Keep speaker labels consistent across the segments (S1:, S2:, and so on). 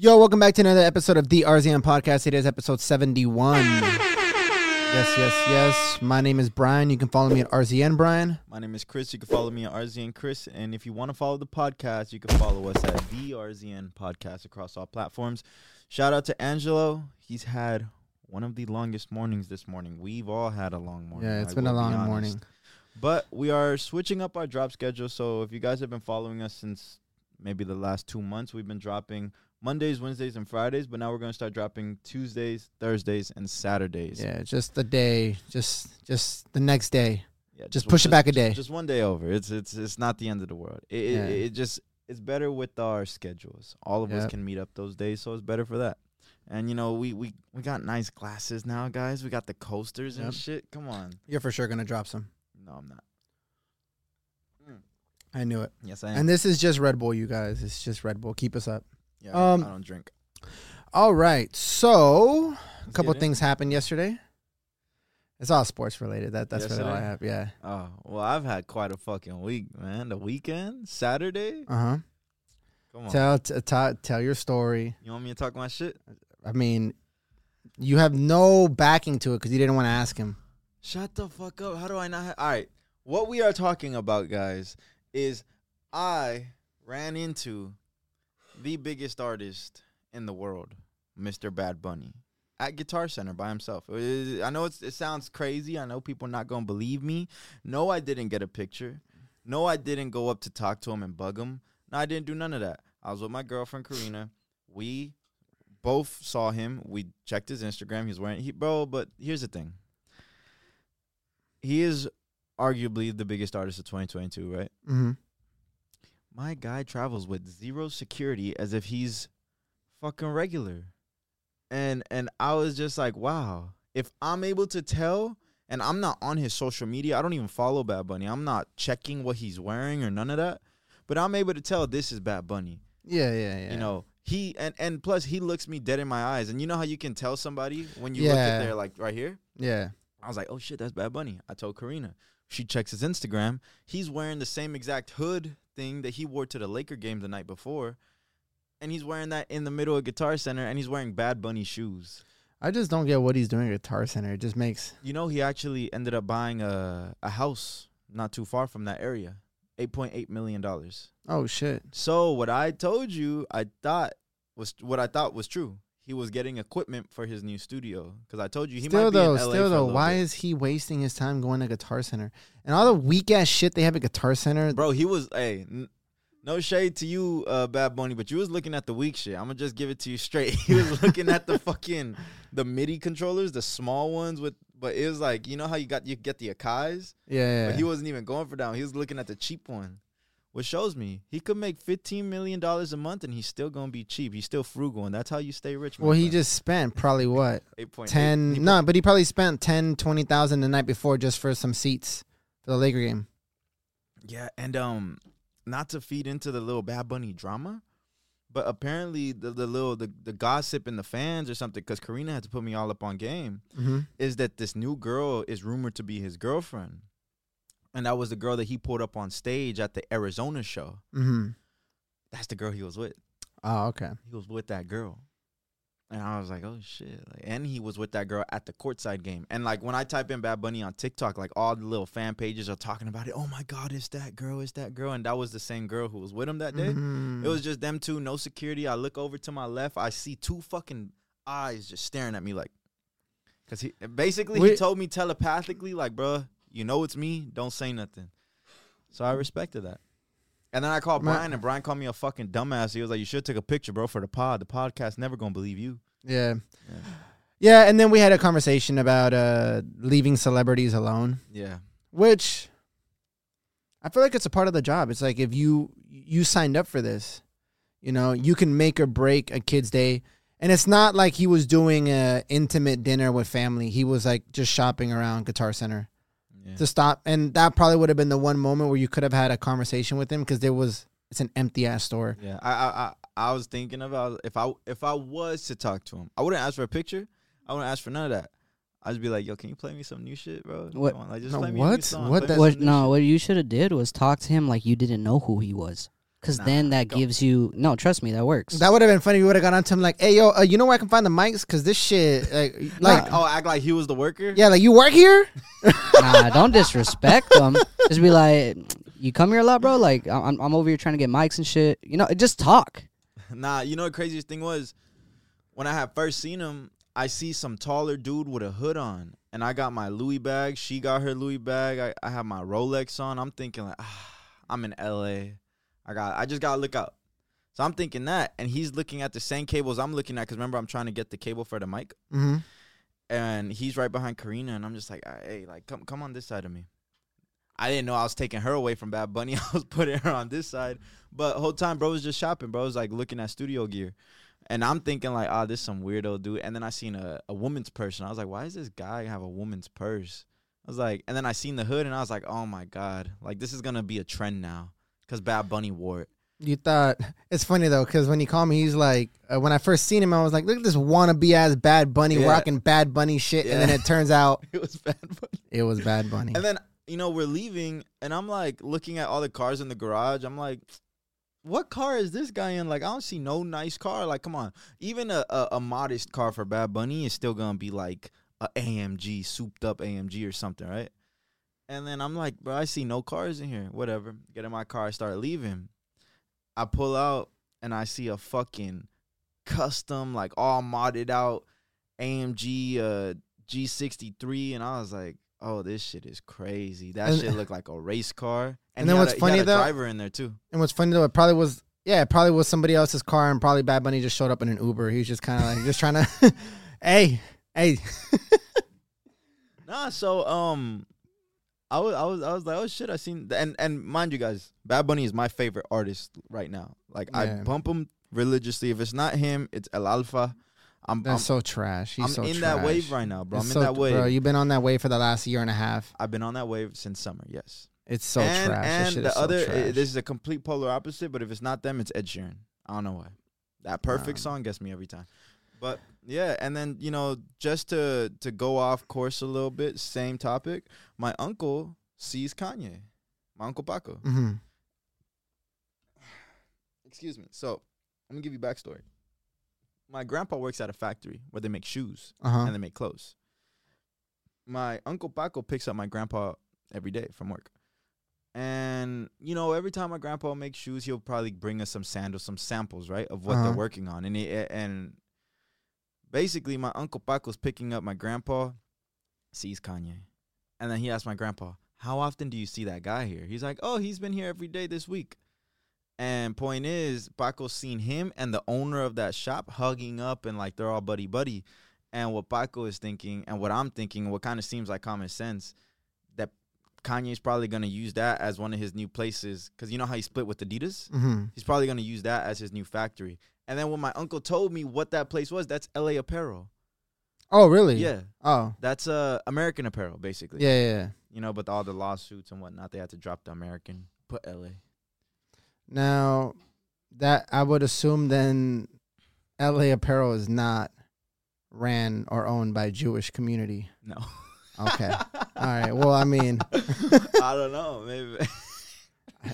S1: Yo, welcome back to another episode of the RZM Podcast. It is episode 71. Yes, yes, yes. My name is Brian. You can follow me at RZN Brian.
S2: My name is Chris. You can follow me at RZN Chris. And if you want to follow the podcast, you can follow us at the RZN Podcast across all platforms. Shout out to Angelo. He's had one of the longest mornings this morning. We've all had a long morning.
S1: Yeah, it's
S2: I
S1: been a
S2: will be
S1: long
S2: honest.
S1: morning.
S2: But we are switching up our drop schedule. So if you guys have been following us since maybe the last two months, we've been dropping Mondays, Wednesdays, and Fridays. But now we're going to start dropping Tuesdays, Thursdays, and Saturdays.
S1: Yeah, just the day, just just the next day.
S2: Yeah,
S1: Just push it back a day.
S2: Just, one day over. It's it's it's not the end of the world. It it-
S1: Yeah.
S2: it, just it's better with our schedules. All of
S1: Yep.
S2: us can meet up those days, so it's better for that. And you know, we we we got nice glasses now, guys. We got the coasters
S1: Yep.
S2: and shit. Come on.
S1: You're for sure going to drop some.
S2: No, I'm not.
S1: I knew it.
S2: Yes, I am.
S1: And this is just Red Bull, you guys. It's just Red Bull. Keep us up.
S2: yeah, I don't-
S1: um,
S2: I don't drink.
S1: All right. So, a
S2: Let's
S1: couple
S2: get in.
S1: things happened yesterday. It's all sports related. That that's really all I
S2: Yesterday?
S1: have. Yeah.
S2: Oh well, I've had quite a fucking week, man. The weekend, Saturday.
S1: Uh-huh.
S2: Come on.
S1: Tell t- t- tell your story.
S2: you want me to talk my shit?
S1: I mean, you have no backing to it because you didn't want to ask him.
S2: Shut the fuck up. How do I not? Ha- All right. What we are talking about, guys, is I ran into the biggest artist in the world, Mr. Bad Bunny, at Guitar Center by himself. It is- I know it's, it sounds crazy. I know people are not going to believe me. No, I didn't get a picture. No, I didn't go up to talk to him and bug him. No, I didn't do none of that. I was with my girlfriend, Karina. We both saw him. We checked his Instagram. He's wearing, he, bro, but here's the thing he is arguably the biggest artist of 2022, right?
S1: Mm-hmm.
S2: My guy travels with zero security as if he's fucking regular. And and I was just like, wow. If I'm able to tell and I'm not on his social media, I don't even follow Bad Bunny. I'm not checking what he's wearing or none of that. But I'm able to tell this is Bad Bunny.
S1: Yeah, yeah, yeah.
S2: You know, he and and plus he looks me dead in my eyes. And you know how you can tell somebody when you look
S1: Yeah.
S2: at their like right here?
S1: yeah,
S2: I was like, oh shit, that's Bad Bunny. I told Karina. She checks his Instagram. He's wearing the same exact hood thing that he wore to the Laker game the night before. And he's wearing that in the middle of Guitar Center and he's wearing Bad Bunny shoes.
S1: I just don't get what he's doing at Guitar Center. It just makes
S2: You know, he actually ended up buying a, a house not too far from that area. $8.8 million.
S1: oh shit.
S2: So what I told you, I thought was what I thought was true. He was getting equipment for his new studio. Because I told you he
S1: still
S2: might be
S1: though,
S2: in LA for a
S1: still though,
S2: little
S1: why
S2: bit.
S1: is he wasting his time going to Guitar Center and all the weak ass shit they have at Guitar Center?
S2: Bro, he was hey, n- no shade to you, uh, Bad Bunny, but you was looking at the weak shit. I'm gonna just give it to you straight. He was looking at the fucking the MIDI controllers, the small ones with, but it was like you know how you got you get the Akai's,
S1: yeah,
S2: but
S1: yeah.
S2: he wasn't even going for that. one. He was looking at the cheap one, which shows me he could make 15 million dollars a month and he's still gonna be cheap. He's still frugal, and that's how you stay rich. my
S1: well, he
S2: friend.
S1: just spent probably what
S2: 8.8.
S1: ten?
S2: He-
S1: No, but he probably spent ten, twenty thousand the night before just for some seats for the Laker game.
S2: Yeah, and um, not to feed into the little Bad Bunny drama, but apparently the the little the, the gossip and the fans or something, because Karina had to put me all up on game,
S1: Mm-hmm.
S2: is that this new girl is rumored to be his girlfriend, and that was the girl that he pulled up on stage at the Arizona show.
S1: Mm-hmm.
S2: That's the girl he was with.
S1: Oh, okay.
S2: He was with that girl. And I was like, oh shit. Like, and he was with that girl at the courtside game. And like when I type in Bad Bunny on TikTok, like all the little fan pages are talking about it. Oh my God, it's that girl, it's that girl. And that was the same girl who was with him that day.
S1: Mhm.
S2: It was just them two, no security. I look over to my left, I see two fucking eyes just staring at me like cause he basically he
S1: Wait.
S2: told me telepathically, like, bruh, you know it's me, don't say nothing. So I respected that. And then I called
S1: My-
S2: Brian, and Brian called me a fucking dumbass. He was like, "You should take a picture, bro, for the pod. The podcast never gonna believe you."
S1: yeah.
S2: Yeah.
S1: Yeah, and then we had a conversation about uh, leaving celebrities alone.
S2: Yeah,
S1: which I feel like it's a part of the job. It's like if you you signed up for this, you know, you can make or break a kid's day. And it's not like he was doing a intimate dinner with family. He was like just shopping around Guitar Center
S2: yeah.
S1: to stop. And that probably would have been the one moment where you could have had a conversation with him because there was it's an empty ass store.
S2: yeah. I, I, I, I was thinking about if I, if I was to talk to him, I wouldn't ask for a picture. I wouldn't ask for none of that. I'd just be like, "Yo, can you play me some new shit, bro?
S3: What-
S2: Come on, like, just
S1: No,
S2: play me a new
S1: what?
S2: song.
S1: What
S2: Play
S1: the-
S2: me
S1: That's
S2: some
S3: what
S2: new
S3: no
S2: shit."
S3: what you should have did was talk to him like you didn't know who he was because
S2: Nah,
S3: then that
S2: don't.
S3: gives you no. Trust me, that works.
S1: That would have been funny. We would have gone on to him like, "Hey, yo, uh, you know where I can find the mics? Because this shit, like, like,
S2: Like, oh, act like he was the worker.
S1: yeah, like you work here.
S3: nah, don't disrespect them. Just be like, you come here a lot, bro. Like I- I'm, I'm over here trying to get mics and shit. You know, just talk.
S2: Nah, you know the craziest thing was when I had first seen him, I see some taller dude with a hood on, and I got my Louis bag. She got her Louis bag. I, I have my Rolex on. I'm thinking like, ah, I'm in LA. I got I just gotta look up. So I'm thinking that, and he's looking at the same cables I'm looking at because remember I'm trying to get the cable for the mic,
S1: Mm-hmm.
S2: and he's right behind Karina, and I'm just like, "Ah, hey, like come come on this side of me. I didn't know I was taking her away from Bad Bunny. I was putting her on this side. But whole time, bro was just shopping. Bro was like looking at studio gear. And I'm thinking like, ah, this some weirdo dude. And then I seen a, a woman's purse. And I was like, why does this guy have a woman's purse? I was like, and then I seen the hood and I was like, oh my God. Like this is gonna be a trend now. Cause Bad Bunny wore it.
S1: You thought it's funny though, because when he called me, he's like, uh, when I first seen him, I was like, look at this wannabe ass Bad Bunny
S2: Yeah.
S1: rocking Bad Bunny shit, and then
S2: Yeah.
S1: it turns out
S2: It was Bad Bunny.
S1: it was Bad Bunny.
S2: And then you know we're leaving, and I'm like looking at all the cars in the garage. I'm like, what car is this guy in? Like I don't see no nice car. Like come on, even a a, a modest car for Bad Bunny is still gonna be like a AMG, souped up AMG or something, right? And then I'm like, bro, I see no cars in here. Whatever. Get in my car. I start leaving. I pull out and I see a fucking custom, like all modded out AMG uh, G63, and I was like, "Oh, this shit is crazy. That
S1: And-
S2: shit looked like a race car."
S1: and
S2: And,
S1: then
S2: then
S1: what's
S2: a,
S1: funny,
S2: he had
S1: though-
S2: a driver in there too.
S1: and what's funny though, it probably was, yeah, it probably was somebody else's car, and probably Bad Bunny just showed up in an Uber. He was just kind of like, just trying to, hey, hey,
S2: Nah, so um, I was I was I was like, "Oh shit, I seen." th- And and mind you guys, Bad Bunny is my favorite artist right now. Like
S1: Yeah.
S2: I bump him religiously. If it's not him, it's El Alfa. I'm
S1: that's
S2: I'm,
S1: so trash. He's
S2: I'm
S1: so
S2: in
S1: trash.
S2: that wave right now, bro.
S1: It's
S2: I'm
S1: so-
S2: in that wave.
S1: Bro, you've been on that wave for the last year and a half.
S2: I've been on that wave since summer. Yes.
S1: It's so
S2: and,
S1: trash.
S2: And
S1: that shit
S2: the
S1: is so
S2: other, i-
S1: trash.
S2: this is a complete polar opposite. But if it's not them, it's Ed Sheeran. I don't know why. That perfect
S1: Um,
S2: song gets me every time. But yeah, and then you know, just to to go off course a little bit, same topic. My uncle sees Kanye. My uncle Paco.
S1: hmm
S2: Excuse me. So let me give you backstory. My grandpa works at a factory where they make shoes
S1: Uh-huh.
S2: and they make clothes. My uncle Paco picks up my grandpa every day from work. And you know, every time my grandpa makes shoes, he'll probably bring us some sandals, some samples, right, of what
S1: Uh-huh.
S2: they're working on. And it, and basically, my uncle Paco's picking up my grandpa, sees Kanye, and then he asks my grandpa, "How often do you see that guy here?" He's like, "Oh, he's been here every day this week." And point is, Paco's seen him and the owner of that shop hugging up and like they're all buddy buddy. And what Paco is thinking and what I'm thinking, what kind of seems like common sense, that Kanye's probably gonna use that as one of his new places. Cause you know how he split with Adidas?
S1: hmm
S2: He's probably gonna use that as his new factory. And then when my uncle told me what that place was, that's LA Apparel.
S1: Oh, really?
S2: Yeah.
S1: Oh,
S2: That's uh American Apparel, basically.
S1: yeah, yeah, yeah.
S2: You know, but all the lawsuits and whatnot, they had to drop the American, put LA.
S1: Now, that I would assume then LA Apparel is not ran or owned by Jewish community.
S2: No.
S1: Okay. All right. Well, I mean,
S2: I don't know, maybe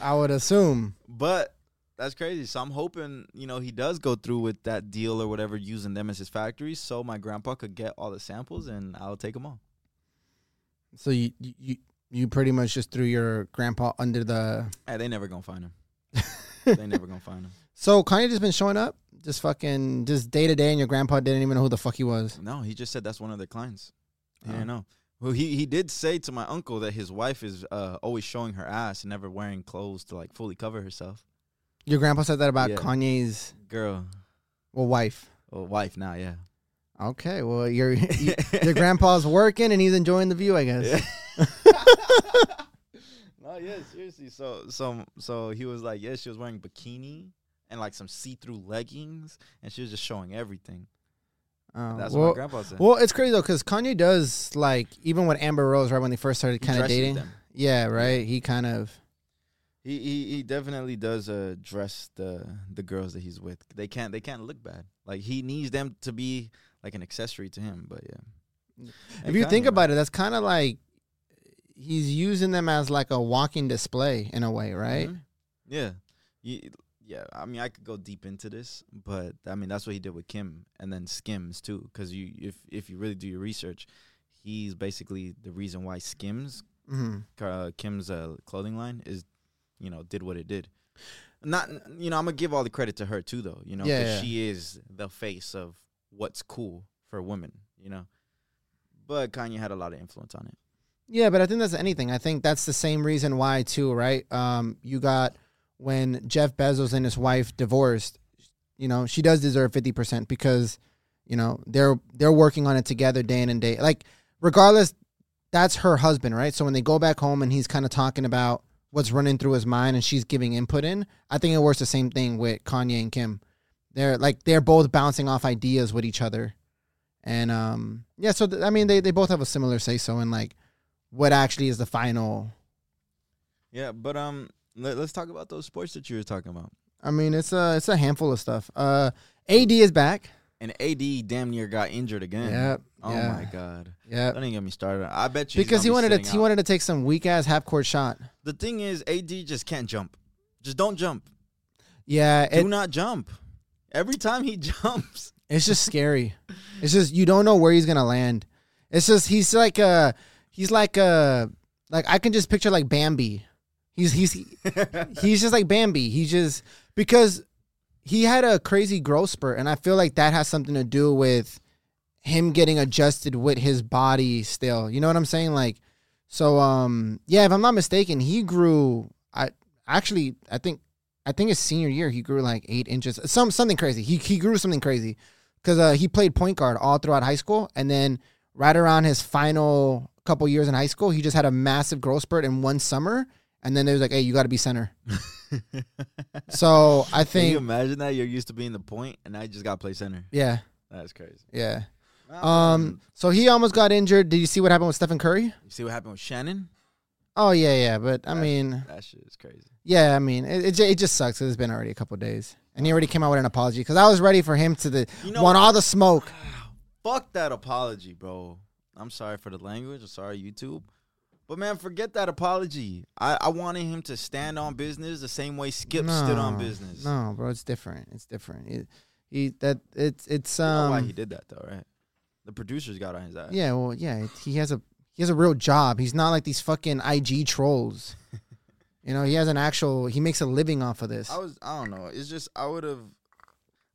S1: I would assume.
S2: But that's crazy. So I'm hoping, you know, he does go through with that deal or whatever, using them as his factory, so my grandpa could get all the samples and I'll take them all.
S1: So you you you pretty much just threw your grandpa under the
S2: Hey, they never gonna find him. they never gonna find him.
S1: So Kanye just been showing up, just fucking just day to day and your grandpa didn't even know who the fuck he was.
S2: No, he just said that's one of their clients. He
S1: Oh.
S2: didn't know. Well, he he did say to my uncle that his wife is uh, always showing her ass and never wearing clothes to like fully cover herself.
S1: Your grandpa said that about
S2: Yeah.
S1: Kanye's
S2: Girl,
S1: well wife.
S2: or wife now, yeah.
S1: Okay, well your your grandpa's working and he's enjoying the view, I guess.
S2: Yeah. no, yeah, seriously. So, so, so he was like, yeah, she was wearing bikini and like some see-through leggings, and she was just showing everything.
S1: Um,
S2: That's what
S1: well,
S2: my grandpa said.
S1: well, it's crazy though, because Kanye does like even with Amber Rose, right when they first started
S2: He
S1: kind of
S2: dresses
S1: dating.
S2: them.
S1: Yeah, right. He kind of
S2: He, he he definitely does uh dress the the girls that he's with. They can't they can't look bad. Like he needs them to be like an accessory to him. But yeah,
S1: if you think about it, that's kind of like
S2: Mm-hmm.
S1: he's using them as like a walking display in a way, right?
S2: Yeah, you, yeah, I mean, I could go deep into this, but I mean, that's what he did with Kim, and then Skims too, because you, if if you really do your research, he's basically the reason why Skims,
S1: Mm-hmm.
S2: uh, Kim's uh, clothing line, is, you know, did what it did. Not, you know, I'm gonna give all the credit to her too, though. You know, 'cause
S1: Yeah, yeah.
S2: she is the face of what's cool for women. You know, but Kanye had a lot of influence on it.
S1: Yeah, but I think that's anything. I think that's the same reason why too, right? Um, you got when Jeff Bezos and his wife divorced, you know, she does deserve fifty percent because, you know, they're they're working on it together day in and day. Like, regardless, that's her husband, right? So when they go back home and he's kind of talking about what's running through his mind and she's giving input in, I think it works the same thing with Kanye and Kim. They're like they're both bouncing off ideas with each other. And um yeah, so th- I mean they, they both have a similar say so and like what actually is the final.
S2: Yeah, but um, let, let's talk about those sports that you were talking about.
S1: I mean, it's a it's a handful of stuff. Uh, AD is back.
S2: And AD damn near got injured again.
S1: Yep,
S2: Oh
S1: yeah.
S2: my god.
S1: Yeah,
S2: Don't even get me started. I bet you he's
S1: because he wanted
S2: gonna be
S1: to
S2: sitting
S1: he
S2: out.
S1: wanted to take some weak ass half court shot.
S2: The thing is, AD just can't jump. Just don't jump.
S1: Yeah,
S2: Do
S1: it,
S2: not jump. Every time he jumps,
S1: it's just scary. It's just you don't know where he's gonna land. It's just he's like uh he's like uh like I can just picture like Bambi. He's he's he's just like Bambi. He just because he had a crazy growth spurt, and I feel like that has something to do with him getting adjusted with his body still. You know what I'm saying? Like, so um, yeah. If I'm not mistaken, he grew. I actually, I think, I think his senior year, he grew like eight inches. Some something crazy. He he grew something crazy because uh, he played point guard all throughout high school, and then right around his final couple years in high school, he just had a massive growth spurt in one summer. And then they was like, "Hey, you got to be center." So I
S2: can you
S1: think,
S2: imagine that you're used to being the point, and I just got to play center.
S1: yeah,
S2: That's crazy.
S1: yeah. Um, so he almost got injured. Did you see what happened with Stephen Curry?
S2: you see what happened with Shannon?
S1: Oh yeah, yeah. But I
S2: Right.
S1: mean,
S2: That shit is crazy.
S1: yeah, I mean, it it, ju- it just sucks. 'cause It's been already a couple days, and he already came out with an apology because I was ready for him to the
S2: You know-
S1: want all the smoke.
S2: Fuck that apology, bro. I'm sorry for the language. I'm sorry, YouTube. But man, forget that apology. I, I wanted him to stand on business the same way Skip stood on
S1: No,
S2: business. You
S1: No, bro, it's different. It's different. It, he that it's it's
S2: know why
S1: um
S2: he did that though, right? The producers got on his ass.
S1: yeah well yeah it- he has a he has a real job. He's not like these fucking IG trolls. You know, he has an actual. He makes a living off of this.
S2: I was I don't know. It's just I would have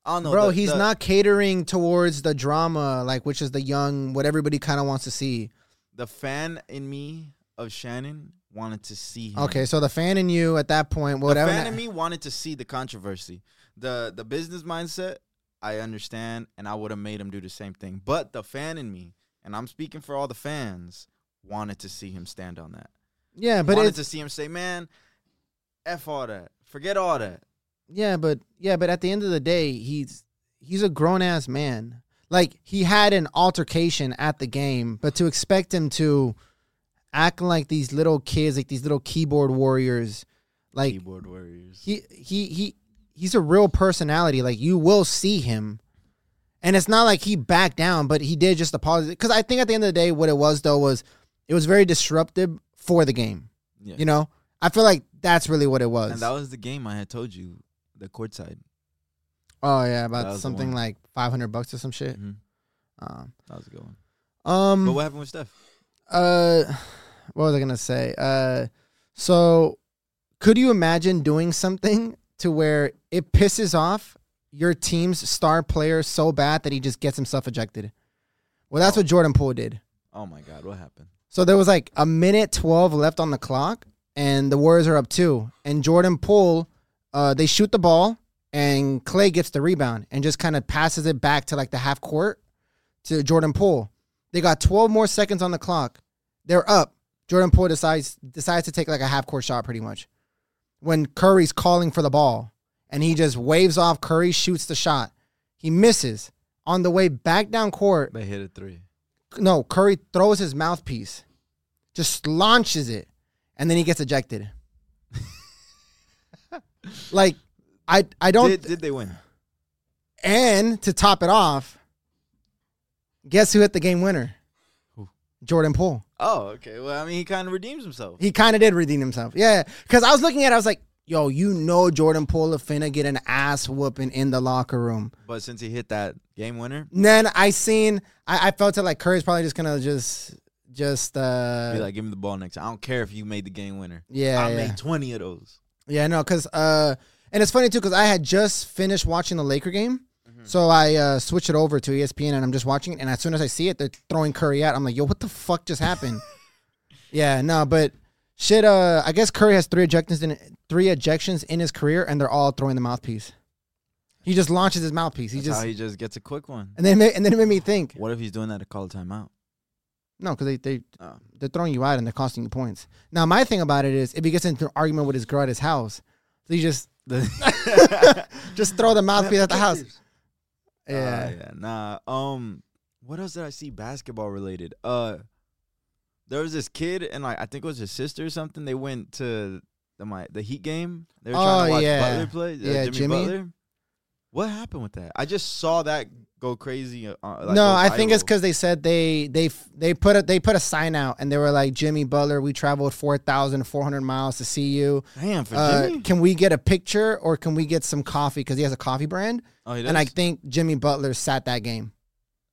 S2: I don't know.
S1: Bro,
S2: the-
S1: he's
S2: the-
S1: not catering towards the drama, like which is the young, what everybody kind of wants to see.
S2: the fan in me of Shannon wanted to see him.
S1: Okay, so the fan in you at that point,
S2: The
S1: whatever.
S2: fan in me wanted to see the controversy. The the business mindset, I understand, and I would have made him do the same thing. But the fan in me, and I'm speaking for all the fans, wanted to see him stand on that.
S1: yeah, but
S2: wanted
S1: it's
S2: to see him say, Man, F all that. Forget all that.
S1: yeah, but yeah, but at the end of the day, he's he's a grown ass man. Like he had an altercation at the game, but to expect him to act like these little kids, like these little keyboard warriors, like
S2: Keyboard warriors.
S1: he he he he's a real personality. Like you will see him, and it's not like he backed down, but he did just apologize. Because I think at the end of the day, what it was though was it was very disruptive for the game.
S2: Yeah.
S1: You know, I feel like that's really what it was.
S2: and that was the game I had told you, the courtside.
S1: oh yeah,
S2: that
S1: about
S2: was the
S1: something
S2: one.
S1: like five hundred bucks or some shit.
S2: Mhm.
S1: Um,
S2: That was a good one.
S1: um,
S2: But what happened with Steph?
S1: uh, what was I gonna say? Uh, so could you imagine doing something to where it pisses off your team's star player so bad that he just gets himself ejected? Well, that's what Jordan Poole did.
S2: Oh my God, what happened?
S1: So there was like a minute 12 left on the clock, and the Warriors are up two. And Jordan Poole, uh, they shoot the ball, and Clay gets the rebound and just kind of passes it back to like the half court to Jordan Poole. They got 12 more seconds on the clock. They're up. Jordan Poole decides decides to take like a half court shot pretty much. When Curry's calling for the ball and he just waves off Curry shoots the shot. He misses. On the way back down court,
S2: They hit a three.
S1: no, Curry throws his mouthpiece, just launches it, and then he gets ejected. like, I I don't.
S2: Did, did they win?
S1: and to top it off, guess who hit the game winner?
S2: Who?
S1: Jordan Poole.
S2: Oh, okay. Well, I mean, he kind of redeems himself.
S1: He kind of did redeem himself. Yeah, because I was looking at, it, I was like, yo, you know Jordan Poole finna get an ass whooping in the locker room.
S2: But since he hit that game winner,
S1: And then I seen, I, I felt it like Curry's probably just gonna just, just, uh,
S2: be like, give me the ball next. time. I don't care if you made the game winner.
S1: yeah,
S2: I
S1: yeah.
S2: made twenty of those.
S1: Yeah, no, because uh, and it's funny too because I had just finished watching the Laker game,
S2: Mm-hmm.
S1: so I uh, switched it over to ESPN and I'm just watching it. And as soon as I see it, they're throwing Curry out. I'm like, yo, what the fuck just happened? yeah, no, but shit. Uh, I guess Curry has three ejections in three ejections in his career, and they're all throwing the mouthpiece. He just launches his mouthpiece. He
S2: That's
S1: just
S2: how he just gets a quick one.
S1: and then it ma- and then it made me think.
S2: What if he's doing that to call a timeout?
S1: No, because they they
S2: Oh.
S1: they're throwing you out and they're costing you points. Now my thing about it is if he gets into an argument with his girl at his house, so you just just throw the mouthpiece at the house.
S2: Ah, yeah. Nah. Um. What else did I see basketball related? Uh, there was this kid and like I think it was his sister or something. They went to the my the Heat game. They were trying to
S1: Oh,
S2: watch
S1: yeah.
S2: Butler play. uh,
S1: Yeah,
S2: Jimmy,
S1: Jimmy.
S2: Butler. What happened with that? I just saw that go crazy. Uh, uh,
S1: no,
S2: like, go
S1: I think it's
S2: viral.
S1: because they said they they f- they put a they put a sign out and they were like Jimmy Butler, we traveled four thousand four hundred miles to see you.
S2: damn for
S1: Uh,
S2: Jimmy.
S1: can we get a picture or can we get some coffee because he has a coffee brand?
S2: Oh, he
S1: And I
S2: does?
S1: think Jimmy Butler sat that game.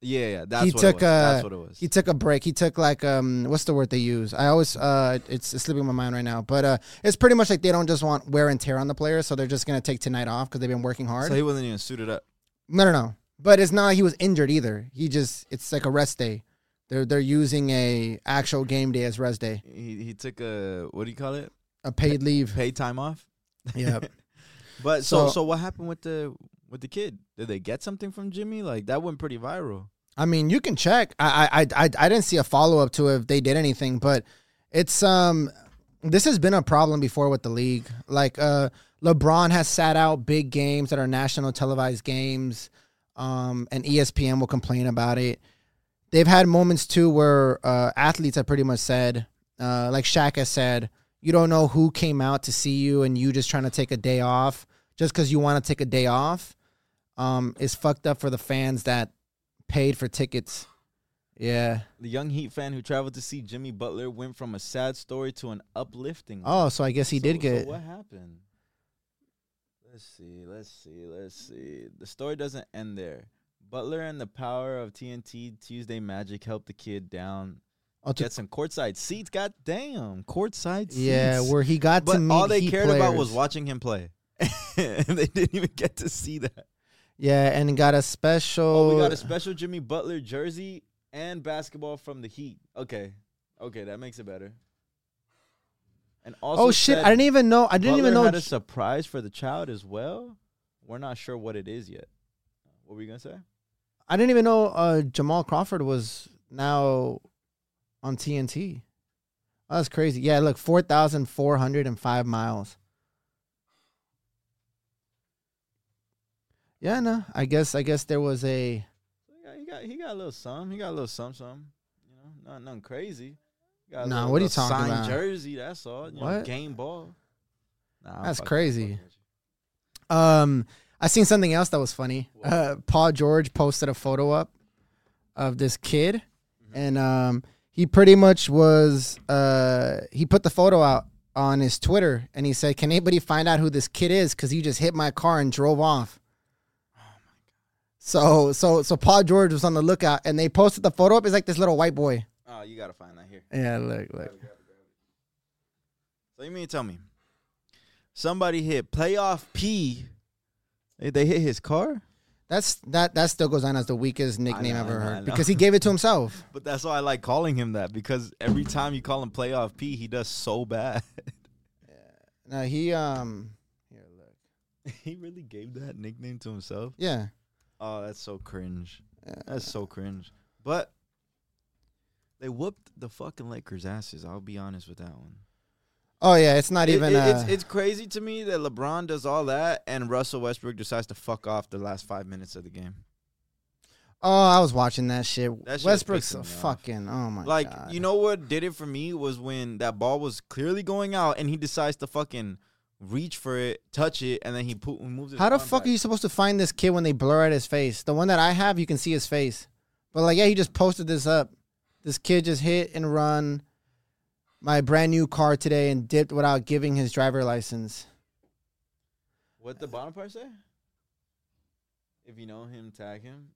S2: yeah, yeah. That's
S1: he
S2: what
S1: took,
S2: it was. that's
S1: uh,
S2: what it was.
S1: He took a break. He took like um what's the word they use? I always uh it's, it's slipping my mind right now, but uh it's pretty much like they don't just want wear and tear on the players, so they're just gonna take tonight off because they've been working hard.
S2: so he wasn't even suited up.
S1: No, no, no. But it's not like he was injured either. He just it's like a rest day. They're they're using a actual game day as rest day,
S2: He he took a what do you call it?
S1: a paid leave.
S2: Paid time off.
S1: yeah.
S2: But so, so
S1: So-
S2: what happened with the with the kid? Did they get something from Jimmy? Like that went pretty viral.
S1: I mean, you can check. I I I, I- I didn't see a follow up to if they did anything, but it's um this has been a problem before with the league. Like uh LeBron has sat out big games that are national televised games. Um and ESPN will complain about it. They've had moments too where uh athletes have pretty much said, uh like Shaq has said, you don't know who came out to see you and you just trying to take a day off just because you want to take a day off. Um, is fucked up for the fans that paid for tickets. Yeah.
S2: The young Heat fan who traveled to see Jimmy Butler went from a sad story to an uplifting. one.
S1: Oh, so I guess he did
S2: So-
S1: get.
S2: So what happened? Let's see. Let's see. Let's see. The story doesn't end there. Butler and the power of TNT Tuesday Magic helped the kid down.
S1: oh, to-
S2: Get some courtside seats. God damn, courtside seats.
S1: yeah, where he got to
S2: but
S1: meet.
S2: all they
S1: Heat
S2: cared about was
S1: players.
S2: watching him play. and they didn't even get to see that.
S1: Yeah, and got a special.
S2: Oh, we got a special Jimmy Butler jersey and basketball from the Heat. Okay, okay, that makes it better. And also,
S1: oh shit!
S2: said
S1: I didn't even know. I didn't even
S2: Butler
S1: know.
S2: Had a surprise for the child as well. We're not sure what it is yet. What were you gonna say?
S1: I didn't even know uh, Jamal Crawford was now on TNT. Oh, that's crazy. Yeah, look, four thousand four hundred and five miles. Yeah, no. I guess. I guess there was a.
S2: He got, he got, he got a little some. He got a little some, some. You know, not nothing crazy. He Got a
S1: Nah, what are you talking
S2: signed
S1: about?
S2: Jersey. That's all. You Know,
S1: What?
S2: game ball. Nah, I'm
S1: That's
S2: fucking-
S1: crazy.
S2: I'm fucking with you.
S1: Um, I seen something else that was funny.
S2: What?
S1: Uh, Paul George posted a photo up of this kid, and um, he pretty much was uh, he put the photo out on his Twitter, and he said, "Can anybody find out who this kid is? Because he just hit my car and drove off." So so so Paul George was on the lookout, and they posted the photo up. It's like this little white boy.
S2: Oh, you gotta find that here.
S1: Yeah, look look.
S2: So you mean to tell me somebody hit playoff P? They- They hit his car,
S1: That's that that still goes on as the weakest nickname
S2: know, I
S1: ever
S2: know, I
S1: heard
S2: know.
S1: because he gave it to himself.
S2: but that's why I like calling him that because every time you call him playoff P, he does so bad.
S1: No, he um here look
S2: he really gave that nickname to himself.
S1: yeah. Uh,
S2: Oh, that's so cringe. That's so cringe. But they whooped the fucking Lakers' asses. I'll be honest with that one.
S1: Oh yeah, it's not
S2: It-
S1: even.
S2: it-
S1: uh,
S2: it's, it's crazy to me that LeBron does all that and Russell Westbrook decides to fuck off the last five minutes of the game.
S1: oh, I was watching that shit.
S2: That shit
S1: Westbrook's
S2: pissed me
S1: a
S2: off.
S1: fucking. Oh my
S2: Like
S1: god.
S2: you know what did it for me was when that ball was clearly going out and he decides to fucking reach for it, touch it, and then he put, moves it.
S1: how the fuck are you supposed to find this kid when they blur out his face? The one that I have, you can see his face. But like, yeah, he just posted this up. This kid just hit and run my brand new car today and dipped without giving his driver license.
S2: What the bottom part say? If you know him, tag him.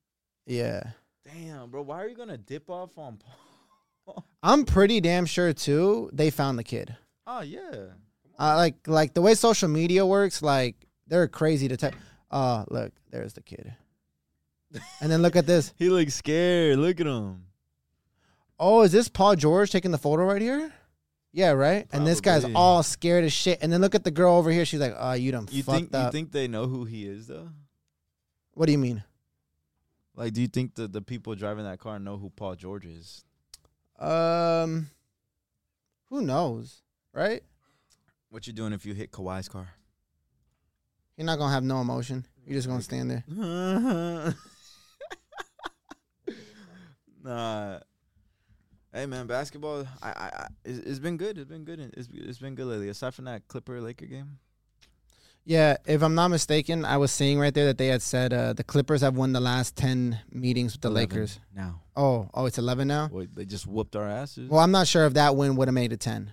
S1: Yeah.
S2: Damn, bro, why are you gonna dip off on Paul?
S1: I'm pretty damn sure too. They found the kid.
S2: oh yeah.
S1: Uh, like like the way social media works, like they're crazy to tag. Uh, look, there's the kid. And then look at this.
S2: He looks scared. Look at him.
S1: Oh, is this Paul George taking the photo right here? Yeah, right. And this guy's
S2: Probably.
S1: all scared as shit. And then look at the girl over here. She's like, "Oh, you done
S2: You
S1: fucked
S2: think you
S1: up."
S2: think they know who he is though?
S1: what do you mean?
S2: Like, do you think that the people driving that car know who Paul George is?
S1: Um, who knows, right?
S2: What you doing if you hit Kawhi's car?
S1: You're not gonna have no emotion. You're just gonna stand
S2: Mm-hmm.
S1: there.
S2: nah. Hey man, basketball. I, I, I it's, it's been good. It's been good. It's, it's been good lately. Aside from that Clipper Laker game.
S1: Yeah, if I'm not mistaken, I was seeing right there that they had said uh, the Clippers have won the last ten meetings with the
S2: 11
S1: Lakers.
S2: Now,
S1: Oh, oh, it's eleven now.
S2: Boy, they just whooped our asses.
S1: Well, I'm not sure if that win would have made it ten,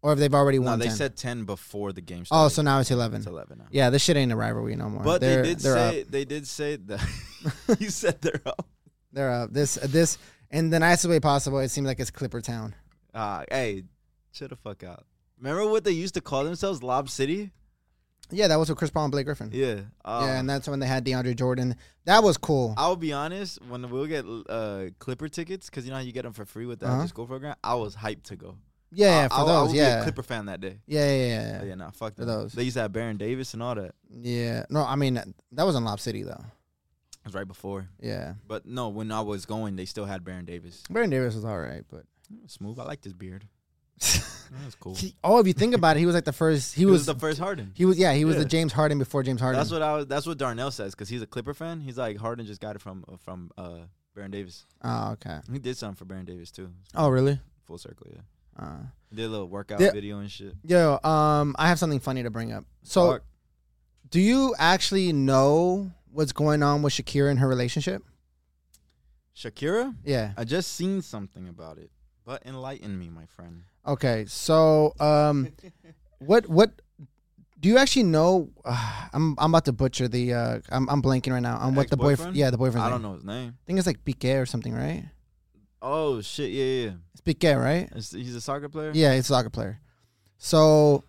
S1: or if they've already
S2: no,
S1: won.
S2: they
S1: 10.
S2: said ten before the game started.
S1: Oh, so now it's eleven.
S2: it's eleven now.
S1: Yeah, this shit ain't a rivalry no more.
S2: but
S1: they're,
S2: they did
S1: they're
S2: say
S1: up.
S2: they did say that you said they're up.
S1: They're up. This this in the nicest way possible. It seems like it's Clipper Town.
S2: Ah, hey, chill the fuck out. Remember what they used to call themselves, Lob City?
S1: Yeah, that was with Chris Paul and Blake Griffin. Mm. Yeah,
S2: Yeah. Uh,
S1: and that's when they had DeAndre Jordan. That was cool.
S2: I'll be honest. When we'll get uh, Clipper tickets, because you know how you get them for free with the
S1: Uh-huh.
S2: after school program, I was hyped to go.
S1: yeah, yeah,
S2: I,
S1: for
S2: I, I
S1: those.
S2: would be
S1: yeah.
S2: a Clipper fan that day.
S1: yeah, yeah,
S2: Yeah,
S1: yeah, yeah,
S2: yeah nah, fuck
S1: For
S2: them.
S1: those.
S2: They used to have Baron Davis and all that. It
S1: yeah. No, I mean that- that was on Lob City though.
S2: was right before.
S1: Yeah,
S2: But no, when I was going, they still had Baron Davis.
S1: Baron Davis was all right, but
S2: It was smooth. I liked his beard. That was cool.
S1: he, oh, if you think about it, he was like the first. He,
S2: He
S1: was,
S2: was, the first Harden.
S1: He was yeah. He was the
S2: Yeah.
S1: James Harden before James Harden.
S2: That's what I was. That's what Darnell says because he's a Clipper fan. He's like Harden just got it from uh, from uh, Baron Davis.
S1: oh, okay.
S2: He did something for Baron Davis too.
S1: Oh, really?
S2: Full circle, yeah.
S1: Uh,
S2: He did a little workout
S1: Yeah.
S2: video and shit.
S1: yo, um, I have something funny to bring up. So,
S2: Fuck.
S1: do you actually know what's going on with Shakira and her relationship?
S2: Shakira,
S1: Yeah.
S2: I just seen something about it, but enlighten me, my friend.
S1: Okay. So, um, what what do you actually know? Uh, I'm I'm about to butcher the. Uh, I'm I'm blanking right now on what the boyfriend.
S2: Ex-boyfriend?
S1: Yeah, the boyfriend.
S2: I don't know his name.
S1: I think it's like Piqué or something, right?
S2: Oh shit, yeah, yeah.
S1: It's Piqué, right?
S2: It's- he's a soccer player.
S1: Yeah, it's a soccer player. So,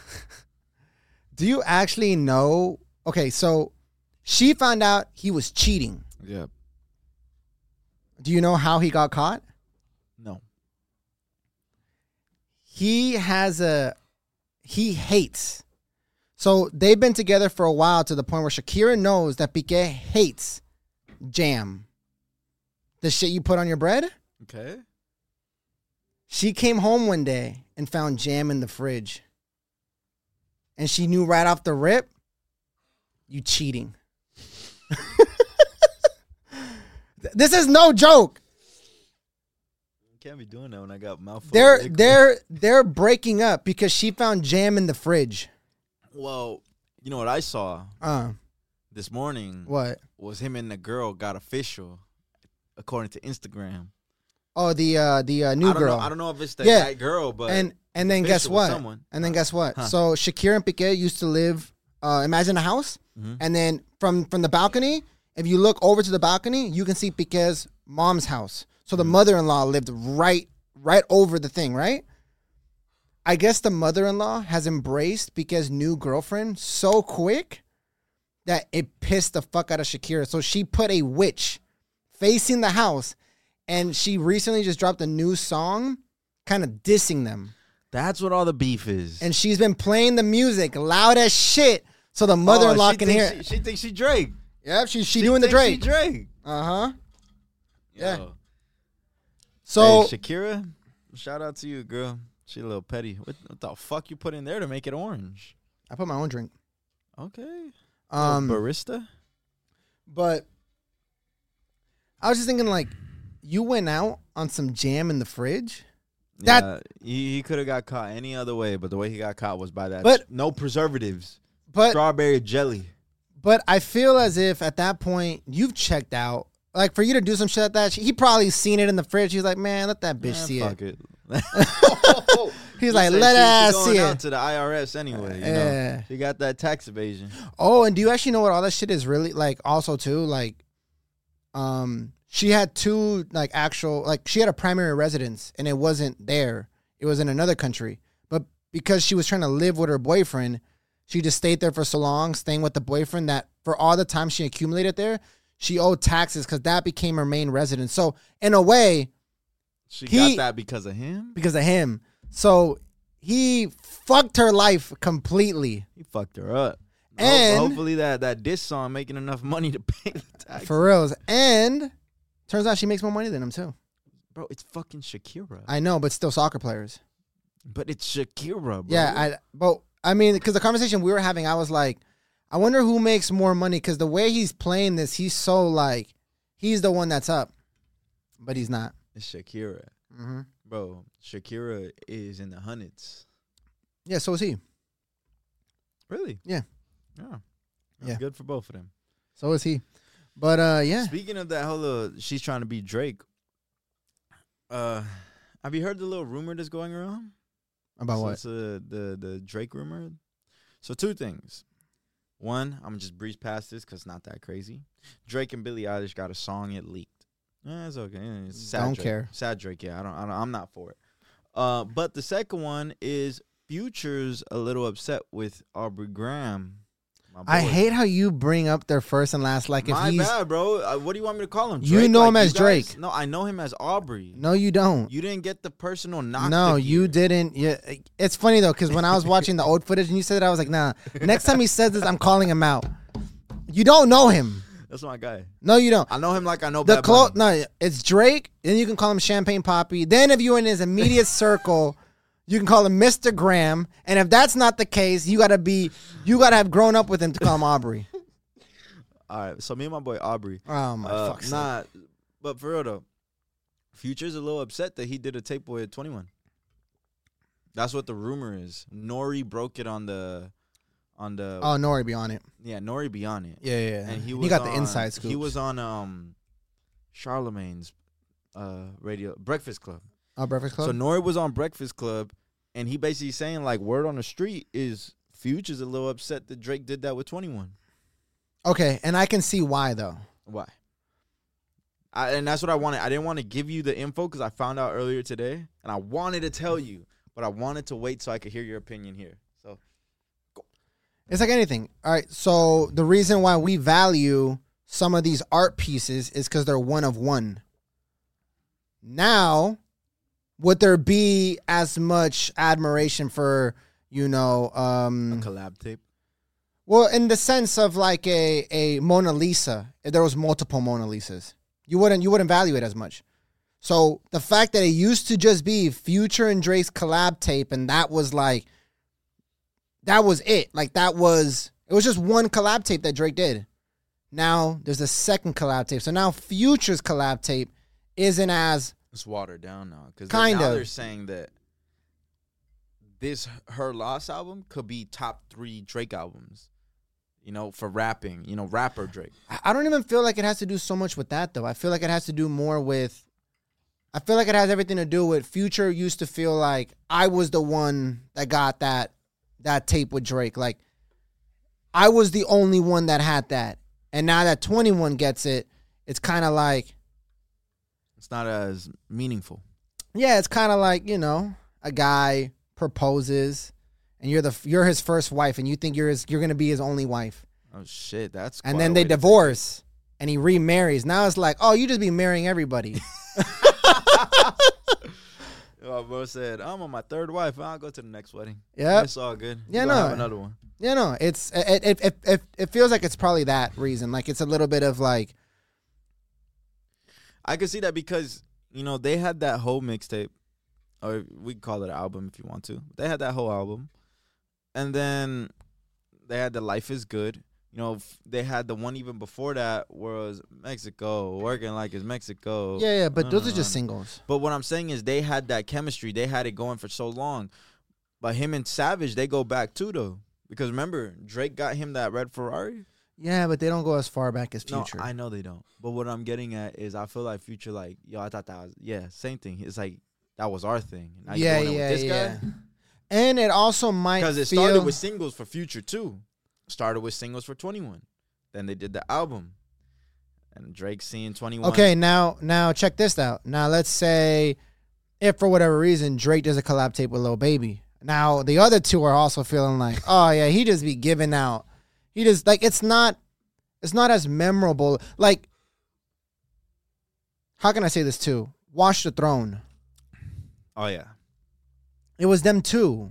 S1: do you actually know? Okay, so she found out he was cheating.
S2: Yeah.
S1: Do you know how he got caught?
S2: No.
S1: He has a he hates. So they've been together for a while to the point where Shakira knows that Piqué hates jam. The shit you put on your bread?
S2: Okay.
S1: She came home one day and found jam in the fridge. And she knew right off the rip, you cheating. this is no joke.
S2: Can't be doing that when I got mouthful. of
S1: They're
S2: liquid.
S1: they're they're breaking up because she found jam in the fridge.
S2: Well, you know what I saw
S1: Uh
S2: this morning
S1: what?
S2: was him and the girl got official, according to Instagram.
S1: Oh, the uh the uh, new
S2: I don't
S1: girl.
S2: Know, I don't know if it's the
S1: Yeah.
S2: right girl, but
S1: and and then
S2: official
S1: guess
S2: with
S1: what?
S2: someone. Uh,
S1: And then guess what?
S2: Huh.
S1: So Shakira and Piqué used to live. Uh, imagine a house,
S2: Mm-hmm.
S1: and then from from the balcony, if you look over to the balcony, you can see Piqué's mom's house. So
S2: Mm-hmm.
S1: the mother-in-law lived right right over the thing, right? I guess the mother-in-law has embraced Piqué's new girlfriend so quick that it pissed the fuck out of Shakira. So she put a witch facing the house, and she recently just dropped a new song, kind of dissing them
S2: that's what all the beef is.
S1: and she's been playing the music loud as shit, so the mother-in-law
S2: Oh, she
S1: can
S2: thinks
S1: hear. it.
S2: She, she thinks she Drake.
S1: yep, she she,
S2: She
S1: doing the
S2: thinks she
S1: Drake.
S2: Drake.
S1: Uh huh. Yeah.
S2: Yo.
S1: So
S2: hey, Shakira, shout out to you, girl. She a little petty. What, what the fuck you put in there to make it orange?
S1: I put my own drink.
S2: Okay.
S1: Um,
S2: Little barista.
S1: but I was just thinking, like, you went out on some jam in the fridge. that-
S2: yeah, he, he could have got caught any other way, but the way he got caught was by that.
S1: But-
S2: no preservatives.
S1: But
S2: strawberry jelly.
S1: but I feel as if at that point you've checked out. Like for you to do some shit like that, she- he probably seen it in the fridge. He's like, man, let that bitch
S2: Man,
S1: see it.
S2: fuck it.
S1: He's
S2: She
S1: like,
S2: said
S1: let
S2: she- she
S1: us
S2: going
S1: see
S2: out
S1: it.
S2: to the IRS anyway. You know,
S1: Yeah.
S2: she got that tax evasion.
S1: Oh, and do you actually know what all that shit is really like? Also, too, like, um, she had two like actual like she had a primary residence, and it wasn't there. It was in another country, but because she was trying to live with her boyfriend, she just stayed there for so long, staying with the boyfriend that for all the time she accumulated there, she owed taxes because that became her main residence. So in a way,
S2: She
S1: He-
S2: got that because of him.
S1: because of him, so he fucked her life completely.
S2: He fucked her up. Ho-
S1: And-
S2: hopefully that that diss song making enough money to pay the tax.
S1: For reals. And turns out she makes more money than him too.
S2: bro, it's fucking Shakira.
S1: I know, but still soccer players.
S2: but it's Shakira, bro.
S1: Yeah, I but I mean cuz the conversation we were having I was like I wonder who makes more money cuz the way he's playing this he's so like he's the one that's up. But he's not.
S2: it's Shakira,
S1: hmm
S2: bro. Shakira is in the hundreds.
S1: Yeah, so is he.
S2: Really?
S1: Yeah.
S2: Yeah. That's
S1: Yeah.
S2: Good for both of them.
S1: So is he. But uh yeah.
S2: Speaking of that, whole little she's trying to be Drake. Uh, have you heard the little rumor that's going around?
S1: About
S2: So
S1: what?
S2: It's uh, the the Drake rumor. So two things. One, I'm gonna just breeze past this because it's not that crazy. Drake and Billie Eilish got a song. It leaked. Eh, it's okay. eh, It's sad
S1: Don't
S2: Drake.
S1: care.
S2: Sad Drake. Yeah, I don't, I don't. I'm not for it. Uh, but the second one is Future's a little upset with Aubrey Graham. my
S1: I
S2: boy.
S1: hate how you bring up their first and last like if
S2: My
S1: he's
S2: bad, bro. Uh, what do you want me to call him?
S1: You know him as
S2: you guys-
S1: Drake.
S2: No, I know him as Aubrey.
S1: No, you don't.
S2: You didn't get the personal knock.
S1: no,
S2: this
S1: you
S2: year.
S1: didn't. Yeah, it's funny though, because when I was watching the old footage and you said that, I was like, nah. Next time he says this, I'm calling him out. You don't know him.
S2: That's my guy.
S1: No, you don't.
S2: I know him like I know
S1: The
S2: Bad
S1: clo-
S2: Bunny.
S1: no, it's Drake. Then you can call him Champagne Poppy. Then if you're in his immediate circle, you can call him Mr. Graham. And if that's not the case, you gotta be, you gotta have grown up with him to call him Aubrey.
S2: All right, so me and my boy Aubrey.
S1: Oh my
S2: uh,
S1: fuck.
S2: nah, but for real though, Future's a little upset that he did a tape with Twenty One. That's what the rumor is. Nori broke it on the, on the
S1: Oh, Nori be on it.
S2: yeah. Nori be on it,
S1: Yeah, yeah. yeah.
S2: and he
S1: You
S2: was
S1: got the
S2: on-
S1: inside scoop.
S2: He was on um, Charlemagne's, uh, radio Breakfast Club.
S1: Oh, Breakfast Club.
S2: So Nori was on Breakfast Club, and he basically saying like word on the street is Future's a little upset that Drake did that with Twenty One.
S1: okay, and I can see why though.
S2: Why? I, and that's what I wanted. I didn't want to give you the info because I found out earlier today, and I wanted to tell you, but I wanted to wait so I could hear your opinion here. So
S1: It's like anything. All right. So the reason why we value some of these art pieces is because they're one of one. Now, would there be as much admiration for, you know, um,
S2: collab tape.
S1: well, in the sense of like a, a Mona Lisa, if there was multiple Mona Lisas, you wouldn't you wouldn't value it as much. So the fact that it used to just be Future and Drake's collab tape, and that was like that was it. Like that was it was just one collab tape that Drake did. Now there's a second collab tape. So now Future's collab tape isn't as
S2: It's watered down now because
S1: Kind
S2: now
S1: of.
S2: they're saying that this her loss album could be top three Drake albums. You know, for rapping. You know, rapper Drake.
S1: I- I don't even feel like it has to do so much with that though. I feel like it has to do more with I feel like it has everything to do with Future used to feel like I was the one that got that that tape with Drake. Like I was the only one that had that. And now that 21 gets it, it's kind of like
S2: It's not as meaningful.
S1: yeah, it's kind of like, you know, a guy proposes and you're the you're his first wife and you think you're his, you're going to be his only wife.
S2: Oh shit, that's
S1: and
S2: quite
S1: then
S2: a
S1: they
S2: way to take it.
S1: divorce and he remarries. Now it's like, "Oh, you just be marrying everybody."
S2: Oh, bro said, I'm on my third wife. I'll go to the next wedding.
S1: Yep.
S2: It's all good.
S1: Yeah,
S2: We'll have
S1: no.
S2: another one.
S1: Yeah, no, it's it it, it it it feels like it's probably that reason. Like it's a little bit of like
S2: I could see that because, you know, they had that whole mixtape, or we can call it an album if you want to. They had that whole album. And then they had the Life is Good. You know, f- they had the one even before that was Mexico, working like it's Mexico.
S1: yeah, yeah. But
S2: No,
S1: those
S2: no,
S1: are just
S2: no.
S1: singles.
S2: But what I'm saying is they had that chemistry. They had it going for so long. But him and Savage, they go back too, though. Because remember, Drake got him that red Ferrari.
S1: Yeah, but they don't go as far back as Future.
S2: No, I know they don't. But what I'm getting at is I feel like Future, like, yo, I thought that was, yeah, same thing. It's like, that was our thing. Now you're
S1: yeah,
S2: doing it
S1: yeah,
S2: with this
S1: yeah.
S2: guy
S1: And it also might
S2: because it
S1: feel,
S2: started with singles for Future too. Started with singles for Twenty One, then they did the album, and Drake seeing Twenty One.
S1: Okay, now now check this out. Now let's say if for whatever reason Drake does a collab tape with Lil Baby. Now the other two are also feeling like, oh yeah, he just be giving out. He just like it's not it's not as memorable. Like how can I say this too? Wash the throne.
S2: Oh yeah,
S1: It was them two.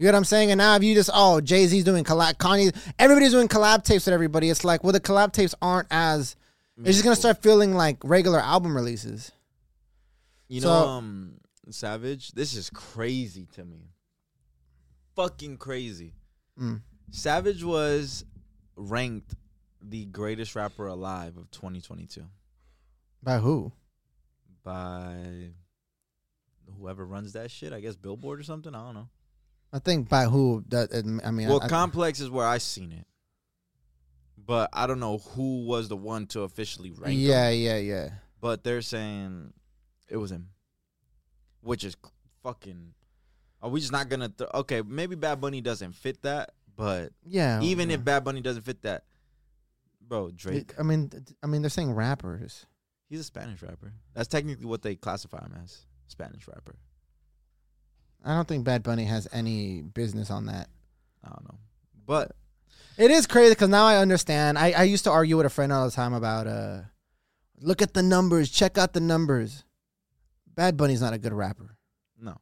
S1: You know what I'm saying? And now if you just oh Jay Z's doing collab, Kanye, everybody's doing collab tapes with everybody. It's like well the collab tapes aren't as. It's just gonna start feeling like regular album releases.
S2: You
S1: So-
S2: know, um, Savage, this is crazy to me. Fucking crazy.
S1: Mm.
S2: Savage was ranked the greatest rapper alive of 2022
S1: By who?
S2: by whoever runs that shit. I guess Billboard or something. I don't know.
S1: I think by who? That I mean,
S2: well,
S1: I,
S2: Complex is where I seen it, but I don't know who was the one to officially
S1: I,
S2: rank. him.
S1: yeah, yeah, yeah.
S2: but they're saying it was him, which is c- fucking. Are we just not gonna? Th- okay, maybe Bad Bunny doesn't fit that, but
S1: Yeah.
S2: even
S1: yeah.
S2: if Bad Bunny doesn't fit that, bro, Drake,
S1: I mean, th- I mean, they're saying rappers.
S2: he's a Spanish rapper. That's technically what they classify him as, Spanish rapper.
S1: I don't think Bad Bunny has any business on that.
S2: I don't know, but
S1: It is crazy because now I understand. I, I used to argue with a friend all the time about uh, look at the numbers, check out the numbers. Bad Bunny's not a good rapper.
S2: no,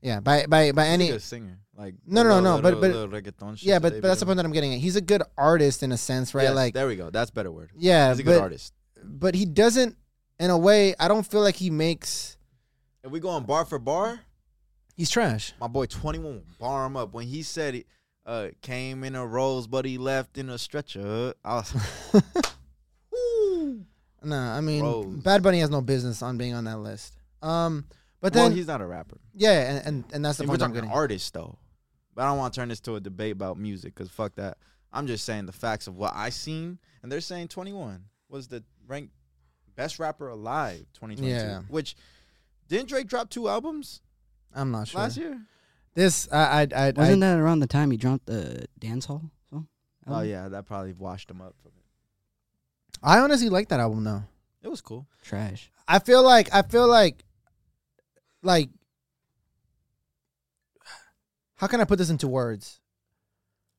S1: Yeah, by by by
S2: he's
S1: any.
S2: like a singer, like
S1: No, no,
S2: the
S1: no, but-
S2: little-
S1: but-
S2: little reggaeton shit
S1: Yeah,
S2: that
S1: but,
S2: they
S1: but
S2: be
S1: that's the
S2: doing.
S1: point that I'm getting at. He's a good artist in a sense, right?
S2: Yes,
S1: like
S2: there we go. That's better word.
S1: yeah,
S2: he's a good
S1: but
S2: artist.
S1: but he doesn't. In a way, I don't feel like he makes.
S2: If we going bar for bar,
S1: He's trash.
S2: My boy 21 will bar him up. When he said it, uh, came in a rose, but he left in a stretcher. I was Ooh.
S1: No, I mean
S2: Rose.
S1: Bad Bunny has no business on being on that list. Um, but
S2: well,
S1: then
S2: he's not a rapper.
S1: yeah, and, and and that's the
S2: If we're
S1: point I'm
S2: talking
S1: getting.
S2: artist though. But I don't want to turn this to a debate about music because fuck that. I'm just saying the facts of what I seen, and they're saying 21 was the ranked best rapper alive 2022.
S1: Yeah.
S2: Which didn't Drake drop two albums
S1: I'm not sure.
S2: last year?
S1: This I I I, I
S3: Wasn't that around the time he dropped the dance hall? song?
S2: Oh
S3: Album?
S2: yeah, that probably washed him up from it.
S1: I honestly like that album though.
S2: It was cool.
S3: Trash.
S1: I feel like I feel like like how can I put this into words?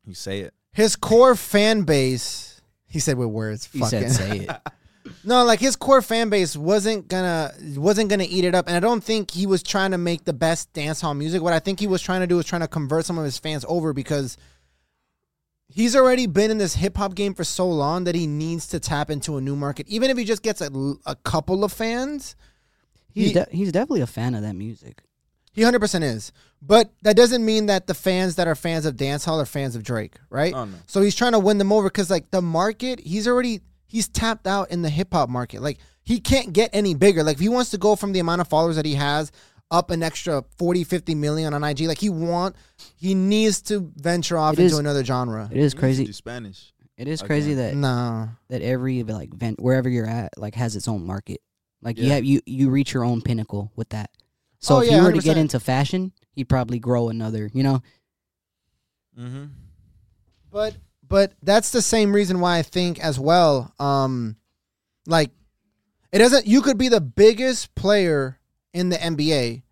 S2: You say it.
S1: His core fan base. He said with words.
S3: He
S1: fucking.
S3: said, "Say it."
S1: No, like his core fan base wasn't gonna wasn't gonna eat it up, and I don't think he was trying to make the best dance hall music. What I think he was trying to do was trying to convert some of his fans over because he's already been in this hip hop game for so long that he needs to tap into a new market. Even if he just gets a, l- a couple of fans,
S3: He's
S1: He-
S3: de- he's definitely a fan of that music.
S1: he hundred percent is. But that doesn't mean that the fans that are fans of dance hall are fans of Drake, right?
S2: Oh, no.
S1: So he's trying to win them over because like the market, he's already he's tapped out in the hip hop market. Like he can't get any bigger. Like if he wants to go from the amount of followers that he has up an extra 40, 50 million on IG, like he want he needs to venture off
S3: It
S1: into
S3: is-
S1: another genre.
S3: It is
S2: You should
S3: crazy.
S2: do Spanish.
S3: It is
S2: Okay.
S3: crazy that
S1: No.
S3: that every like vent wherever you're at like has its own market. Like you
S2: Yeah.
S3: have you you reach your own pinnacle with that. So
S1: Oh,
S3: if
S1: yeah,
S3: you were to get
S1: 100%.
S3: into fashion, he'd probably grow another. You know,
S2: Mm-hmm.
S1: But but that's the same reason why I think as well. Um, like it doesn't. You could be the biggest player in the NBA.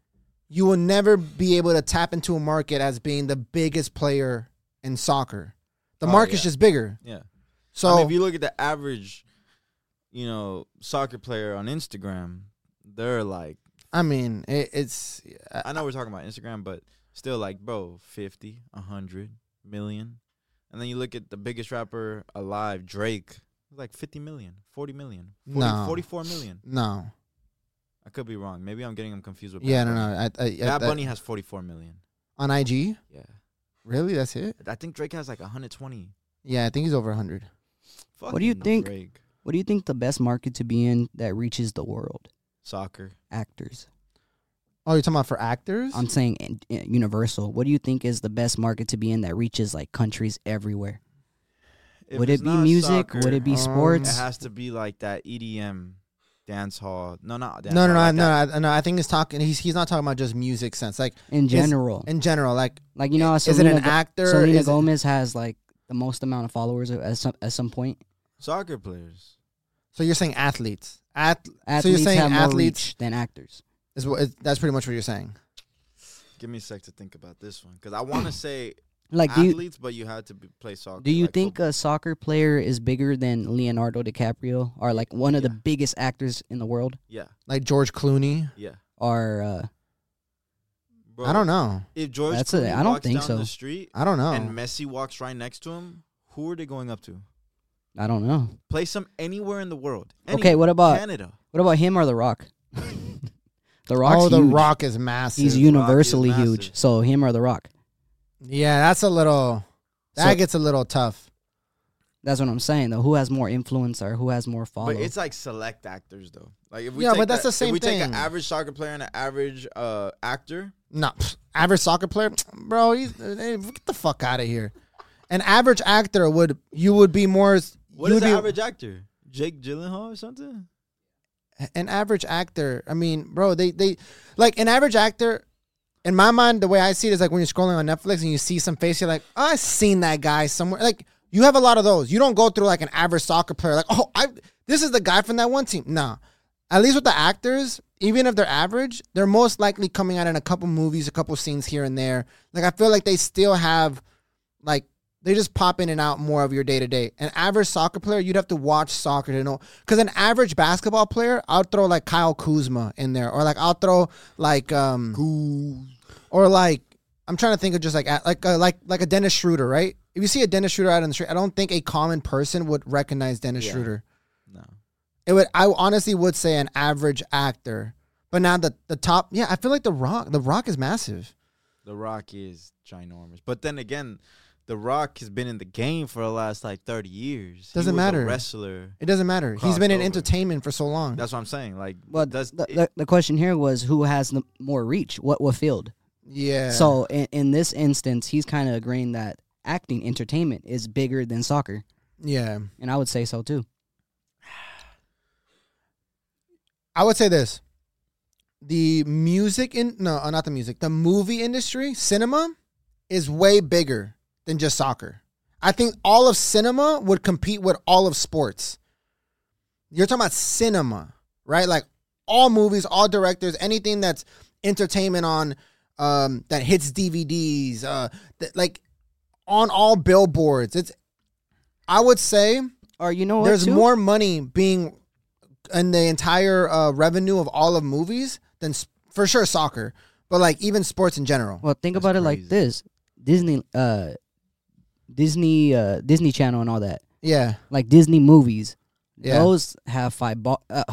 S1: You will never be able to tap into a market as being the biggest player in soccer. The
S2: Oh,
S1: market's
S2: yeah.
S1: just bigger.
S2: Yeah.
S1: So
S2: I mean, if you look at the average, you know, soccer player on Instagram, they're like,
S1: it, it's uh,
S2: I know we're talking about Instagram, but still like, bro, 50, 100 million. And then you look at the biggest rapper alive, Drake, like 50 million, 40 million, 40,
S1: No.
S2: 44 million.
S1: no.
S2: I could be wrong. Maybe I'm getting them confused with
S1: Yeah,
S2: Bad
S1: no, no.
S2: Bunny.
S1: I, I, I,
S2: Bad
S1: that-
S2: Bunny has 44 million.
S1: on IG.
S2: Yeah.
S1: Really, that's it.
S2: I think Drake has like 120.
S1: Yeah, I think he's over hundred.
S3: What do you
S2: Fucking
S3: think?
S2: Drake.
S3: what do you think the best market to be in that reaches the world?
S2: Soccer.
S3: Actors.
S1: Oh, you're talking about for actors?
S3: I'm saying in- in- universal. What do you think is the best market to be in that reaches like countries everywhere?
S2: If
S3: Would
S2: it's
S3: it be
S2: not
S3: music?
S2: soccer,
S3: Would it be
S1: um,
S2: It
S3: sports?
S2: has to be like that EDM E dance hall. No, not dance
S1: No, no,
S2: hall,
S1: no,
S2: like
S1: no,
S2: that.
S1: no, no. I think he's talking. He's he's not talking about just music sense. Like
S3: in
S1: Is-
S3: general.
S1: in general, like
S3: like you know, how
S1: is it
S3: Selena,
S1: an
S3: Go-
S1: actor?
S3: Selena
S1: Is it-
S3: Gomez has like the most amount of followers at some at some point.
S2: Soccer players.
S1: so you're saying athletes? At
S3: Athletes
S1: so you're saying
S3: have more
S1: athletes
S3: reach than actors.
S1: is what is, that's pretty much what you're saying.
S2: Give me a sec to think about this one because I want to say
S3: Like, do you
S2: athletes, but you had to be, play soccer.
S3: do you
S2: like
S3: think uh,
S2: football.
S3: a soccer player is bigger than Leonardo DiCaprio or like one of the
S2: Yeah.
S3: biggest actors in the world?
S2: yeah,
S1: Like George Clooney.
S2: yeah.
S3: Or uh,
S2: Bro,
S1: I don't know.
S2: If George
S3: That's a-
S2: Clooney
S3: I don't
S2: walks
S3: think
S2: down
S3: so.
S2: the street
S1: I don't know.
S2: and Messi walks right next to him, who are they going up to?
S3: I don't know.
S2: Place them anywhere in the world.
S3: Okay, what about
S2: Canada?
S3: what about him or The Rock? the Rock's
S1: oh, the
S3: huge.
S1: Rock is massive.
S3: He's
S2: Rock is
S3: universally huge.
S2: massive.
S3: So him or The Rock.
S1: yeah, that's a little. That
S3: So-
S1: gets a little tough.
S3: That's what I'm saying though. Who has more influence or who has more follow?
S2: But it's like select actors though. Like if we
S1: Yeah,
S2: take
S1: but that's
S2: that-
S1: the same
S2: if we take
S1: thing.
S2: an average soccer player and an average uh, actor,
S1: No, pfft, average soccer player, bro. He's, hey, get the fuck out of here. An average actor would you would be more.
S2: what
S1: you
S2: is
S1: would
S2: an
S1: be-
S2: average actor? Jake Gyllenhaal or something?
S1: an average actor i mean bro they they like an average actor in my mind the way i see it is like when you're scrolling on netflix and you see some face you're like oh, i seen that guy somewhere like you have a lot of those you don't go through like an average soccer player like oh i this is the guy from that one team nah at least with the actors even if they're average they're most likely coming out in a couple movies a couple scenes here and there like i feel like they still have like they just pop in and out more of your day to day. An average soccer player, you'd have to watch soccer to know. Because an average basketball player, I'll throw like Kyle Kuzma in there, or like I'll throw like um, or like I'm trying to think of just like a- like uh, like like a Dennis Schroeder, right? If you see a Dennis Schroeder out on the street, I don't think a common person would recognize Dennis
S2: Yeah.
S1: Schroeder.
S2: No.
S1: It would. I honestly would say an average actor, but now the the top, yeah, I feel like the Rock. The Rock is massive.
S2: The Rock is ginormous. But then again, The Rock has been in the game for the last like 30 years. He
S1: Doesn't
S2: was a
S1: matter.
S2: wrestler.
S1: It doesn't matter. He's been in
S2: Crossover.
S1: entertainment for so long.
S2: That's what I'm saying. Like,
S3: But
S2: does
S3: the,
S2: it-
S3: the, the question here was who has the more reach? What what field?
S1: yeah.
S3: So in, in this instance, he's kind of agreeing that acting entertainment is bigger than soccer,
S1: yeah.
S3: and I would say so too.
S1: I would say this: the music in no, uh, not the music, the movie industry, cinema, is way bigger than just soccer. I think all of cinema would compete with all of sports. You're talking about cinema, right? Like all movies, all directors, anything that's entertainment on um, that hits DVDs, uh, that, like on all billboards. It's, I would say,
S3: Or you know what?
S1: there's
S3: too?
S1: more money being in the entire uh, revenue of all of movies than s for sure soccer, but like even sports in general.
S3: Well, think
S2: That's
S3: about it like
S2: crazy.
S3: this: Disney, uh, Disney, uh, Disney Channel, and all that.
S1: Yeah,
S3: Like Disney movies,
S1: Yeah.
S3: those have five bo- uh,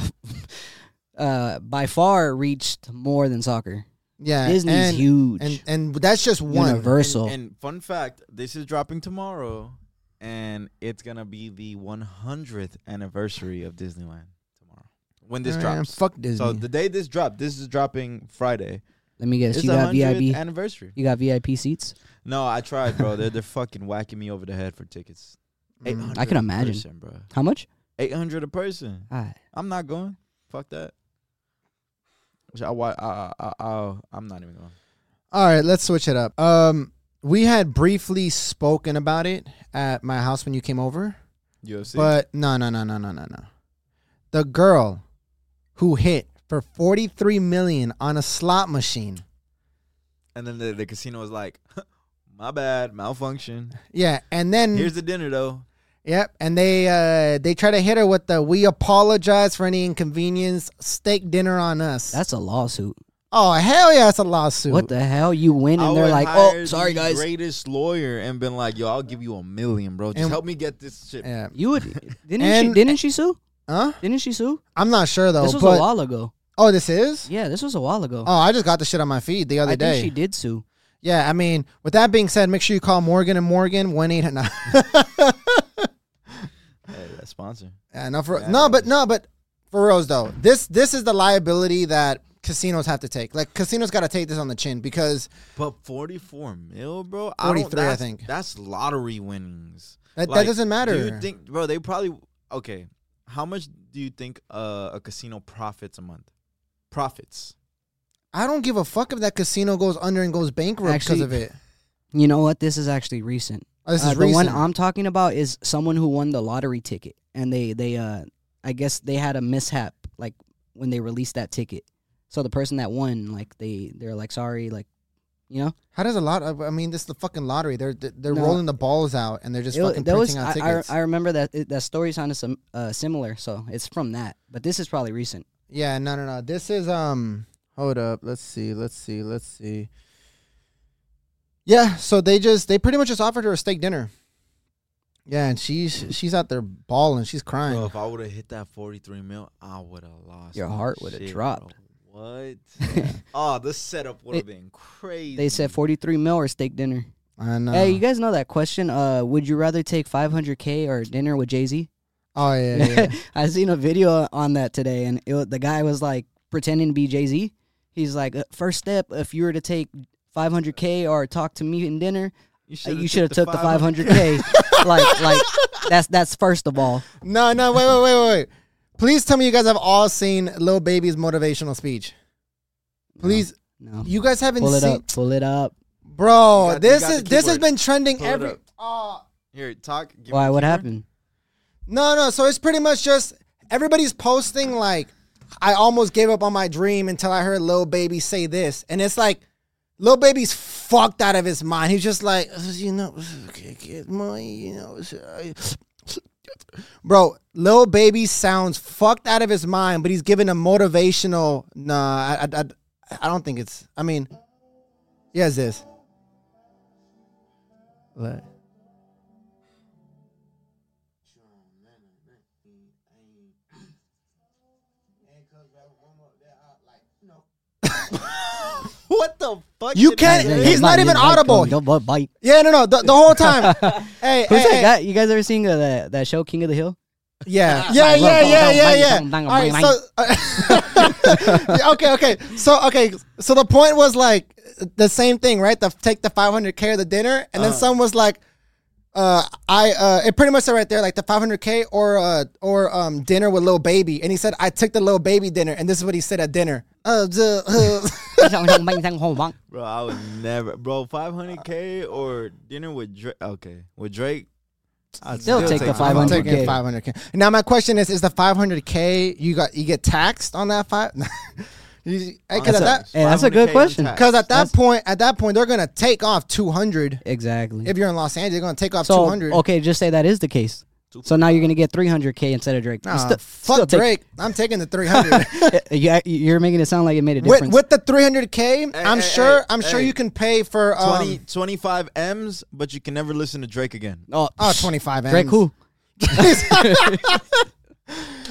S3: uh, by far reached more than soccer.
S1: yeah.
S3: Disney's
S1: and,
S3: huge,
S1: and and that's just one. Oh,
S3: universal.
S2: And, and fun fact, this is dropping tomorrow, and it's gonna be the 100th anniversary of Disneyland tomorrow when this
S1: Man,
S2: drops.
S1: fuck Disney.
S2: so the day this dropped, this is dropping Friday.
S3: Let me guess,
S2: It's
S3: you
S2: the
S3: got
S2: 100th
S3: VIP,
S2: anniversary.
S3: you got VIP seats.
S2: No, I tried, bro. they're they're fucking whacking me over the head for tickets. Eight hundred.
S3: I can imagine.
S2: person, bro.
S3: How much?
S2: Eight hundred a person.
S3: Ah,
S2: I'm not going. Fuck that. Which I, wa- I, I, I, I, I'm not even going.
S1: All right, let's switch it up. Um, we had briefly spoken about it at my house when you came over,
S2: UFC.
S1: but no, no, no, no, no, no, no. The girl who hit for forty three million on a slot machine.
S2: and then the, the casino was like, my bad, malfunction.
S1: Yeah, and
S3: Hmm.
S1: then
S2: Here's the dinner though.
S1: Yep, and they uh, they try to hit her with the "We apologize for any inconvenience. Steak dinner on us."
S3: that's a lawsuit.
S1: oh hell yeah, it's a lawsuit.
S3: What the hell? You win,
S2: I
S3: and they're
S2: would
S3: like,
S2: hire
S3: "Oh,
S2: the
S3: sorry, guys."
S2: Greatest lawyer and been like, yo, I'll give you a million, bro. Just
S1: And-
S2: help me get this shit.
S1: Yeah,
S3: You would didn't she?
S1: And-
S3: Didn't she sue?
S1: huh?
S3: Didn't she sue?
S1: I'm not sure though.
S3: this was
S1: but
S3: a while ago.
S1: oh, this is.
S3: Yeah, this was a while ago.
S1: Oh, I just got the shit on my feed the other
S3: I
S1: day.
S3: think she did sue.
S1: Yeah, I mean, with that being said, make sure you call Morgan and Morgan one eight nine.
S2: Hey, that sponsor.
S1: Yeah, no, for
S2: Yeah,
S1: no,
S2: that
S1: but
S2: is-
S1: no, but for reals though, this this is the liability that casinos have to take. Like casinos got to take this on the chin because
S2: But 44 mil, bro?
S1: 43, I
S2: that's-
S1: think.
S2: That's lottery winnings.
S1: that, that
S2: Like,
S1: doesn't matter.
S2: Do you think, bro, they probably, okay. how much do you think uh, a casino profits a month? Profits.
S1: I don't give a fuck if that casino goes under and goes bankrupt because
S3: Actually,
S1: of it.
S3: You know what? This is actually recent.
S1: Oh, this
S3: Uh,
S1: is
S3: the one
S1: recent.
S3: I'm talking about is someone who won the lottery ticket, and they they uh I guess they had a mishap like when they released that ticket. So the person that won, like they they're like sorry, like you know
S1: How does a lot? Of, I mean, this is the fucking lottery. They're they're
S3: No.
S1: rolling the balls out and they're just
S3: It wa-
S1: fucking
S3: that
S1: printing
S3: was
S1: out
S3: I, I,
S1: tickets.
S3: I remember that it, that story sounded some uh, similar, so it's from that. But this is probably recent.
S1: yeah, no, no, no. This is um. Hold up. Let's see. Let's see. Let's see. Yeah. So they just they pretty much just offered her a steak dinner. Yeah, and she's she's out there balling. She's crying.
S2: Bro, if I would have hit that 43 mil, I would have lost.
S3: Your
S2: my
S3: heart would've
S2: shit,
S3: dropped.
S2: Bro. What? oh, the setup would have been crazy.
S3: They said 43 mil or steak dinner.
S1: I know.
S3: Hey, you guys know that question? Uh, would you rather take 500k or dinner with Jay Z?
S1: oh yeah, yeah, yeah.
S3: I seen a video on that today, and it, wa- the guy was like pretending to be Jay Z. He's like, uh, first step, if you were to take 500k or talk to me in dinner, uh, you should have took the 500k. like, like that's that's first of all.
S1: no, no. Wait, wait, wait, wait. Please tell me you guys have all seen Lil Baby's motivational speech. Please,
S3: No,
S1: you guys haven't
S3: pull it
S1: seen,
S3: up, pull it up.
S1: bro.
S2: You got- you
S1: this
S2: got
S1: is
S2: the
S1: this has
S2: keyboard.
S1: been trending
S2: Pull it
S1: every.
S2: up.
S1: Oh,
S2: Here, talk. give me
S3: Why?
S2: the
S3: What
S2: keyboard.
S3: happened?
S1: No, no. So it's pretty much just everybody's posting like, I almost gave up on my dream until I heard Lil Baby say this, and it's like, Lil Baby's fucked out of his mind. He's just like, "Uh, you know, okay, get money, you know. it's, uh," Bro, Lil Baby sounds fucked out of his mind, but he's giving a motivational. Nah, I, I, I, I don't think it's. I mean, yeah, it's this. What?
S2: What the fuck?
S1: You
S2: did
S1: can't-
S2: he say?
S1: he's not even audible.
S3: Don't bu- bite.
S1: Yeah, no, no, the, the whole time. hey,
S3: Who's
S1: hey,
S3: that
S1: hey.
S3: guy? You guys ever seen uh, that that show King of the Hill?
S1: Yeah, yeah,
S3: Bang,
S1: yeah,
S3: bang,
S1: yeah,
S3: bang,
S1: yeah,
S3: bang,
S1: yeah.
S3: bang,
S1: All
S3: bang,
S1: right,
S3: bang,
S1: so Yeah, okay, okay, so okay, so the point was like the same thing, right? The take the 500k of the dinner, and then someone was like, uh, I uh, it pretty much said right there, like the 500k or uh or um dinner with little baby, and he said I took the little baby dinner, and this is what he said at dinner. Uh, the, uh,
S3: That's
S2: Bro, I would never. Bro, 500K or dinner with Drake. Okay, with Drake. I'd
S3: Still take the
S1: I'm
S3: 500K.
S1: taking 500k. Now my question is, is the 500k you got you get taxed on that five? Because at
S2: Uh, That's a-
S1: that
S3: Hey, that's a good
S2: 500K
S3: question.
S2: intact.
S1: because at that point at that point they're gonna take off 200.
S3: exactly.
S1: If you're in Los Angeles, they're gonna take off
S3: so oh,
S1: 200.
S3: okay, just say that is the case. So now you're gonna get 300k instead of Drake. You
S1: Nah,
S3: sti-
S1: fuck
S3: still take-
S1: Drake. I'm taking the 300.
S3: yeah, you're making it sound like it made a
S1: with,
S3: difference.
S1: with the 300k,
S2: Hey,
S1: I'm
S2: hey,
S1: sure.
S2: hey,
S1: I'm sure
S2: hey.
S1: you can pay for um,
S2: 20, 25 M's, but you can never listen to Drake again.
S3: oh,
S1: oh, 25.
S3: Drake
S1: M's.
S3: who?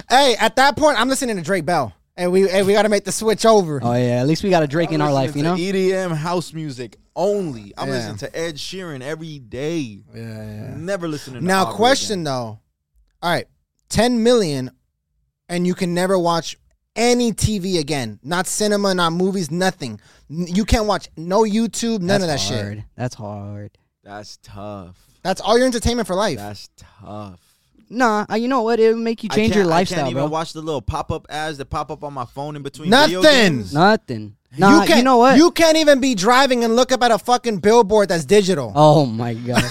S1: Hey, at that point, I'm listening to Drake Bell, and we hey, we got to make the switch over.
S3: Oh yeah, at least we got a Drake in our life, you know.
S1: e-
S2: EDM E house music only. I'm
S1: Yeah.
S2: listening to Ed Sheeran every day.
S1: yeah, yeah.
S2: Never listening. to
S1: Now,
S2: Aubrey
S1: question
S2: again.
S1: though. All right, 10 million, and you can never watch any TV again. Not cinema, not movies, nothing. N- You can't watch no YouTube, none of that
S3: That's
S1: shit.
S3: hard. That's hard.
S2: That's tough.
S1: That's all your entertainment for life.
S2: That's tough.
S3: Nah, uh, you know what? It would make you
S2: I
S3: change your
S2: can't- I
S3: lifestyle,
S2: can't even
S3: bro.
S2: watch the little pop up ads that pop up on my phone in between. Video
S1: Nothing.
S2: games.
S3: Nothing. Nah, you,
S1: can't,
S3: know what?
S1: You can't even be driving and look up at a fucking billboard that's digital.
S3: Oh my god.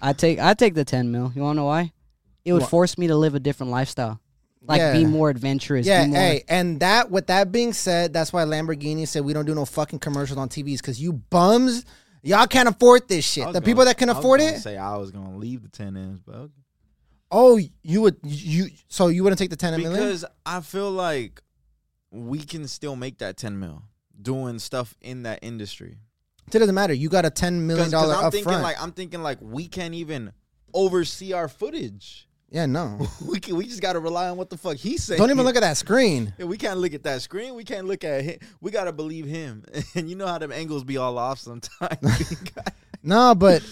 S3: I take I take the ten mil. You wanna know why? It would force me to live a different lifestyle. Like
S1: Yeah.
S3: be more adventurous.
S1: yeah,
S3: be more,
S1: hey, and that with that being said, that's why Lamborghini said we don't do no fucking commercials on TVs because you bums, y'all can't afford this shit. The
S2: I was gonna-
S1: people that can
S2: I was
S1: afford
S2: gonna
S1: it,
S2: Say I was gonna leave the ten M's, but okay.
S1: oh, you would you so you wouldn't take the ten million?
S2: because I feel like we can still make that ten mil doing stuff in that industry.
S1: It doesn't matter. You got a ten million
S2: Because
S1: dollar
S2: I'm
S1: upfront.
S2: thinking like I'm thinking like we can't even oversee our footage.
S1: yeah, no.
S2: we can, we just gotta rely on what the fuck he saying.
S1: Don't even look at that screen.
S2: Yeah, we can't look at that screen. We can't look at him. We gotta believe him. And you know how them angles be all off sometimes.
S1: No, but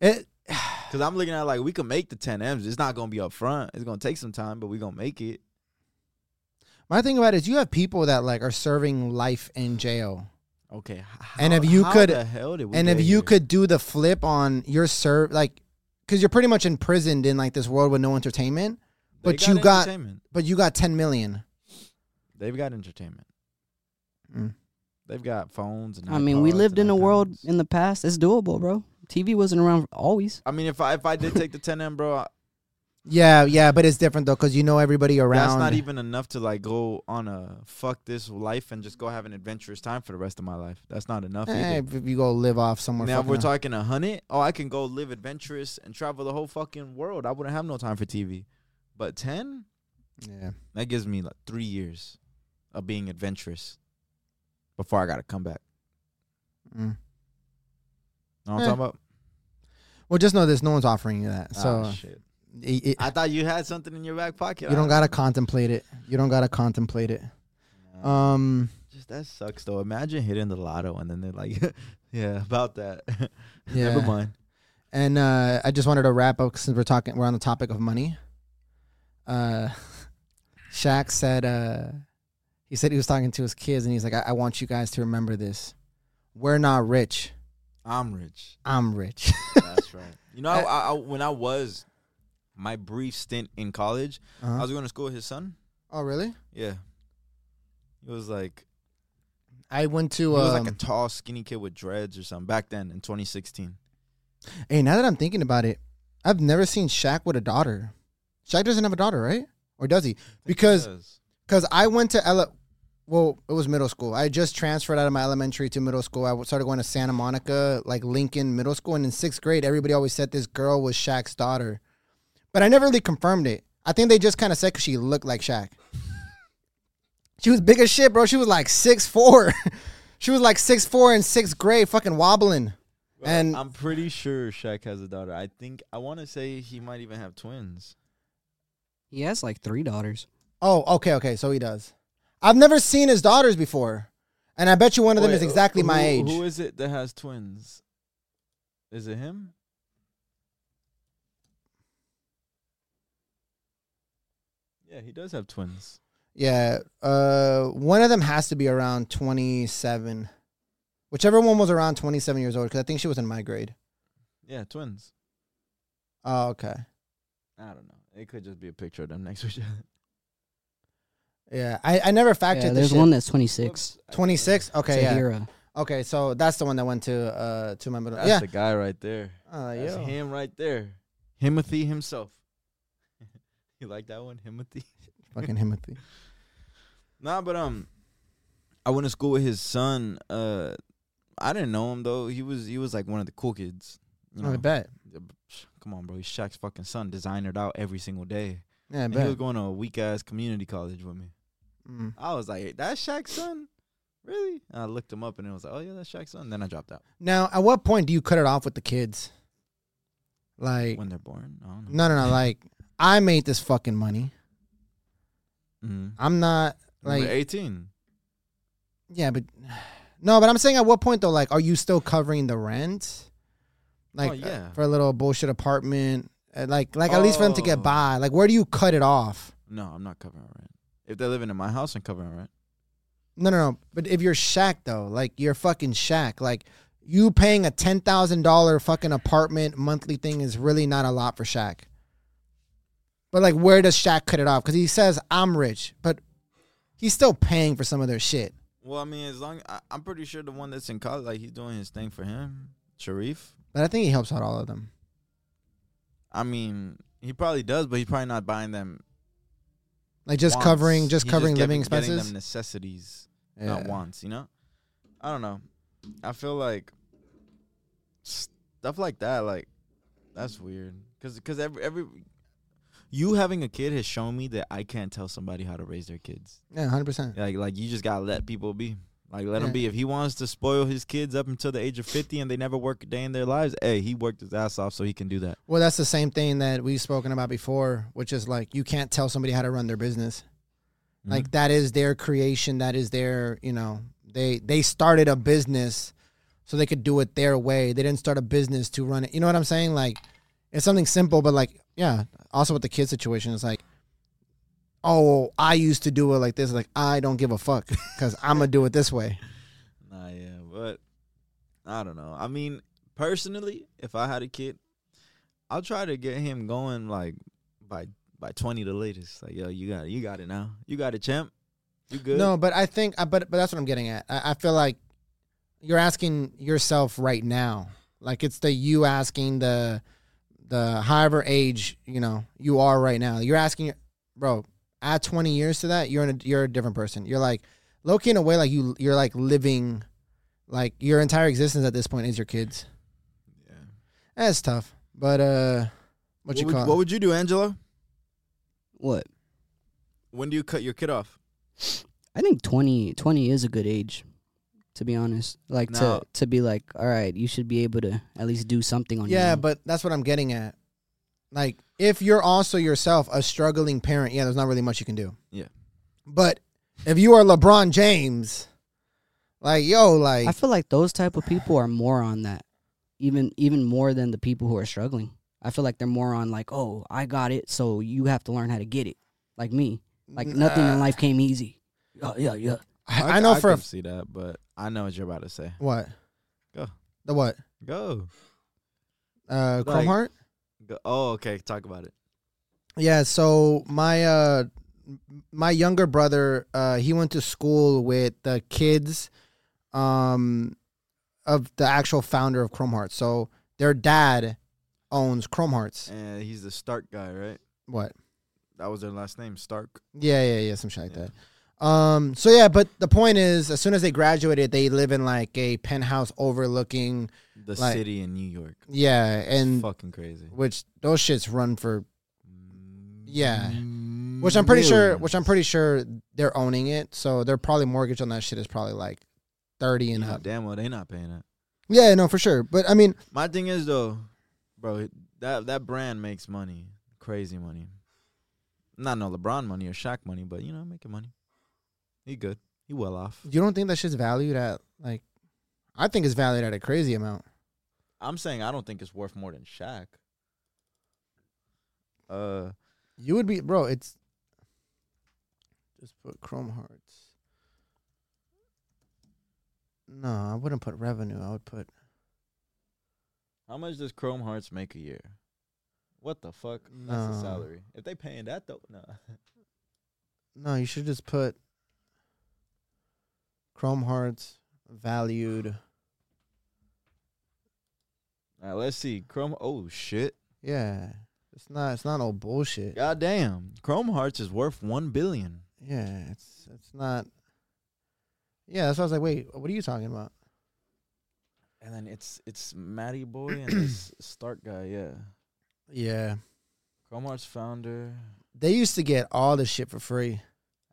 S1: it.
S2: Because I'm looking at it like we can make the 10 M's. It's not gonna be up front. It's gonna take some time, but we gonna make it.
S1: My thing about it is you have people that like are serving life in jail.
S2: Okay. h-
S1: And
S2: how-
S1: if you
S2: how
S1: could-
S2: the hell did we
S1: and if
S2: get
S1: you
S2: here?
S1: could do the flip on your serve like because you're pretty much imprisoned in like this world with no entertainment
S2: They
S1: But you got-
S2: entertainment.
S1: But you got 10 million.
S2: They've got entertainment.
S1: Mm.
S2: They've got phones. And
S3: I mean, we
S2: iPods
S3: lived
S2: and
S3: in a world
S2: iPads.
S3: in the past. It's doable, bro. TV wasn't around always.
S2: I mean, if I if I did take the 10M, bro, I-
S1: Yeah, yeah, but it's different though because you know everybody around.
S2: that's not even enough to like go on a fuck this life and just go have an adventurous time for the rest of my life. That's not enough.
S1: Eh,
S2: either.
S1: if if you go live off somewhere.
S2: Now if
S1: fucking
S2: we're
S1: else.
S2: talking a hundred. Oh, I can go live adventurous and travel the whole fucking world. I wouldn't have no time for TV. But ten,
S1: Yeah.
S2: that gives me like three years of being adventurous before I gotta come back.
S1: Mm. Eh,
S2: Know what I'm talking about?
S1: Well, just know this. No one's offering you that,
S2: Ah,
S1: so
S2: shit.
S1: it- it-
S2: I thought you had something in your back pocket.
S1: you don't
S2: I-
S1: gotta contemplate it. You don't gotta contemplate it.
S2: Nah.
S1: Um,
S2: Just that sucks though. Imagine hitting the lotto and then they're like, "Yeah, about that.
S1: yeah.
S2: Never mind."
S1: And uh, I just wanted to wrap up since we're talking. We're on the topic of money. Uh, Shaq said uh, he said he was talking to his kids, and he's like, I, "I want you guys to remember this. We're not rich.
S2: I'm rich.
S1: I'm rich."
S2: That's right. You know, I, I, I- when I was my brief stint in college, I
S1: Uh-huh.
S2: was going to school with his son.
S1: Oh, really?
S2: Yeah, he was like
S1: I went
S2: he
S1: to.
S2: was like
S1: um,
S2: a tall, skinny kid with dreads or something back then in 2016.
S1: Hey, now that I'm thinking about it, I've never seen Shaq with a daughter. Shaq doesn't have a daughter, right? Or does he? Because
S2: Yes.
S1: because I went to ele- well, it was middle school. I just transferred out of my elementary to middle school. I w- started going to Santa Monica, like Lincoln Middle School, and in sixth grade, everybody always said this girl was Shaq's daughter, but I never really confirmed it. I think they just kind of said because she looked like Shaq. She was big as shit, bro. She was like six four. she was like six four in sixth grade, fucking wobbling.
S2: Well,
S1: and-
S2: I'm pretty sure Shaq has a daughter. I think I want to say he might even have twins.
S3: He has like three daughters.
S1: Oh, okay, okay. So he does. I've never seen his daughters before, and I bet you one of them
S2: Wait,
S1: is exactly my
S2: who-
S1: age.
S2: Who is it that has twins? Is it him? Yeah, he does have twins.
S1: yeah, uh, one of them has to be around twenty-seven. Whichever one was around twenty-seven years old, because I think she was in my grade.
S2: Yeah, twins.
S1: Oh, okay.
S2: I don't know. It could just be a picture of them next to each other.
S1: Yeah, I, I never factored
S3: Yeah,
S1: this.
S3: there's
S1: shit.
S3: one that's 26.
S1: Twenty-six. Okay, yeah.
S3: Tahira.
S1: Okay, so that's the one that went to uh to my middle.
S2: That's
S1: yeah.
S2: the guy right there.
S1: Uh,
S2: That's
S1: yo.
S2: him right there. Himothy himself. you like that one, Himothy?
S1: Fucking Himothy.
S2: Nah, but um, I went to school with his son. Uh, I didn't know him though. He was he was like one of the cool kids. You know,
S1: I bet.
S2: Yeah, but psh, Come on, bro. He's Shaq's fucking son, designered out every single day.
S1: Yeah, I
S2: And he was
S1: bet.
S2: going to a weak ass community college with me.
S1: Mm.
S2: I was like, that's Shaq's son? Really? And I looked him up and it was like, oh yeah, that's Shaq's son. Then I dropped out.
S1: Now, at what point do you cut it off with the kids? Like,
S2: When they're born? I don't know.
S1: no, no, no. Like, I made this fucking money.
S2: Mm-hmm.
S1: I'm not
S2: Like,
S1: like
S2: 18.
S1: yeah, but no, but I'm saying at what point though? Like, are you still covering the rent? Like, uh,
S2: Oh, yeah.
S1: for a little bullshit apartment, uh, like, like at least for them to
S2: Oh.
S1: get by. Like, where do you cut it off?
S2: No, I'm not covering rent. If they're living in my house, I'm covering rent.
S1: No, no, no. But if you're Shaq though, like you're fucking Shaq, like you paying a ten thousand dollar fucking apartment monthly thing is really not a lot for Shaq. But like, where does Shaq cut it off? Because he says I'm rich, but he's still paying for some of their shit.
S2: Well, I mean, as long I, I'm pretty sure the one that's in college, like he's doing his thing for him, Sharif.
S1: But I think he helps out all of them.
S2: I mean, he probably does, but he's probably not buying them.
S1: Like just
S2: wants.
S1: covering, just
S2: He's
S1: covering
S2: get-
S1: living
S2: getting
S1: expenses.
S2: them necessities,
S1: Yeah.
S2: not wants. You know, I don't know. I feel like stuff like that, like that's weird, because because every every you having a kid has shown me that I can't tell somebody how to raise their kids.
S1: Yeah, hundred percent.
S2: Like like you just gotta let people be. Like let
S1: Yeah.
S2: him be. If he wants to spoil his kids up until the age of fifty and they never work a day in their lives, hey, he worked his ass off so he can do that.
S1: Well, that's the same thing that we've spoken about before, which is like you can't tell somebody how to run their business. Like that is their creation. That is their, you know, they they started a business so they could do it their way. They didn't start a business to run it. You know what I'm saying? Like it's something simple, but like yeah. Also with the kid situation, it's like, oh, I used to do it like this. Like I don't give a fuck because I'm gonna do it this way.
S2: Nah, yeah, but I don't know. I mean, personally, if I had a kid, I'll try to get him going like by by twenty the latest. Like yo, you got it, you got it now. You got it, champ. You good?
S1: No, but I think, I- but but that's what I'm getting at. I, I feel like you're asking yourself right now, like it's the you asking the the however age you know you are right now. You're asking, your- bro, add 20 years to that, you're in a, you're a different person. You're like low key in a way, like you you're like living, like your entire existence at this point is your kids.
S2: Yeah.
S1: That's tough, but uh, what, you
S2: would,
S1: call?
S2: What
S1: it?
S2: would you do, Angela?
S3: What?
S2: When do you cut your kid off?
S3: I think 20, 20 is a good age, to be honest. Like
S2: Now-
S3: to to be like, all right, you should be able to at least do something on your
S1: Yeah,
S3: own.
S1: but that's what I'm getting at. Like, if you're also yourself a struggling parent, yeah, there's not really much you can do.
S2: Yeah.
S1: But if you are LeBron James, like, yo, like,
S3: I feel like those type of people are more on that, even even more than the people who are struggling. I feel like they're more on like, oh, I got it, so you have to learn how to get it. Like me, like nothing in
S1: Nah.
S3: life came easy. Oh, yeah, yeah.
S1: I, I know for a
S2: can
S1: f-
S2: see that, but I know what you're about to say.
S1: what?
S2: Go.
S1: The what?
S2: Go.
S1: Uh, Chrome
S2: Like-
S1: Heart?
S2: Go. Oh, okay. Talk about it.
S1: Yeah, so my uh my younger brother, uh he went to school with the kids um of the actual founder of Chrome Hearts. So their dad owns Chrome Hearts.
S2: And he's the Stark guy, right?
S1: What?
S2: That was their last name, Stark.
S1: Yeah, yeah, yeah, some shit like
S2: Yeah.
S1: that. Um, so yeah, but the point is, as soon as they graduated, they live in like a penthouse overlooking,
S2: The
S1: Like-
S2: city in New York.
S1: yeah, and
S2: Fucking crazy.
S1: which those shits run for, Yeah. which I'm pretty sure, which I'm pretty sure they're owning it, so their probably mortgage on that shit is probably like thirty
S2: You
S1: and
S2: know,
S1: up.
S2: damn well they not paying it.
S1: Yeah, no, for sure. But I mean,
S2: My thing is though, bro, that that brand makes money, crazy money. Not no LeBron money or Shaq money, but you know, making money. He good. He well off.
S1: you don't think that shit's valued at like, I think it's valued at a crazy amount.
S2: I'm saying I don't think it's worth more than Shaq. Uh,
S1: You would be, bro. It's just put Chrome Hearts. No, I wouldn't put revenue. I would put
S2: how much does Chrome Hearts make a year? What the fuck?
S1: No.
S2: That's a salary. If they paying that though, no.
S1: no. You should just put Chrome Hearts valued.
S2: All right, let's see. Chrome. Oh shit.
S1: Yeah, it's not. It's not all bullshit.
S2: God damn. Chrome Hearts is worth one billion.
S1: Yeah, it's it's not. Yeah, that's why I was like, wait, what are you talking about?
S2: And then it's it's Matty Boy and this Stark guy. Yeah.
S1: Yeah,
S2: Chrome Hearts founder.
S1: they used to get all this shit for free.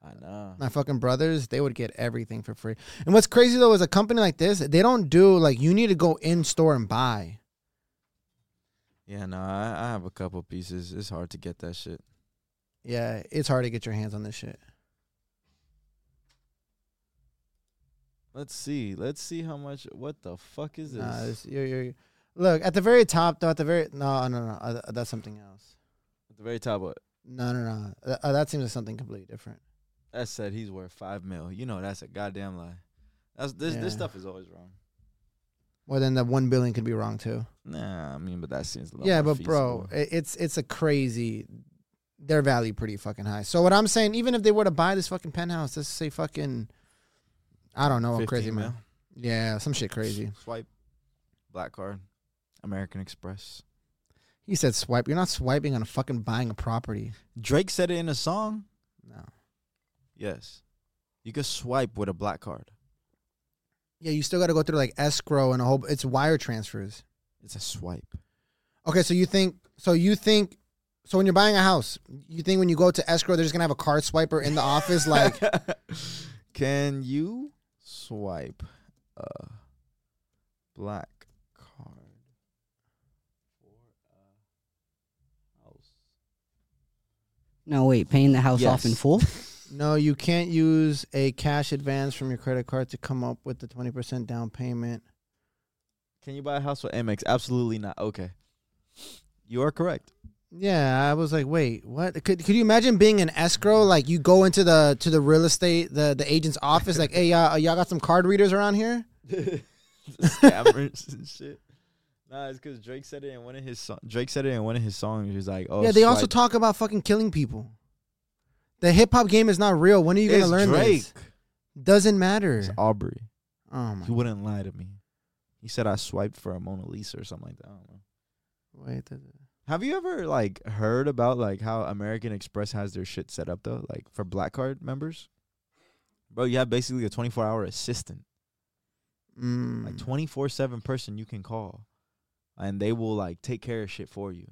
S2: I know.
S1: my fucking brothers, they would get everything for free. And what's crazy though is a company like this, they don't do like you need to go in store and buy.
S2: Yeah, no, I, I have a couple pieces. It's hard to get that shit.
S1: Yeah, it's hard to get your hands on this shit.
S2: Let's see. Let's see how much. What the fuck is this?
S1: Nah, it's- you're- you're- look at the very top though. At the very no, no, no, uh, that's something else.
S2: At the very top, uh,
S1: No, no, no, Uh, uh, that seems like something completely different.
S2: that said he's worth five mil. You know that's a goddamn lie. That's this. This
S1: Yeah.
S2: stuff is always wrong.
S1: Well, then the one billion could be wrong too.
S2: Nah, I mean, but that seems a little
S1: Yeah,
S2: more
S1: but bro, eh,
S2: feasible.
S1: it, it's it's a crazy. Their value pretty fucking high. So what I'm saying, even if they were to buy this fucking penthouse, let's say fucking, I don't know, a
S2: 15
S1: crazy
S2: mil.
S1: man. Yeah, some shit crazy.
S2: Swipe, black card, American Express.
S1: He said swipe. You're not swiping on fucking buying a property.
S2: Drake said it in a song.
S1: No.
S2: Yes, you could swipe with a black card.
S1: Yeah, you still got to go through like escrow and a whole. It's wire transfers.
S2: It's a swipe.
S1: Okay, so you think so you think so when you're buying a house, you think when you go to escrow they're just gonna have a card swiper in the office like
S2: can you swipe a black card for a house?
S3: No, wait, paying the house off in
S2: Yes.
S3: full.
S1: no, you can't use a cash advance from your credit card to come up with the twenty percent down payment.
S2: Can you buy a house with Amex? Absolutely not. Okay. You are correct.
S1: Yeah, I was like, wait, what? Could could you imagine being an escrow? Like you go into the to the real estate the the agent's office like, hey, uh, y'all got some card readers around here?
S2: Scammers and shit. Nah, it's because Drake said it in one of his so- Drake said it in one of his songs. He's like, oh
S1: yeah, they also
S2: swipe-
S1: talk about fucking killing people. The hip hop game is not real. When are you gonna
S2: It's
S1: learn
S2: Drake.
S1: this? Doesn't matter.
S2: It's Aubrey.
S1: Oh my.
S2: He wouldn't lie to me. He said I swiped for a Mona Lisa or something like that. I don't know.
S1: Wait, th-
S2: Have you ever like heard about like how American Express has their shit set up though, like for Black Card members? Bro, you have basically a twenty four hour assistant,
S1: mm.
S2: like twenty four seven person you can call, and they will like take care of shit for you.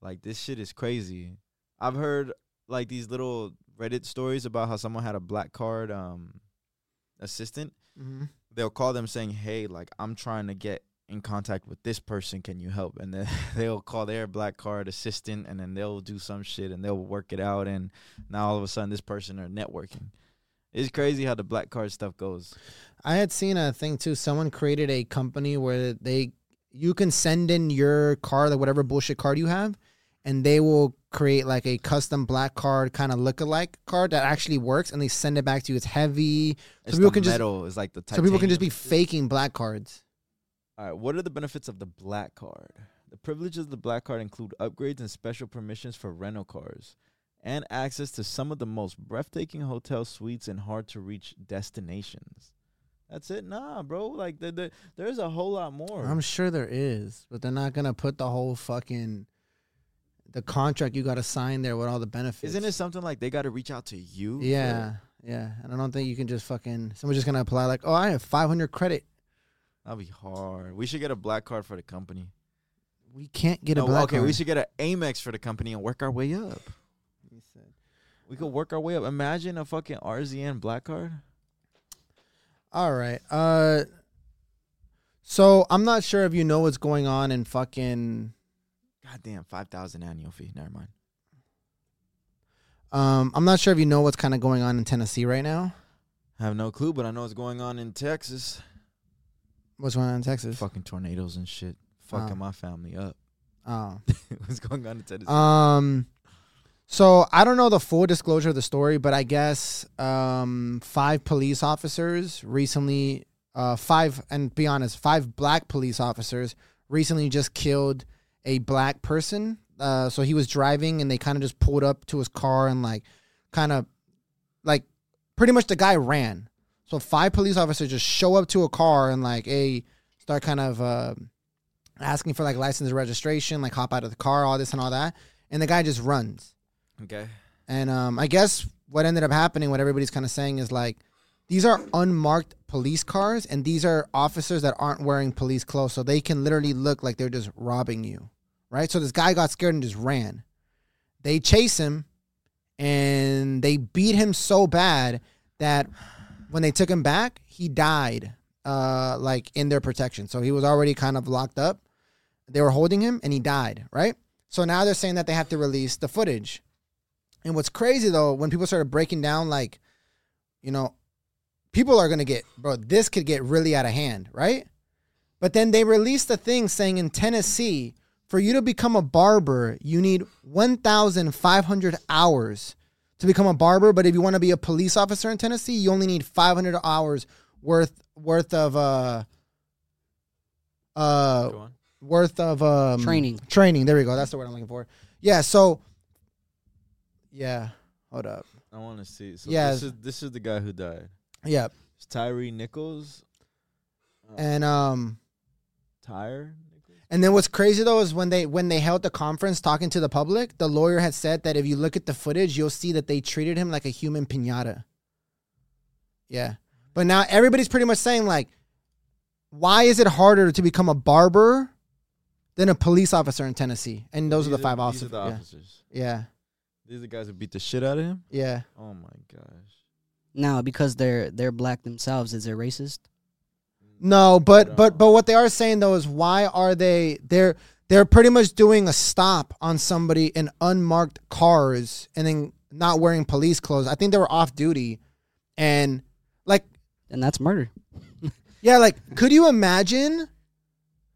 S2: Like this shit is crazy. I've heard like these little Reddit stories about how someone had a Black Card um assistant.
S1: Mhm.
S2: They'll call them saying, "Hey, like I'm trying to get." In contact with this person, can you help? And then they'll call their black card assistant and then they'll do some shit and they'll work it out and now all of a sudden this person are networking it's crazy how the black card stuff goes
S1: I had seen a thing too. Someone created a company where they you can send in your card, like whatever bullshit card you have, and they will create like a custom black card kind of look-alike card that actually works, and they send it back to you. It's heavy,
S2: it's
S1: people
S2: the
S1: can just-
S2: metal it's like the
S1: so people can just be
S2: titanium.
S1: faking black cards.
S2: all right what are the benefits of the black card the privileges of the black card include upgrades and special permissions for rental cars and access to some of the most breathtaking hotel suites and hard to reach destinations that's it nah bro like the, the, there's a whole lot more
S1: I'm sure there is, but they're not gonna put the whole fucking the contract you got to sign there with all the benefits.
S2: isn't it something like they got to reach out to you for-
S1: Yeah, yeah. And I don't think you can just fucking someone's just gonna apply like, oh, I have 500 credit.
S2: that'd be hard we should get a black card for the company
S1: We can't get a
S2: No,
S1: black
S2: okay,
S1: card.
S2: we should get an Amex for the company and work our way up. We could work our way up. Imagine a fucking RZN black card.
S1: All right. Uh, so I'm not sure if you know what's going on in fucking.
S2: Goddamn, five thousand annual fee. Never mind.
S1: Um, I'm not sure if you know what's kind of going on in Tennessee right now.
S2: I have no clue, but I know what's going on in Texas.
S1: What's going on in Texas?
S2: Fucking tornadoes and shit. Fucking
S1: Oh.
S2: my family up.
S1: Oh.
S2: what's going on in Tennessee?
S1: Um, so I don't know the full disclosure of the story, but I guess um, five police officers recently, uh, five and be honest, five black police officers recently just killed a black person. Uh, so he was driving, and they kind of just pulled up to his car and like, kind of, like, pretty much the guy ran. So five police officers just show up to a car and like, hey, start kind of. Uh, asking for like license registration, like hop out of the car, all this and all that. And the guy just runs.
S2: okay.
S1: And um, I guess what ended up happening, what everybody's kind of saying is like, these are unmarked police cars, and these are officers that aren't wearing police clothes, so they can literally look like they're just robbing you, right? So this guy got scared and just ran. They chase him, and they beat him so bad that when they took him back, he died, uh, like in their protection. So he was already kind of locked up. They were holding him, and he died, right? So now they're saying that they have to release the footage. And what's crazy though, when people started breaking down, like, you know, people are gonna get, bro, this could get really out of hand, right? But then they released a thing saying in Tennessee, for you to become a barber, you need 1,500 hours to become a barber. But if you want to be a police officer in Tennessee, you only need 500 hours worth worth of uh uh oh.
S2: Go on.
S1: worth of um,
S3: Training.
S1: Training. There we go. That's the word I'm looking for. Yeah. So, yeah. Hold up.
S2: I want to see. So
S1: Yeah.
S2: This is this is the guy who died.
S1: Yeah.
S2: It's Tyree Nichols. Uh,
S1: And um,
S2: Tyre Nichols.
S1: and then what's crazy though is when they when they held the conference talking to the public, the lawyer had said that if you look at the footage, you'll see that they treated him like a human pinata. Yeah. But now everybody's pretty much saying like, why is it harder to become a barber than a police officer in Tennessee? And those are
S2: These
S1: the five
S2: These are
S1: officers.
S2: the
S1: yeah.
S2: officers.
S1: yeah.
S2: These are the guys who beat the shit out of him.
S1: Yeah.
S2: Oh my gosh.
S3: Now, because they're they're black themselves, is it racist?
S1: No, but
S2: But,
S1: but
S2: uh,
S1: but what they are saying though is why are they they're they're pretty much doing a stop on somebody in unmarked cars and then not wearing police clothes. I think they were off duty and like
S3: And that's murder.
S1: yeah, like could you imagine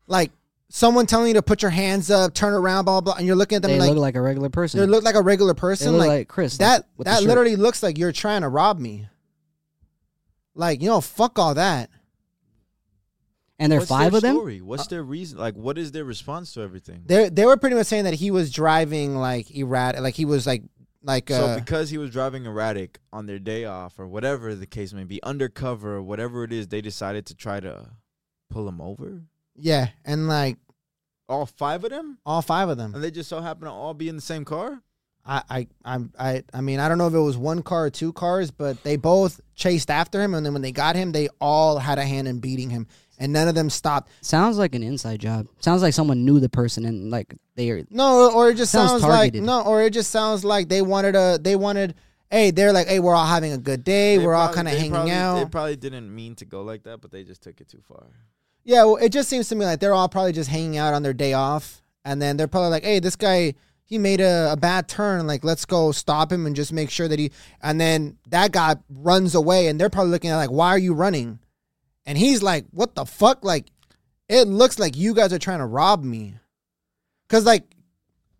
S1: like someone telling you to put your hands up, turn around, blah blah, blah, and you're looking at them
S3: they
S1: like
S3: look like a regular person.
S1: they look like a regular person
S3: They
S1: like,
S3: look like Chris, like,
S1: That
S3: with the
S1: that
S3: shirt.
S1: literally looks like you're trying to rob me. Like, you know, fuck all that.
S3: and there are
S2: What's
S3: five
S2: their
S3: of them.
S2: Story? What's their reason? Like, what is their response to everything?
S1: Uh, They they were pretty much saying that he was driving like erratic, like he was like like uh,
S2: So because he was driving erratic on their day off or whatever the case may be, undercover or whatever it is, they decided to try to pull him over.
S1: yeah, and like
S2: All five of them,
S1: all five of them.
S2: and they just so happen to all be in the same car.
S1: I I I'm- I I mean I don't know if it was one car or two cars, but they both chased after him, and then when they got him, they all had a hand in beating him, and none of them stopped.
S3: Sounds like an inside job. Sounds like someone knew the person and like they are.
S1: No, or it just
S3: Sounds
S1: sounds, like
S3: targeted.
S1: no, or it just sounds like they wanted a they wanted. Hey, they're like, hey, we're all having a good day.
S2: They
S1: we're all
S2: probably-
S1: kind of
S2: they
S1: hanging
S2: probably-
S1: out.
S2: They probably didn't mean to go like that, but they just took it too far.
S1: Yeah, well, it just seems to me like they're all probably just hanging out on their day off, and then they're probably like, "Hey, this guy, he made a, a bad turn. Like, let's go stop him and just make sure that he." And then that guy runs away, and they're probably looking at like, "Why are you running?" And he's like, "What the fuck? Like, it looks like you guys are trying to rob me." Cause like,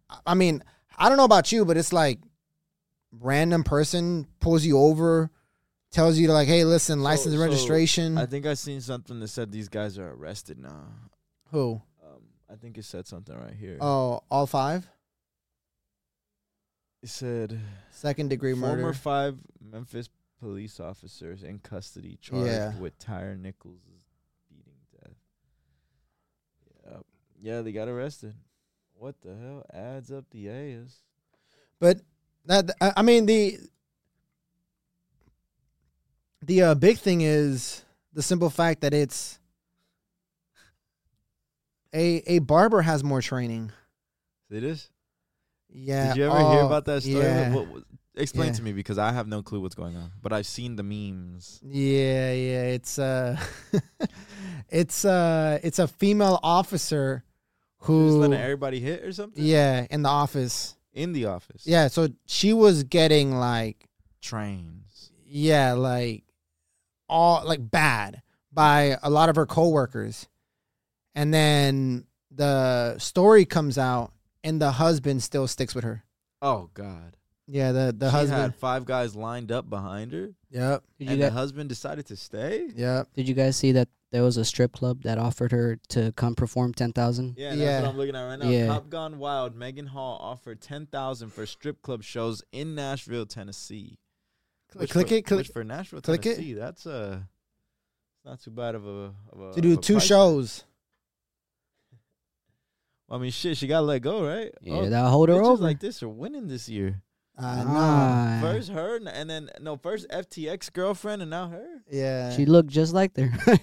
S1: I- I mean, I don't know about you, but it's like, random person pulls you over, tells you to like, "Hey, listen, license and
S2: so
S1: registration."
S2: I think I seen something that said these guys are arrested now.
S1: Who?
S2: Um, I think it said something right here.
S1: Oh, all five.
S2: it said
S1: Second degree
S2: former
S1: murder.
S2: five Memphis police officers in custody charged
S1: Yeah.
S2: with Tyre Nichols' beating death. Yep. Yeah, they got arrested. What the hell? Adds up the A's.
S1: But that I I mean the the uh, big thing is the simple fact that it's a a barber has more training.
S2: See this?
S1: Yeah.
S2: Did you ever hear
S1: oh,
S2: about that story?
S1: Yeah.
S2: What, was- explain
S1: Yeah.
S2: to me because I have no clue what's going on, but I've seen the memes.
S1: Yeah, yeah, it's uh it's uh it's a female officer
S2: They're Just
S1: who
S2: letting everybody hit or something?
S1: yeah, in the office.
S2: In the office.
S1: Yeah, so she was getting like
S2: Trains.
S1: yeah, like all like bad by a lot of her coworkers. And then the story comes out and the husband still sticks with her.
S2: Oh, God.
S1: Yeah, the the
S2: she
S1: husband.
S2: had five guys lined up behind her,
S1: Yep.
S3: Did you
S2: and the
S3: guys,
S2: husband decided to stay?
S1: Yep.
S3: did you guys see that there was a strip club that offered her to come perform ten thousand?
S2: Yeah, that's
S1: Yeah.
S2: what I'm looking at right now.
S3: Yeah.
S2: Top Gone Wild, Megan Hall offered ten thousand for strip club shows in Nashville, Tennessee. Which
S1: click
S2: for,
S1: it, click-
S2: which for Nashville,
S1: click it.
S2: Tennessee. That's uh not too bad of a of a
S1: To
S2: of
S1: do
S2: a
S1: two
S2: price
S1: shows.
S2: tag. I mean, shit, she got let go, right?
S3: Yeah,
S2: Oh,
S3: that'll hold her
S2: bitches
S3: over.
S2: like this are winning this year.
S1: I know.
S3: Ah,
S2: First her, and- and then no, first FTX girlfriend, and now her.
S1: Yeah.
S3: she looked just like their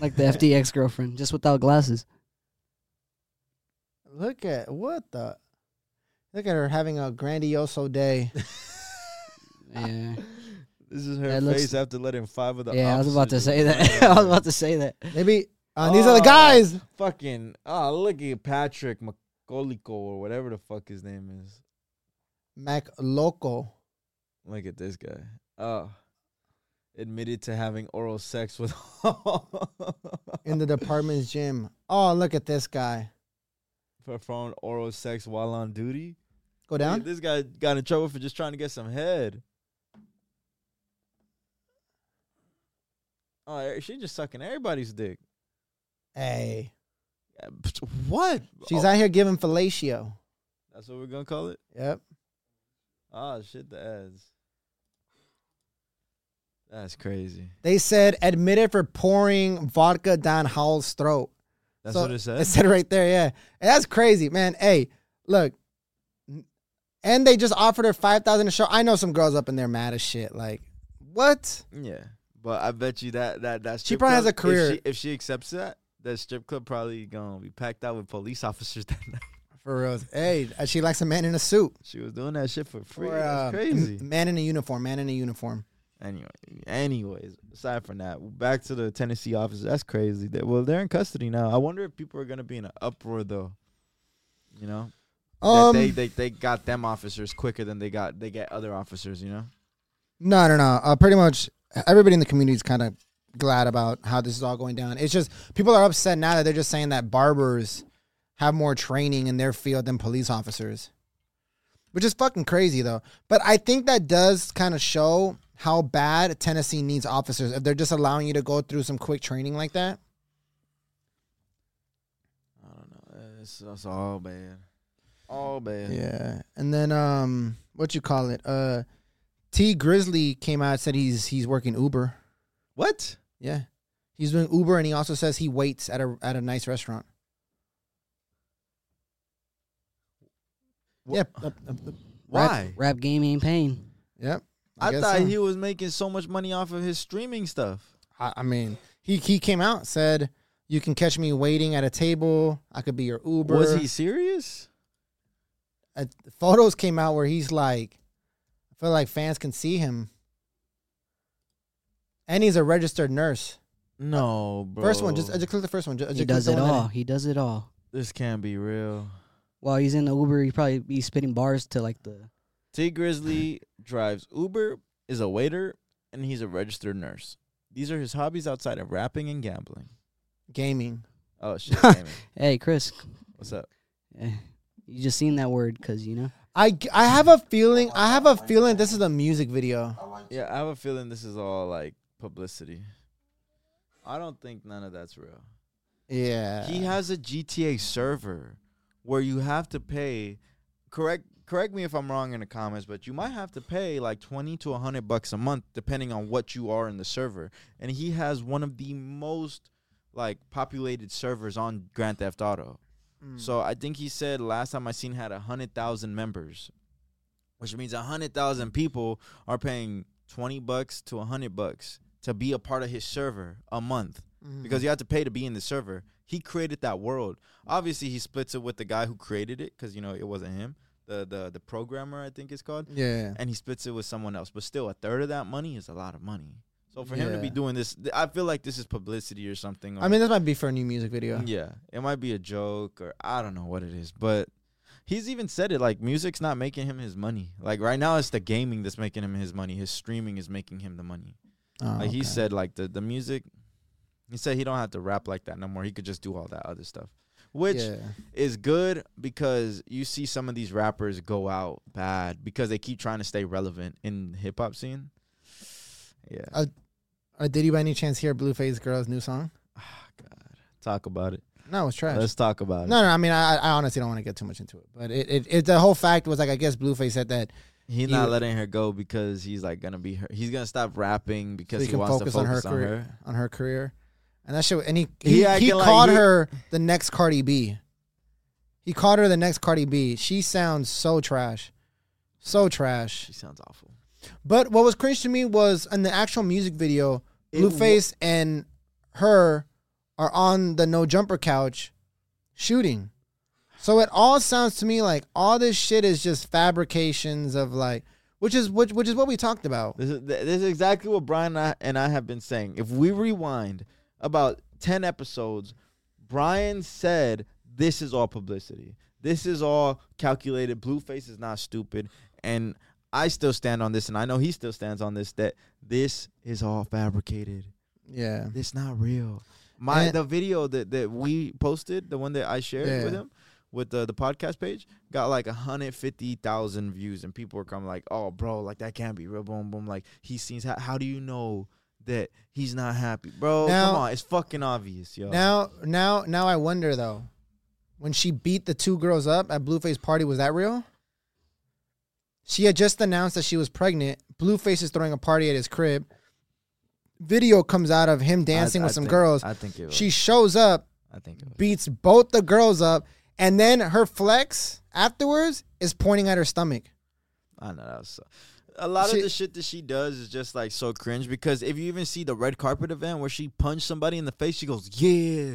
S3: like the FTX girlfriend, just without glasses.
S1: Look at what the Look at her having a grandioso day.
S3: Yeah,
S2: This is her
S3: That looks-
S2: face after letting five of the.
S3: yeah. I was about to
S2: officers
S3: say
S2: line
S3: that.
S2: up
S3: I was
S2: her.
S3: about to say that.
S1: Maybe uh, these are the
S2: Oh.
S1: guys.
S2: fucking oh look at Patrick McColico or whatever the fuck his name is.
S1: Mac Loco.
S2: Look at this guy. Oh. Admitted to having oral sex with in
S1: in the department's gym. Oh, look at this guy.
S2: performed oral sex while on duty.
S1: Go
S2: Look at
S1: down.
S2: This guy got in trouble for just trying to get some head. Oh, e- she just sucking everybody's dick.
S1: Hey.
S2: Uh, pfft, What?
S1: She's
S2: Oh,
S1: out here giving fellatio.
S2: that's what we're gonna call it.
S1: Yep.
S2: Oh shit, the ads. That's crazy.
S1: They said admitted for pouring vodka down Howell's throat.
S2: That's
S1: So
S2: what it
S1: It
S2: says.
S1: said right there, yeah. And that's crazy, man. Hey, look. And they just offered her five thousand a show. I know some girls up in there mad as shit. Like, what?
S2: Yeah, but I bet you that that that
S1: She
S2: strip
S1: probably has
S2: club,
S1: a career.
S2: If she, if she accepts that, that strip club probably gonna be packed out with police officers that night.
S1: For real. Hey, uh, she likes a man in a suit.
S2: She was doing that shit for free.
S1: Or, uh,
S2: That's crazy.
S1: m- Man in a uniform. Man in a uniform.
S2: Anyway, anyways, aside from that, back to the Tennessee office. That's crazy. They, well, they're in custody now. I wonder if people are gonna be in an uproar though. You know,
S1: Um,
S2: that they, they they got them officers quicker than they got they get other officers. You know,
S1: No, no, no. Uh, pretty much everybody in the community is kind of glad about how this is all going down. It's just people are upset now that they're just saying that barbers have more training in their field than police officers, which is fucking crazy though. But I think that does kind of show how bad Tennessee needs officers if they're just allowing you to go through some quick training like that.
S2: It's, it's all bad. All bad.
S1: Yeah. And then um what you call it? Uh T Grizzly came out said he's he's working Uber.
S2: What?
S1: Yeah. He's doing Uber and he also says he waits at a at a nice restaurant.
S2: Wha-
S1: Yep. Up, up, up.
S2: Why?
S3: Rap game ain't paying.
S1: Yep.
S2: I,
S1: guess
S2: thought
S1: so.
S2: he was making so much money off of his streaming stuff.
S1: I, I mean, he he came out said you can catch me waiting at a table. I could be your Uber.
S2: Was he serious?
S1: Uh, photos came out where he's like, I feel like fans can see him. And he's a registered nurse.
S2: No, bro.
S1: First one, just, uh, just click the first one. Just, uh,
S3: He
S1: just
S3: does
S1: click
S3: it
S1: the one that-
S3: all. He does it all.
S2: this can't be real.
S3: While he's in the Uber, he probably be spitting bars to like the.
S2: T Grizzly drives Uber, is a waiter, and he's a registered nurse. These are his hobbies outside of rapping and gambling.
S1: Gaming.
S2: Oh shit, damn it.
S3: Hey, Chris,
S2: what's up?
S3: eh, you just seen that word because you know.
S1: I, I have a feeling. I have a feeling this is a music video.
S2: Yeah, I have a feeling this is all like publicity. I don't think none of that's real.
S1: Yeah.
S2: He has a GTA server where you have to pay. Correct. Correct me if I'm wrong in the comments, but you might have to pay like 20 to 100 bucks a month depending on what you are in the server. And he has one of the most like populated servers on Grand Theft Auto.
S1: Hmm.
S2: So I think he said last time I seen had 100,000 members, which means 100,000 people are paying 20 bucks to 100 bucks to be a part of his server a month
S1: Mm-hmm.
S2: because you have to pay to be in the server. He created that world. Obviously, he splits it with the guy who created it because you know it wasn't him. The the the programmer I think it's called,
S1: Yeah.
S2: and he splits it with someone else. But still, a third of that money is a lot of money. So for him to be
S1: Yeah.
S2: doing this, th- I feel like this is publicity or something.
S1: I mean, this might be for a new music video.
S2: yeah, it might be a joke or I don't know what it is, but. He's even said it like music's not making him his money. Like right now, it's the gaming that's making him his money. His streaming is making him the money.
S1: Oh,
S2: Like he
S1: okay.
S2: said, like the the music. He said he don't have to rap like that no more. He could just do all that other stuff, which
S1: Yeah.
S2: is good because you see some of these rappers go out bad because they keep trying to stay relevant in the hip hop scene. Yeah,
S1: Uh, Uh, did you by any chance hear Blueface Girl's new song?
S2: talk about it.
S1: No, it was trash.
S2: Let's talk about
S1: No,
S2: it.
S1: no. I mean, I, I honestly don't want to get too much into it, but it, it, it, the whole fact was like, I guess Blueface said that
S2: He's
S1: You-
S2: not letting her go because he's like gonna be her. He's gonna stop rapping because
S1: he
S2: he,
S1: can
S2: wants
S1: focus
S2: to
S1: on her
S2: focus on her.
S1: career. on her career, and that shit. And he
S2: He
S1: he, he,
S2: acting like
S1: called
S2: he-
S1: her the next Cardi B. He called her the next Cardi B. She sounds so trash, so trash.
S2: She sounds awful.
S1: But what was cringe to me was in the actual music video,
S2: It
S1: Blueface and her are on the no jumper couch shooting. So it all sounds to me like all this shit is just fabrications of like, which is which, which is what we talked about.
S2: This is th- this is exactly what Brian and I, and I have been saying. If we rewind about ten episodes, Brian said this is all publicity. This is all calculated. Blueface is not stupid, and I still stand on this, and I know he still stands on this. That this is all fabricated.
S1: Yeah,
S2: It's not real. My
S1: And-
S2: the video that that we posted, the one that I shared with
S1: Yeah.
S2: him, with the the podcast page, got like hundred fifty thousand views, and people were coming like, "Oh, bro, like that can't be real." Boom, boom. Like he seems. How, how do you know that he's not happy, bro?
S1: Now-
S2: come on, it's fucking obvious, yo.
S1: Now, now, now I wonder though, when she beat the two girls up at Blueface party, was that real? She had just announced that she was pregnant. Blueface is throwing a party at his crib. Video comes out of him
S2: I-
S1: dancing
S2: I
S1: with some
S2: think-
S1: girls.
S2: I think it. Was,
S1: she shows up,
S2: I think it. Was.
S1: beats both the girls up, and then her flex afterwards is pointing at her stomach.
S2: I know that was so. A lot
S1: She-
S2: of the shit that she does is just like so cringe because if you even see the red carpet event where she punched somebody in the face, she goes, "Yeah."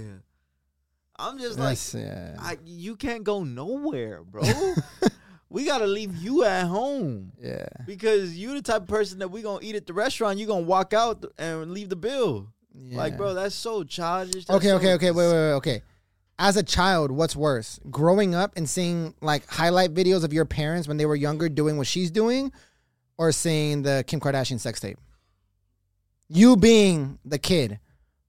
S2: I'm just like,
S1: That's, yeah.
S2: I, you can't go nowhere, bro. we gotta leave you at home
S1: yeah,
S2: because you the type of person that we gonna eat at the restaurant. You gonna walk out and leave the bill. Like,
S1: yeah.
S2: bro, that's so childish. that's
S1: Okay,
S2: so
S1: okay, okay. Wait, wait, wait. Okay. As a child, what's worse? Growing up and seeing like highlight videos of your parents when they were younger doing what she's doing or seeing the Kim Kardashian sex tape? You being the kid,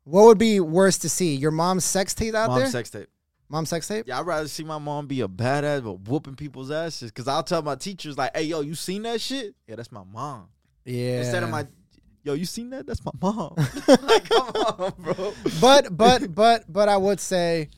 S1: what would be worse to see? Your mom's sex tape out
S2: Mom
S1: there?
S2: sex tape.
S1: mom's sex tape?
S2: Yeah, I'd rather see my mom be a badass but whooping people's asses. Cause I'll tell my teachers like, "Hey, yo, you seen that shit? Yeah, that's my mom."
S1: Yeah.
S2: Instead of my, yo, you seen that? That's my mom. like, come on, bro.
S1: But but but but I would say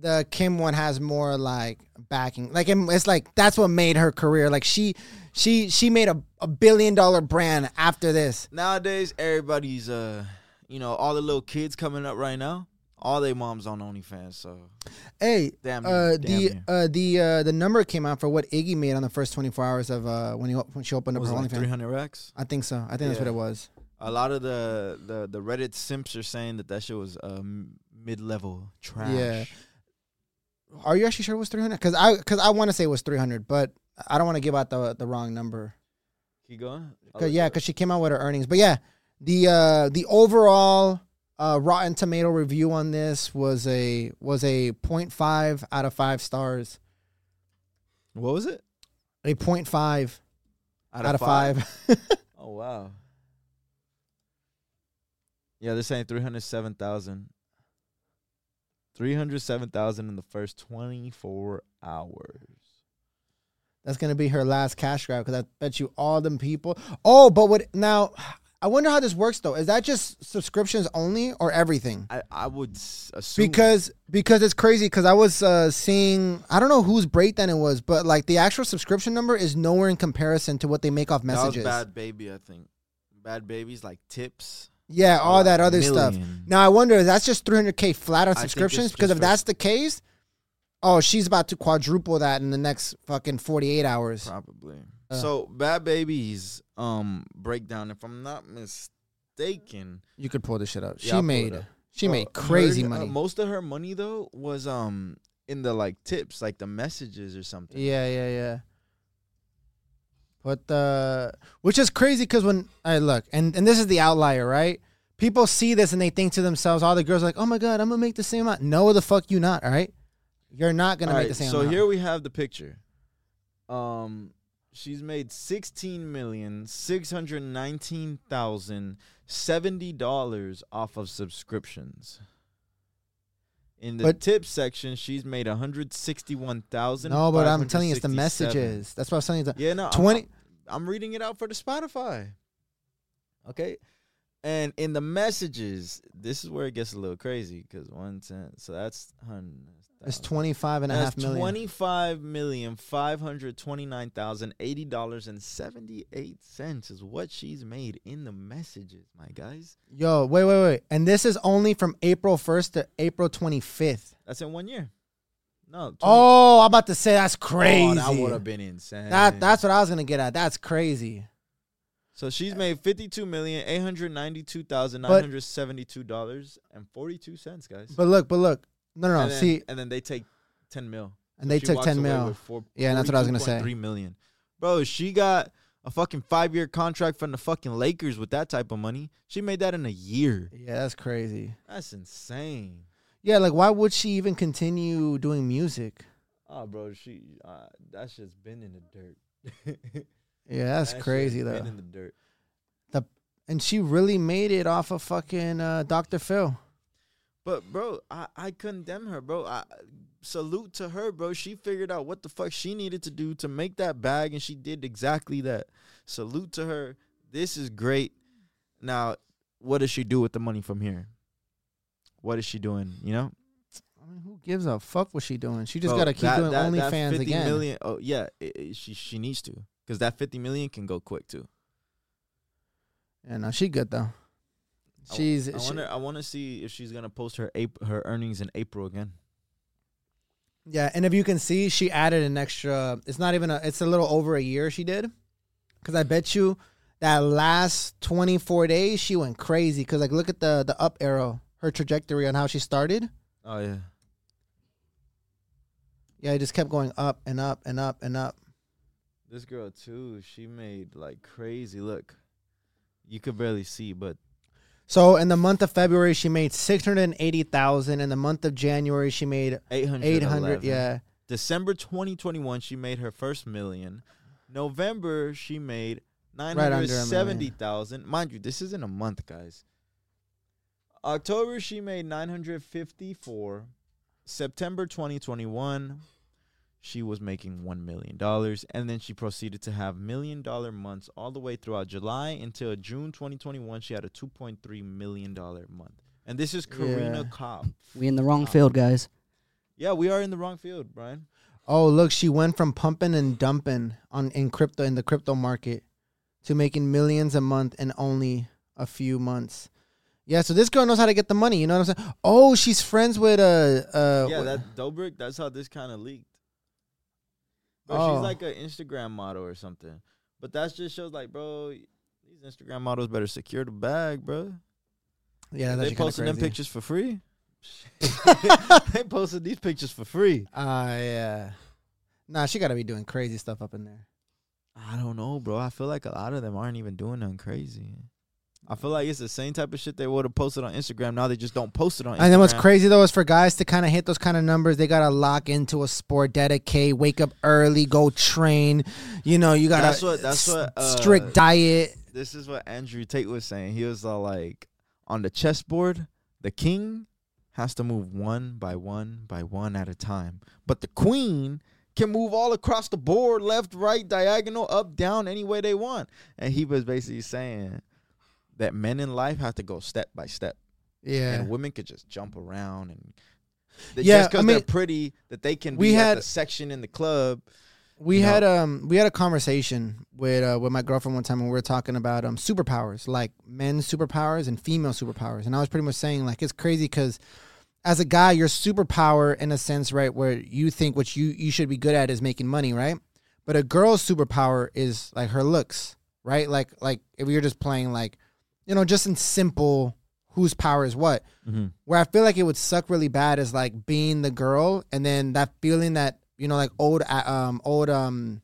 S1: the Kim one has more like backing. Like it- it's like that's what made her career. Like she she she made a, a billion dollar brand after this.
S2: Nowadays, everybody's uh, you know, all the little kids coming up right now, all they moms on OnlyFans. So
S1: Hey,
S2: Damn
S1: uh,
S2: you, Mm, damn
S1: the
S2: you.
S1: uh, the uh, the number came out for what Iggy made on the first 24 hours of uh, when he op- when she opened up
S2: was
S1: her
S2: it like three
S1: OnlyFans.
S2: hundred racks.
S1: I think so. I think that's what
S2: Yeah.
S1: it was.
S2: A lot of the the the Reddit simps are saying that that shit was um mid level trash.
S1: Yeah. Are you actually sure it was 300? Because I because I want to say it was 300, but I don't want to give out the the wrong number.
S2: Keep going. I'll
S1: Cause,
S2: look
S1: yeah,
S2: it up.
S1: because she came out with her earnings. But yeah, the uh, the overall uh, Rotten Tomato review on this was a was a 0.5 out of five stars.
S2: what was it?
S1: A 0.5 out, of five.
S2: Oh wow. Yeah, they're saying three hundred seven thousand. Three hundred seven thousand in the first twenty four hours.
S1: That's gonna be her last cash grab because I bet you all them people. Oh, but what now? I wonder how this works though. Is that just subscriptions only or everything?
S2: I I would s- assume
S1: because because it's crazy because I was uh, seeing I don't know whose breakdown it was, but like the actual subscription number is nowhere in comparison to what they make off messages.
S2: That was bad baby, I think. Bad babies like tips.
S1: Yeah, all
S2: Like
S1: that other stuff.
S2: Oh, million.
S1: Now I wonder if that's just 300k flat on
S2: I think it's
S1: subscriptions because
S2: just
S1: if
S2: for-
S1: that's the case, oh, she's about to quadruple that in the next fucking 48 hours.
S2: Probably.
S1: Uh.
S2: so bad babies um breakdown, if I'm not mistaken.
S1: You could pull this shit up. She
S2: Yeah, I'll pull it
S1: made
S2: up.
S1: she
S2: Uh,
S1: made crazy
S2: hers- uh,
S1: money.
S2: most of her money though was um in the like tips, like the messages or something.
S1: Yeah, yeah, yeah. But the which is crazy because when I look and and this is the outlier, right? People see this and they think to themselves, all the girls are like, oh my god, I'm gonna make the same amount. No, the fuck you not. All right, you're not gonna make
S2: Alright,
S1: the same.
S2: so
S1: amount.
S2: here we have the picture. Um, she's made sixteen million six hundred nineteen thousand seventy dollars off of subscriptions. In the
S1: But-
S2: tip section, she's made one hundred sixty-one thousand.
S1: no, but I'm telling you, it's the messages. That's what I'm telling you.
S2: Yeah, no, I'm-
S1: 20
S2: I'm reading it out for the Spotify. Okay. And in the messages, this is where it gets a little crazy because one cent. So that's hundred.
S1: It's 25 and a half
S2: That's
S1: million.
S2: twenty-five million five hundred twenty-nine thousand eighty dollars and seventy-eight cents is what she's made in the messages, my guys.
S1: Yo, wait, wait, wait, and this is only from April 1st to April 25th.
S2: That's in one year. No. 20
S1: Oh, I'm about to say that's crazy.
S2: Oh, that would have been insane.
S1: that that's what I was gonna get at. That's crazy.
S2: so she's made fifty-two million eight hundred ninety-two thousand nine hundred seventy-two dollars and forty-two cents, guys.
S1: But look, but look, no, no, no.
S2: and then,
S1: see,
S2: and then they take ten mil.
S1: and they
S2: She
S1: took
S2: walks
S1: 10
S2: away
S1: mil.
S2: with four-
S1: Yeah, that's what I was gonna say.
S2: 42.3 million. Bro, she got a fucking five year contract from the fucking Lakers with that type of money. She made that in a year.
S1: Yeah, that's crazy.
S2: That's insane.
S1: Yeah, like why would she even continue doing music?
S2: Oh, bro, she uh, that shit's been in the dirt.
S1: Yeah, that's crazy though.
S2: Been in the dirt.
S1: and she really made it off of fucking uh, Dr. Phil.
S2: But bro, I, I condemn her, bro. I salute to her, bro. She figured out what the fuck she needed to do to make that bag, and she did exactly that. Salute to her. This is great. Now, what does she do with the money from here? What is she doing? You know,
S1: I mean, who gives a fuck what she doing? She just
S2: Bro,
S1: gotta keep
S2: that-
S1: doing
S2: that- that
S1: OnlyFans
S2: 50
S1: again.
S2: million- oh yeah, it, it- she she needs to because that fifty million can go quick too.
S1: Yeah, no, she good though.
S2: I-
S1: She's
S2: I
S1: she-
S2: wonder. I want to see if she's gonna post her April, her earnings in April again.
S1: yeah, and if you can see, she added an extra. It's not even a. It's a little over a year she did, because I bet you that last twenty four days she went crazy. Because like look at the the up arrow, her trajectory on how she started.
S2: Oh yeah.
S1: Yeah, it just kept going up and up and up and up.
S2: This girl too, she made like crazy. Look, you could barely see, but
S1: So in the month of February, she made six hundred and eighty thousand. In the month of January, she made
S2: eight hundred.
S1: eight hundred. Yeah,
S2: December 2021, she made her first million. November, she made nine
S1: under a
S2: hundred
S1: million.
S2: seventy thousand. Mind you, this isn't a month, guys. October, she made nine hundred fifty-four. September 2021, she was making one million dollars, and then she proceeded to have million-dollar months all the way throughout July until June 2021. She had a 2.3 million dollar month, and this is Karina
S1: Yeah.
S2: Cobb.
S3: We in the wrong field, guys.
S2: Yeah, we are in the wrong field, Brian.
S1: Oh, look, she went from pumping and dumping on in crypto in the crypto market to making millions a month in only a few months. Yeah, so this girl knows how to get the money. You know what I'm saying? Oh, she's friends with uh uh
S2: yeah,
S1: what-
S2: that Dobrik. That's how this kind of leaked. But
S1: Oh.
S2: she's like an Instagram model or something. But that just shows like, bro, these Instagram models better secure the bag, bro.
S1: yeah, that's
S2: they posting
S1: posted
S2: them pictures for free. they posted these pictures for free.
S1: Ah, yeah. Nah, she gotta be doing crazy stuff up in there.
S2: I don't know, bro. I feel like a lot of them aren't even doing nothing crazy. I feel like it's the same type of shit they would have posted on Instagram. Now they just don't post it on. Instagram.
S1: And then what's crazy though is for guys to kind of hit those kind of numbers, they gotta lock into a sport, dedicate, wake up early, go train. You know, you gotta
S2: That's what- that's what, uh,
S1: strict diet.
S2: This is what Andrew Tate was saying. He was all like, on the chessboard, the king has to move one by one by one at a time, but the queen can move all across the board, left, right, diagonal, up, down, any way they want. And he was basically saying that men in life have to go step by step.
S1: Yeah,
S2: and women could just jump around and that
S1: Yeah,
S2: just because
S1: I
S2: they're
S1: mean,
S2: pretty that they can
S1: we
S2: be at
S1: had-
S2: the section in the club.
S1: we
S2: you know-
S1: had um we had a conversation with uh, with my girlfriend one time when we were talking about um superpowers, like men's superpowers and female superpowers, and I was pretty much saying like it's crazy because as a guy, your superpower in a sense, right, where you think what you you should be good at is making money, right? But a girl's superpower is like her looks, right? Like like if you're just playing like, you know, just in simple whose power is what. Where I feel like it would suck really bad is like being the girl and then that feeling that you know like old uh, um old um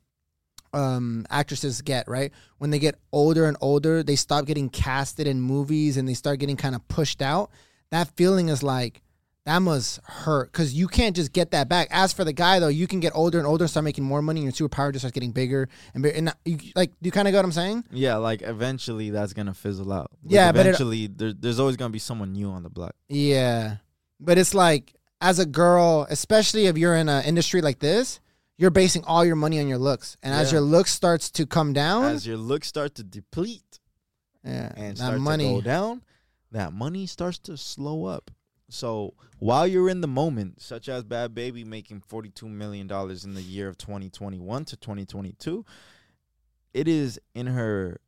S1: um actresses get right when they get older and older they stop getting casted in movies and they start getting kind of pushed out that feeling is like that must hurt because you can't just get that back. As for the guy though, you can get older and older, start making more money, and your superpower just starts getting bigger and bigger. And not- you, like, you kind of get what I'm saying?
S2: Yeah, like eventually that's gonna fizzle out. Like,
S1: Yeah, but it-
S2: eventually there, there's always gonna be someone new on the block.
S1: Yeah, but it's like as a girl, especially if you're in an industry like this, you're basing all your money on your looks, and as
S2: Yeah.
S1: your looks starts to come down,
S2: As your looks start to deplete
S1: yeah,
S2: and
S1: that
S2: start to
S1: money,
S2: go down, that money starts to slow up. So while you're in the moment, such as Bad Baby making $42 million in the year of 2021 to 2022, it is in her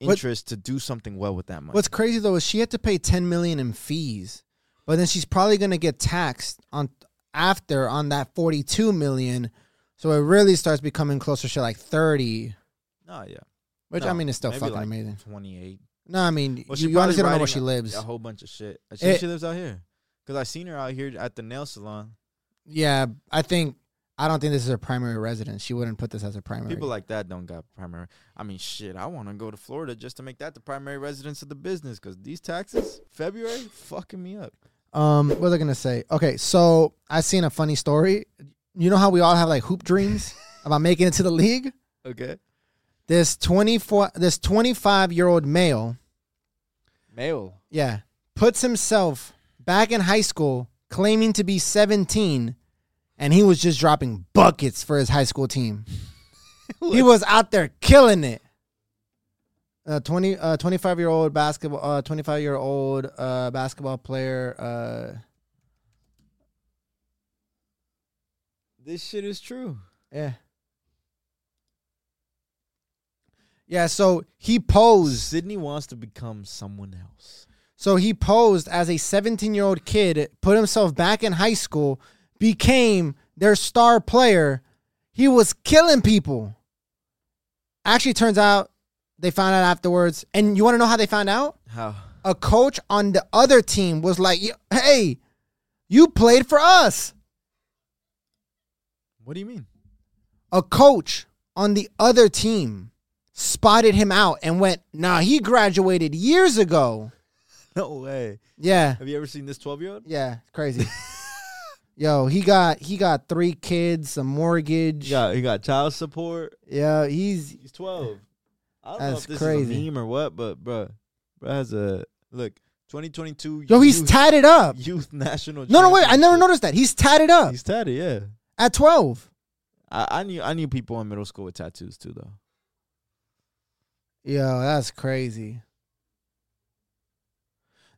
S1: What-
S2: interest to do something well with that money.
S1: What's crazy though is she had to pay ten million in fees, but then she's probably gonna get taxed on after on that forty two million. So it really starts becoming closer to like thirty,
S2: Oh, yeah.
S1: which I
S2: No,
S1: mean it's still
S2: maybe
S1: fucking
S2: like
S1: amazing.
S2: 28.
S1: No, I mean
S2: Well,
S1: you,
S2: she
S1: you honestly don't
S2: probably
S1: know where she
S2: riding
S1: lives.
S2: A whole bunch of shit. I
S1: It-
S2: think she lives out here. Because I seen her out here at the nail salon.
S1: Yeah, I think I don't think this is her primary residence. She wouldn't put this as her primary.
S2: People like that don't got primary. I mean, shit, I want to go to Florida just to make that the primary residence of the business because these taxes, February, fucking me up.
S1: um, what was I gonna say? Okay, so I seen a funny story. You know how we all have like hoop dreams about making it to the league.
S2: Okay.
S1: This twenty four, this twenty five year old male
S2: Mail.
S1: Yeah. Puts himself back in high school claiming to be 17 and he was just dropping buckets for his high school team. he was out there killing it. A 20 uh 25 year old basketball uh 25 year old uh basketball player uh
S2: This shit is true.
S1: yeah. Yeah, so he posed
S2: Sydney wants to become someone else.
S1: So he posed as a 17 year old kid, put himself back in high school, became their star player. He was killing people. Actually, turns out they found out afterwards. And you want to know how they found out?
S2: How?
S1: A coach on the other team was like, hey, you played for us.
S2: What do you mean?
S1: A coach on the other team spotted him out and went, nah, he graduated years ago.
S2: No way.
S1: Yeah.
S2: Have you ever seen this 12 year old?
S1: Yeah, it's crazy. Yo, he got he got three kids, a mortgage.
S2: Yeah, he got child support.
S1: Yeah, he's
S2: He's twelve. I don't know
S1: That's
S2: if this is
S1: crazy.
S2: a meme or what, but bruh, bruh has a look. Twenty twenty two.
S1: yo, he's
S2: youth,
S1: tatted up.
S2: youth national.
S1: No, no, wait, I never
S2: championship.
S1: noticed that. He's tatted up
S2: He's tatted. Yeah,
S1: at twelve.
S2: I, I knew I knew people in middle school with tattoos too, though.
S1: Yo, that's crazy.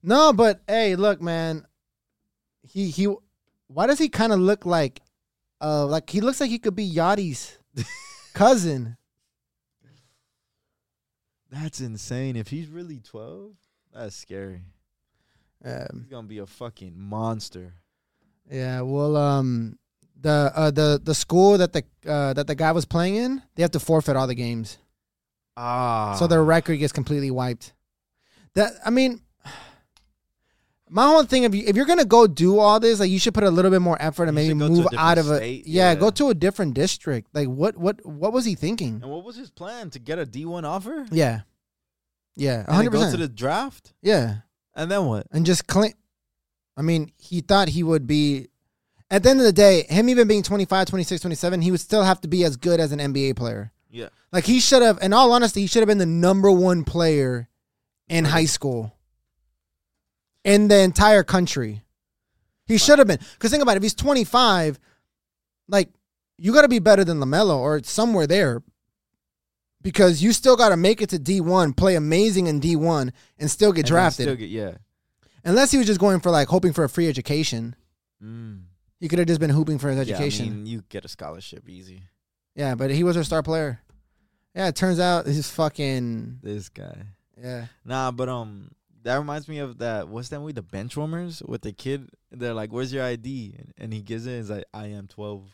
S1: No, but hey, look, man. He he Why does he kind of look like, uh, like he looks like he could be Yachty's cousin?
S2: That's insane. If he's really 12, that's scary.
S1: Um,
S2: He's going to be a fucking monster.
S1: Yeah, well, um, the uh, the the school that the uh, that the guy was playing in, they have to forfeit all the games,
S2: Ah.
S1: so their record gets completely wiped. That I mean, my whole thing if you if you're gonna go do all this, like you should put a little bit more effort and
S2: You
S1: maybe
S2: should go to a
S1: move
S2: different
S1: out of a
S2: state,
S1: yeah,
S2: yeah.
S1: go to a different district. Like what what what was he thinking?
S2: And what was his plan? To get a D1 offer?
S1: Yeah, yeah,
S2: And then
S1: hundred
S2: go to
S1: percent.
S2: the draft?
S1: Yeah,
S2: And then what?
S1: and just clean. I mean, he thought he would be. At the end of the day, him even being 25, 26, 27, he would still have to be as good as an NBA player.
S2: Yeah.
S1: Like he should have, in all honesty, he should have been the number one player in high school in the entire country. He should have been. Because think about it, if he's 25, like you got to be better than LaMelo or somewhere there because you still got to make it to D1, play amazing in D1, and still get
S2: And then
S1: drafted.
S2: Still get, yeah.
S1: Unless he was just going for like hoping for a free education.
S2: Mm.
S1: He could have just been hooping for his
S2: Yeah, I
S1: education. Yeah,
S2: mean, you get a scholarship easy.
S1: but he was our star player. Yeah, it turns out he's fucking
S2: This guy.
S1: yeah.
S2: Nah, but um, that reminds me of that. What's that movie, The Benchwarmers, with the kid? They're like, "Where's your ID?" And, and he gives it. And he's like, "I am 12.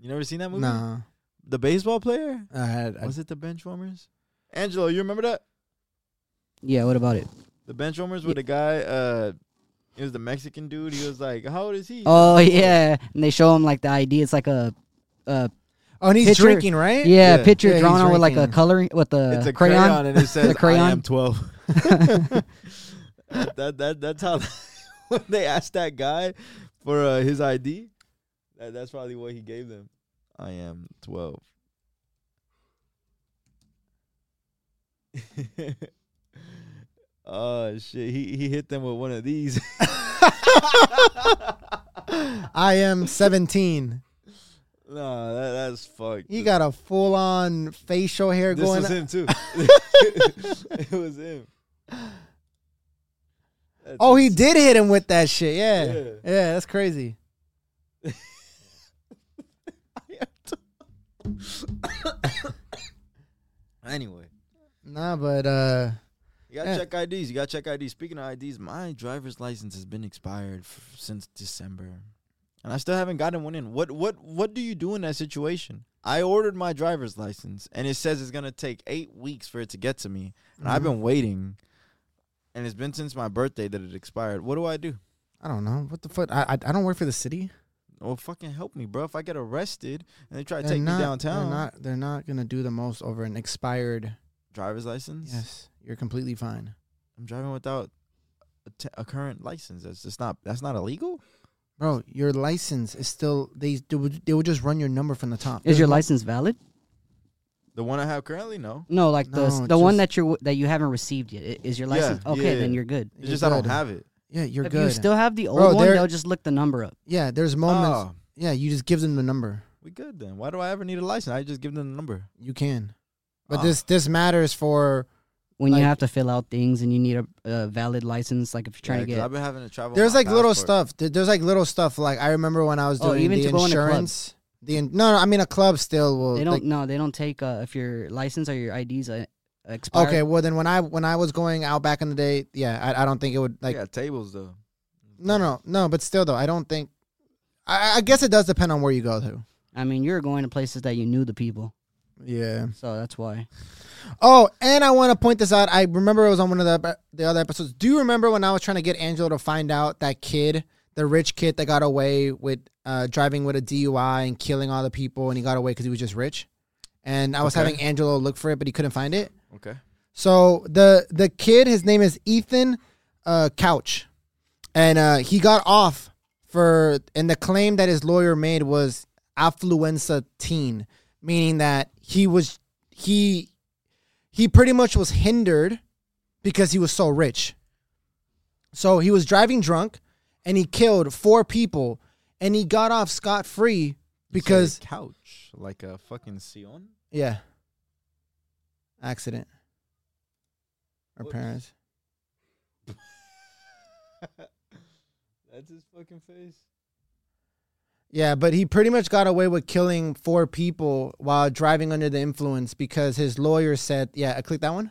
S2: You never seen that movie?
S1: No,
S2: The baseball player.
S1: I had I,
S2: Was it The Benchwarmers? Angelo, you remember that?
S3: Yeah, what about it?
S2: The Benchwarmers with the guy. Uh, it was the Mexican dude. He was like, "How old is he?"
S3: Oh yeah, and they show him like the ID. It's like a, a
S1: oh, and he's
S3: Pitcher-
S1: drinking, right?
S3: yeah,
S2: Yeah.
S3: picture
S1: Yeah, he's
S3: drawn on with like a
S1: drinking.
S3: coloring with a,
S2: it's a crayon,
S3: crayon.
S2: and it says, "I am
S3: crayon.
S2: 12. that that that's how when they asked that guy for uh, his ID. That, that's probably what he gave them. I am 12. oh shit, he he hit them with one of these.
S1: I am seventeen.
S2: no, that, that's fucked.
S1: He got a full on facial hair
S2: this
S1: going.
S2: was him too. it was him. That's
S1: Oh, he
S2: insane.
S1: did hit him with that shit. Yeah, yeah,
S2: Yeah.
S1: that's crazy.
S2: anyway,
S1: Nah, but uh,
S2: you gotta
S1: Yeah.
S2: check IDs. You gotta check IDs. Speaking of IDs, my driver's license has been expired f- since December, and I still haven't gotten one in. What what what do you do in that situation? I ordered my driver's license, and it says it's gonna take eight weeks for it to get to me, and I've
S1: Mhm.
S2: been waiting, and it's been since my birthday that it expired. What do I do?
S1: I don't know what the fuck. I I, I don't work for the city.
S2: Well, fucking help me, bro. If I get arrested and they try to
S1: They're
S2: take
S1: not-
S2: me downtown,
S1: They're not. They're not gonna do the most over an expired.
S2: driver's license.
S1: Yes, you're completely fine.
S2: I'm driving without a, t- a current license. That's just not. That's not illegal.
S1: Bro, your license is still they they would, they would just run your number from the top.
S3: Is your
S1: There's no-
S3: license valid?
S2: The one I have currently, no.
S3: No, like the
S1: No,
S3: the one
S1: just-
S3: that you're that you haven't received yet. I- Is your
S2: Yeah,
S3: license okay?
S2: yeah, yeah.
S3: Then you're good.
S2: It's
S1: You're
S2: just I don't
S1: good.
S2: have it.
S1: Yeah, you're
S3: if
S1: good.
S3: you still have the old
S1: Bro,
S3: one,
S1: they're-
S3: they'll just look the number up.
S1: yeah, there's moments.
S2: Oh,
S1: Yeah, you just give them the number.
S2: we good then. Why do I ever need a license? I just give them the number.
S1: You can. But
S2: Ah.
S1: this this matters for
S3: When
S1: Like-
S3: you have to fill out things and you need a, a valid license, like if you're trying
S2: Yeah, 'cause
S3: to
S2: I've
S3: get.
S2: been having to travel. with
S1: there's
S2: my
S1: like little
S2: passport.
S1: stuff. There- There's like little stuff. Like I remember when I was
S3: Oh,
S1: doing
S3: even
S1: the
S3: to go in a club.
S1: insurance. The in, no, no, I mean a club still will.
S3: They
S1: like-
S3: don't. No, they don't take uh, if your license or your IDs uh, expired.
S1: okay, well then when I when I was going out back in the day, yeah, I, I don't think it would like
S2: yeah, tables though.
S1: no no no. But still though, I don't think. I, I guess it does depend on where you go to.
S3: I mean, you're going to places that you knew the people,
S1: Yeah.
S3: so that's why.
S1: Oh, and I want to point this out. I remember it was on one of the the other episodes. Do you remember when I was trying to get Angelo to find out that kid, the rich kid that got away with uh, driving with a DUI and killing all the people, and he got away because he was just rich? And I was
S2: Okay.
S1: having Angelo look for it, but he couldn't find it.
S2: Okay.
S1: So the the kid, his name is Ethan uh, Couch, and uh, he got off for and the claim that his lawyer made was affluenza teen, meaning that he was he he pretty much was hindered because he was so rich. So he was driving drunk, and he killed four people, and he got off scot free
S2: You said
S1: because
S2: a couch like a fucking Sion.
S1: yeah. Accident. Or
S2: Whoops.
S1: parents.
S2: That's his fucking face.
S1: Yeah, but he pretty much got away with killing four people while driving under the influence because his lawyer said, "Yeah, I click that one,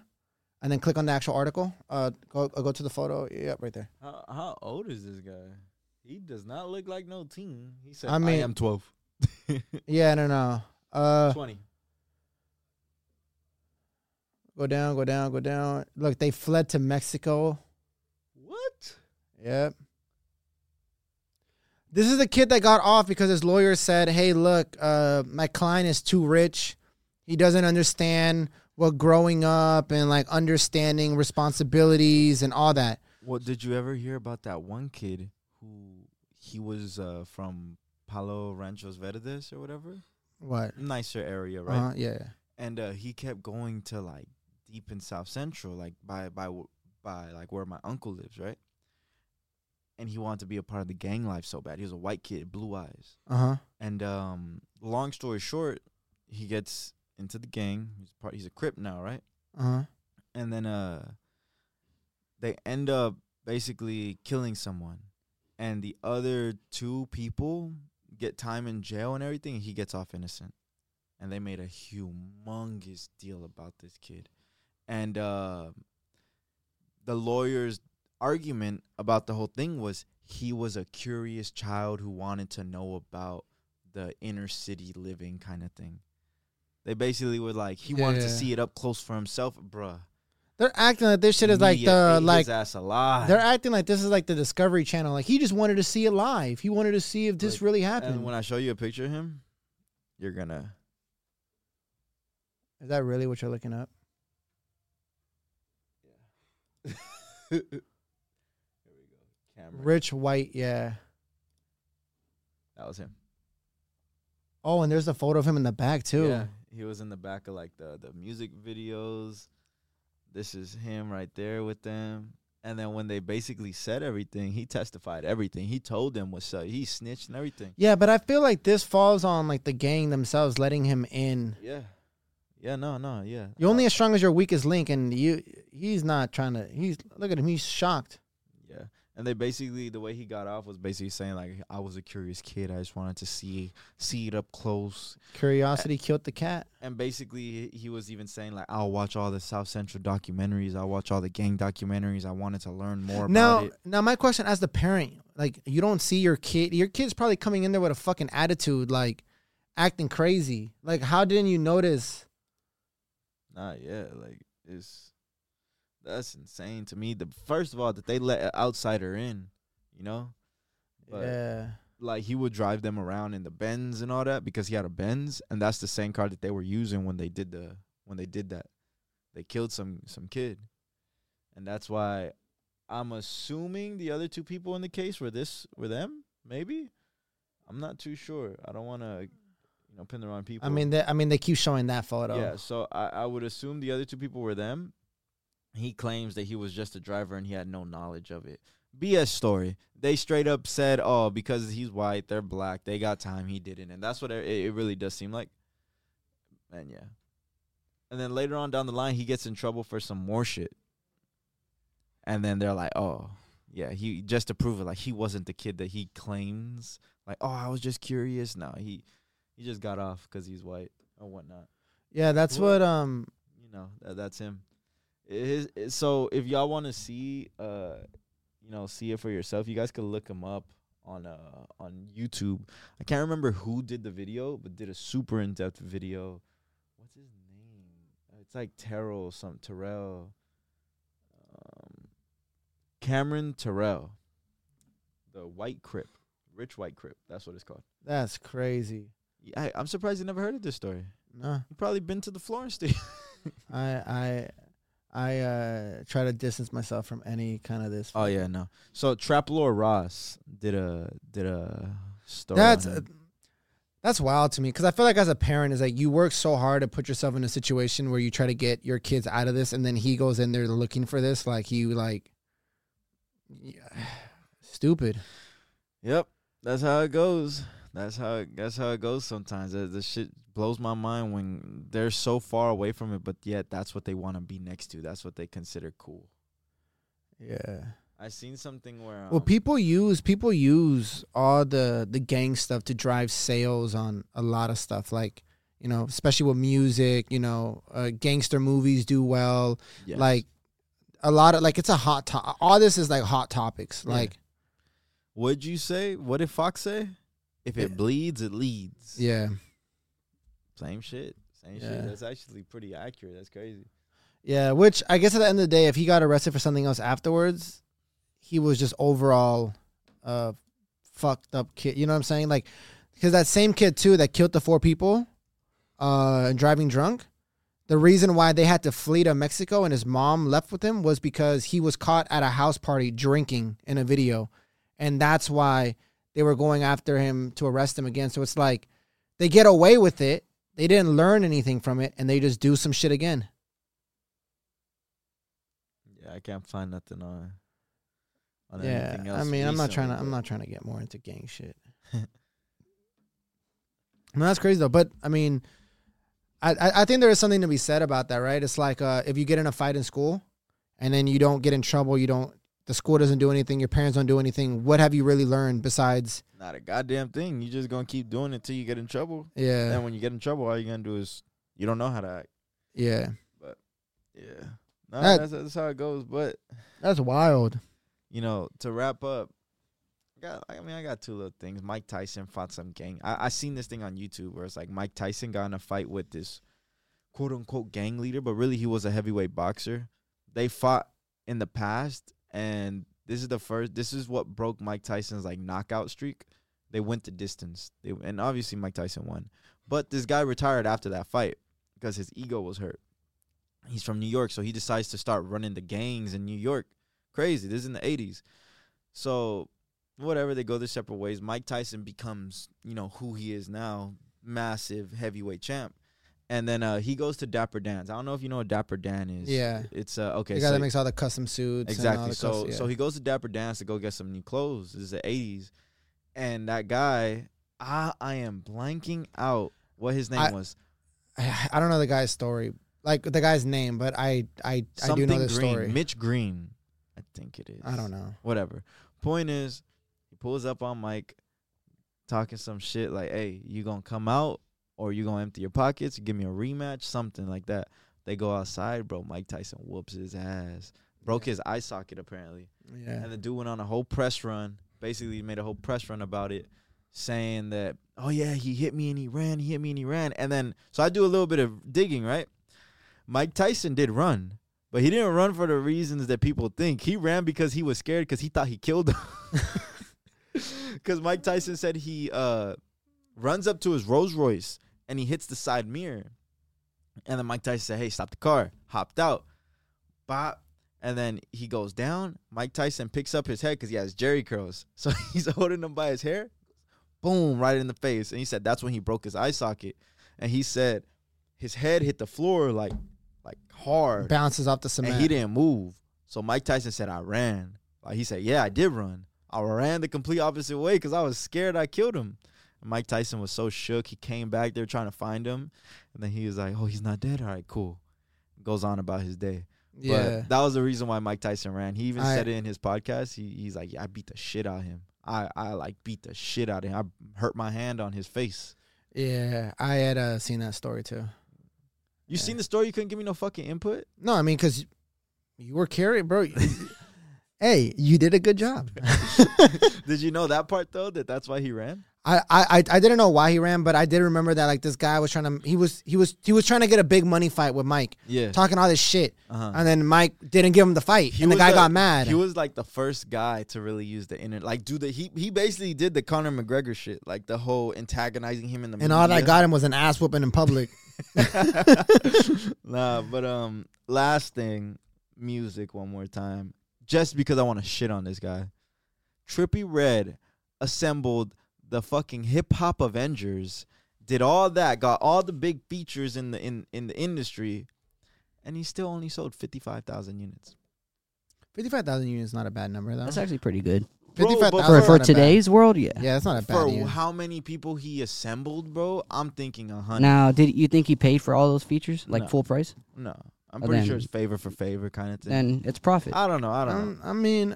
S1: and then click on the actual article. Uh, go go to the photo. Yep, right there.
S2: How, how old is this guy? He does not look like no teen. He said,
S1: I
S2: "I,
S1: mean-
S2: am 12.
S1: Yeah, I don't know. Uh,
S2: 20.
S1: go down, go down, go down. Look, they fled to Mexico.
S2: What?
S1: Yep. This is the kid that got off because his lawyer said, "Hey, look, uh, my client is too rich. He doesn't understand what growing up and like understanding responsibilities and all that."
S2: What did you ever hear about that one kid who he was uh, from Palo Ranchos Verdes or whatever?
S1: What?
S2: Nicer area, right?
S1: Uh-huh, yeah. yeah.
S2: and uh, he kept going to like deep in South Central, like by by wh- by like where my uncle lives, right? And he wanted to be a part of the gang life so bad. He was a white kid, blue eyes.
S1: Uh huh.
S2: And um, long story short, he gets into the gang. He's part. He's a crip now, right?
S1: Uh huh.
S2: And then uh, they end up basically killing someone, and the other two people get time in jail and everything. And he gets off innocent and they made a humongous deal about this kid. And uh, the lawyer's argument about the whole thing was he was a curious child who wanted to know about the inner city living kind of thing. They basically were like he wanted to
S1: Yeah.
S2: see it up close for himself, bruh.
S1: They're acting like this shit is like
S2: Media ate
S1: the
S2: his
S1: like
S2: ass alive.
S1: they're acting like this is like the Discovery Channel. Like he just wanted to see it live. He wanted to see if this
S2: Like,
S1: really happened.
S2: and when I show you a picture of him, you're gonna
S1: is that really what you're looking up?
S2: Here we go. Camera.
S1: Rich white, yeah.
S2: That was him.
S1: Oh, and there's the photo of him in the back too.
S2: Yeah, he was in the back of like the the music videos. This is him right there with them. And then when they basically said everything, he testified everything. He told them what's up. He snitched and everything.
S1: Yeah, but I feel like this falls on like the gang themselves letting him in.
S2: Yeah. Yeah, no, no, yeah.
S1: You're only
S2: Uh,
S1: as strong as your weakest link, and you he's not trying to. He's look at him. He's shocked.
S2: Yeah. And they basically the way he got off was basically saying like I was a curious kid. I just wanted to see see it up close.
S1: Curiosity killed the cat.
S2: and basically he was even saying like I'll watch all the South Central documentaries, I'll watch all the gang documentaries. I wanted to learn more
S1: Now,
S2: about it.
S1: now my question as the parent, like you don't see your kid. Your kid's probably coming in there with a fucking attitude, like acting crazy. Like how didn't you notice?
S2: Not yet, like it's that's insane to me. The first of all that they let an outsider in, you know? But
S1: yeah.
S2: like he would drive them around in the Benz and all that because he had a Benz and that's the same car that they were using when they did the when they did that. They killed some some kid. And that's why I'm assuming the other two people in the case were this were them, maybe? I'm not too sure. I don't wanna you know pin the wrong people.
S1: I mean, they, I mean, they keep showing that photo.
S2: Yeah, so I, I would assume the other two people were them. He claims that he was just a driver and he had no knowledge of it. BS story. They straight up said, "Oh, because he's white, they're black, they got time, he didn't," and that's what it, it really does seem like. And yeah, and then later on down the line, he gets in trouble for some more shit, and then they're like, "Oh, yeah, he just to prove it, like he wasn't the kid that he claims. Like, oh, I was just curious. No, he he just got off because he's white or whatnot."
S1: yeah. That's
S2: Well-
S1: what. Um,
S2: you know that, that's him It is- it- so if y'all want to see uh you know see it for yourself you guys could look him up on uh on youtube i can't remember who did the video but did a super in-depth video what's his name Uh, it's like terrell some terrell um cameron terrell the white crip rich white crip that's what it's called
S1: that's crazy.
S2: Y- I, i'm surprised you never heard of this story
S1: No,
S2: you've probably been to the florence state
S1: I, I, I uh, try to distance myself from any kind of this.
S2: Oh yeah, no. So Traplore Ross did a did a story. on
S1: That's uh,
S2: him.
S1: that's wild to me because I feel like as a parent is like you work so hard to put yourself in a situation where you try to get your kids out of this, and then he goes in there looking for this, like he like, yeah, stupid.
S2: yep. That's how it goes. That's how it, that's how it goes sometimes. The, the shit blows my mind when they're so far away from it, but yet that's what they want to be next to. That's what they consider cool.
S1: Yeah,
S2: I, I seen something where um,
S1: Well, people use people use all the the gang stuff to drive sales on a lot of stuff, like you know, especially with music. You know, uh, gangster movies do well.
S2: yes.
S1: Like a lot of like it's a hot to- All this is like hot topics.
S2: Yeah.
S1: Like
S2: What'd you say? What did Fox say? If it bleeds, it leads.
S1: yeah,
S2: Same shit. Same
S1: Yeah.
S2: shit. That's actually pretty accurate. That's crazy.
S1: yeah. Which I guess at the end of the day, if he got arrested for something else afterwards, he was just overall uh fucked up kid. You know what I'm saying? Like because that same kid too that killed the four people uh and driving drunk. The reason why they had to flee to Mexico and his mom left with him was because he was caught at a house party drinking in a video. And that's why they were going after him to arrest him again. So it's like they get away with it. They didn't learn anything from it and they just do some shit again.
S2: Yeah, I can't find nothing on. on
S1: Yeah.
S2: anything
S1: I
S2: else
S1: mean, I'm not trying to
S2: recently,
S1: I'm
S2: but-
S1: not trying to get more into gang shit. No, that's crazy though. But I mean, I, I I think there is something to be said about that, right? It's like uh, if you get in a fight in school, and then you don't get in trouble, you don't. The school doesn't do anything. Your parents don't do anything. What have you really learned besides?
S2: Not a goddamn thing. You just gonna keep doing it till you get in trouble.
S1: Yeah,
S2: And when you get in trouble, all you gonna do is you don't know how to act.
S1: yeah,
S2: Yeah. No,
S1: That-
S2: that's that's how it goes. But
S1: that's wild.
S2: you know, to wrap up, I got I mean, I got two little things. Mike Tyson fought some gang. I I seen this thing on YouTube where it's like Mike Tyson got in a fight with this quote unquote gang leader, but really he was a heavyweight boxer. They fought in the past, and this is the first. This is what broke Mike Tyson's like knockout streak. They went the distance, they, and obviously Mike Tyson won. But this guy retired after that fight because his ego was hurt. He's from New York, so he decides to start running the gangs in New York. Crazy. This is in the 80s. So, whatever, they go their separate ways. Mike Tyson becomes, you know, who he is now, massive heavyweight champ. And then uh, he goes to Dapper Dan's. I don't know if you know what Dapper Dan is.
S1: Yeah.
S2: It's uh, okay.
S1: the guy
S2: so-
S1: that makes all the custom suits. And all
S2: Exactly.
S1: the
S2: So
S1: custom, yeah.
S2: so he goes to Dapper Dance to go get some new clothes. This is the eighties. And that guy, I I am blanking out what his name
S1: I-
S2: was.
S1: I, I don't know the guy's story, like the guy's name, but I I I do
S2: Something
S1: know the
S2: Green.
S1: story.
S2: Mitch Green. I think it is.
S1: I don't know.
S2: Whatever. Point is, he pulls up on Mike, talking some shit like, hey, you gonna come out or you gonna empty your pockets, give me a rematch, something like that. They go outside, bro. Mike Tyson whoops his ass. Broke his eye socket apparently.
S1: Yeah,
S2: And the dude went on a whole press run, basically made a whole press run about it, saying that, oh yeah, he hit me and he ran, he hit me and he ran. And then, so I do a little bit of digging, right? Mike Tyson did run, but he didn't run for the reasons that people think. He ran because he was scared because he thought he killed him. Because Mike Tyson said he uh, runs up to his Rolls Royce and he hits the side mirror. And then Mike Tyson said, hey, stop the car. Hopped out. Bop. And then he goes down. Mike Tyson picks up his head because he has Jerry curls. So he's holding him by his hair. Boom, right in the face. And he said that's when he broke his eye socket. And he said his head hit the floor like like hard.
S1: bounces off the cement.
S2: And he didn't move. So Mike Tyson said, I ran. Like he said, Yeah, I did run. I ran the complete opposite way because I was scared I killed him. And Mike Tyson was so shook. He came back there trying to find him. And then he was like, Oh, he's not dead. All right, cool. Goes on about his day.
S1: yeah,
S2: But that was the reason why Mike Tyson ran. He even
S1: I-
S2: said it in his podcast. He, he's like, Yeah, I beat the shit out of him. I, I like beat the shit out of him. I hurt my hand on his face.
S1: yeah. I had uh, seen that story too.
S2: You
S1: Yeah.
S2: seen the story? You couldn't give me no fucking input?
S1: No, I mean, because you were carried, bro. hey, you did a good job.
S2: Did you know that part though? That that's why he ran?
S1: I, I I- I didn't know why he ran, but I did remember that like this guy was trying to he was he was he was trying to get a big money fight with Mike,
S2: Yeah.
S1: talking all this shit,
S2: Uh-huh.
S1: and then Mike didn't give him the fight,
S2: He
S1: and the
S2: was
S1: guy
S2: a-
S1: got mad.
S2: He was like the first guy to really use the internet. Like, do the he he basically did the Conor McGregor shit, like the whole antagonizing him in the
S1: and all that
S2: media.
S1: got him was an ass whooping in public.
S2: nah, but um, last thing, music one more time, just because I want to shit on this guy. Trippy Red assembled the fucking hip hop Avengers, did all that, got all the big features in the in in the industry, and he still only sold fifty five thousand units.
S1: Fifty five thousand units is not a bad number though.
S3: That's actually pretty good
S2: Bro,
S1: 55,000
S2: but
S3: for
S1: is
S3: for
S1: not a bad-
S3: today's world. Yeah.
S1: Yeah, that's not a bad.
S2: for
S1: unit.
S2: how many people he assembled, bro, I'm thinking a hundred.
S3: Now, did you think he paid for all those features like
S2: No.
S3: full price?
S2: No, I'm
S3: Well,
S2: pretty sure
S3: Oh, then-
S2: it's favor for favor kind of thing.
S1: Uh,
S3: Then it's profit.
S2: I don't know. I don't know.
S1: Um, I mean,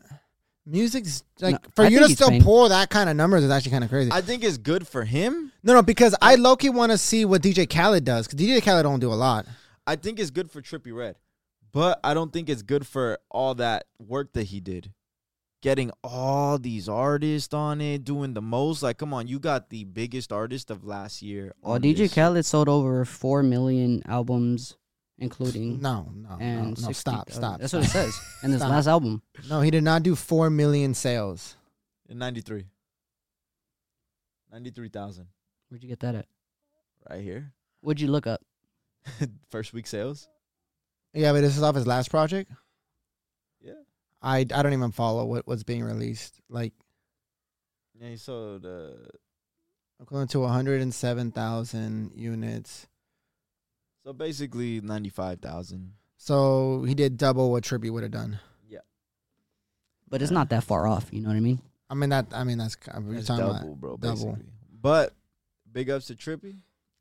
S1: Music's like
S3: No,
S1: for
S3: I
S1: you
S3: think
S1: to
S3: he's
S1: still
S3: paying.
S1: pull that kind of numbers is actually kind of crazy.
S2: I think it's good for him.
S1: no, no, because I low key want to see what DJ Khaled does because DJ Khaled don't do a lot.
S2: I think it's good for Trippy Red, but I don't think it's good for all that work that he did. Getting all these artists on it, doing the most. Like, come on, you got the biggest artist of last year.
S3: Well,
S2: on
S3: DJ
S2: this.
S3: Oh, Khaled sold over four million albums, including
S1: No, no, no,
S3: Mm-hmm. and
S1: no,
S3: 60
S1: stop,
S3: uh,
S1: stop.
S3: That's what it says. And this
S1: Stop.
S3: last album,
S1: No, he did not do four million sales.
S2: in 93. 93,000
S3: where'd you get that at?
S2: right here.
S3: What'd you look up?
S2: First week sales.
S1: Yeah, but this is off his last project.
S2: Yeah.
S1: I, I don't even follow what what's being released. Like
S2: Yeah, he sold uh,
S1: equivalent to one hundred and seven thousand units.
S2: so basically 95,000.
S1: So he did double what Trippy would have done.
S3: But it's not that far off. You know what I mean?
S1: I mean that. I mean that's. You're
S2: That's
S1: talking
S2: double,
S1: about.
S2: bro.
S1: double.
S2: Basically. But big ups to Trippy.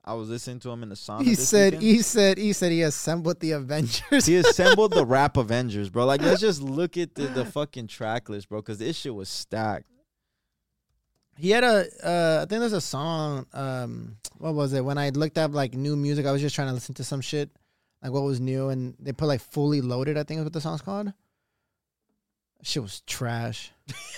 S2: I was listening to him in the song.
S1: He said, he said. He said. He assembled the Avengers.
S2: he assembled the rap Avengers, bro. Like, let's just look at the, the fucking track list, bro, because this shit was stacked.
S1: he had a. Uh, I think there's a song. Um, what was it? When I looked up like new music, I was just trying to listen to some shit, like what was new, and they put like "Fully Loaded." I think is what the song's called. Shit was trash.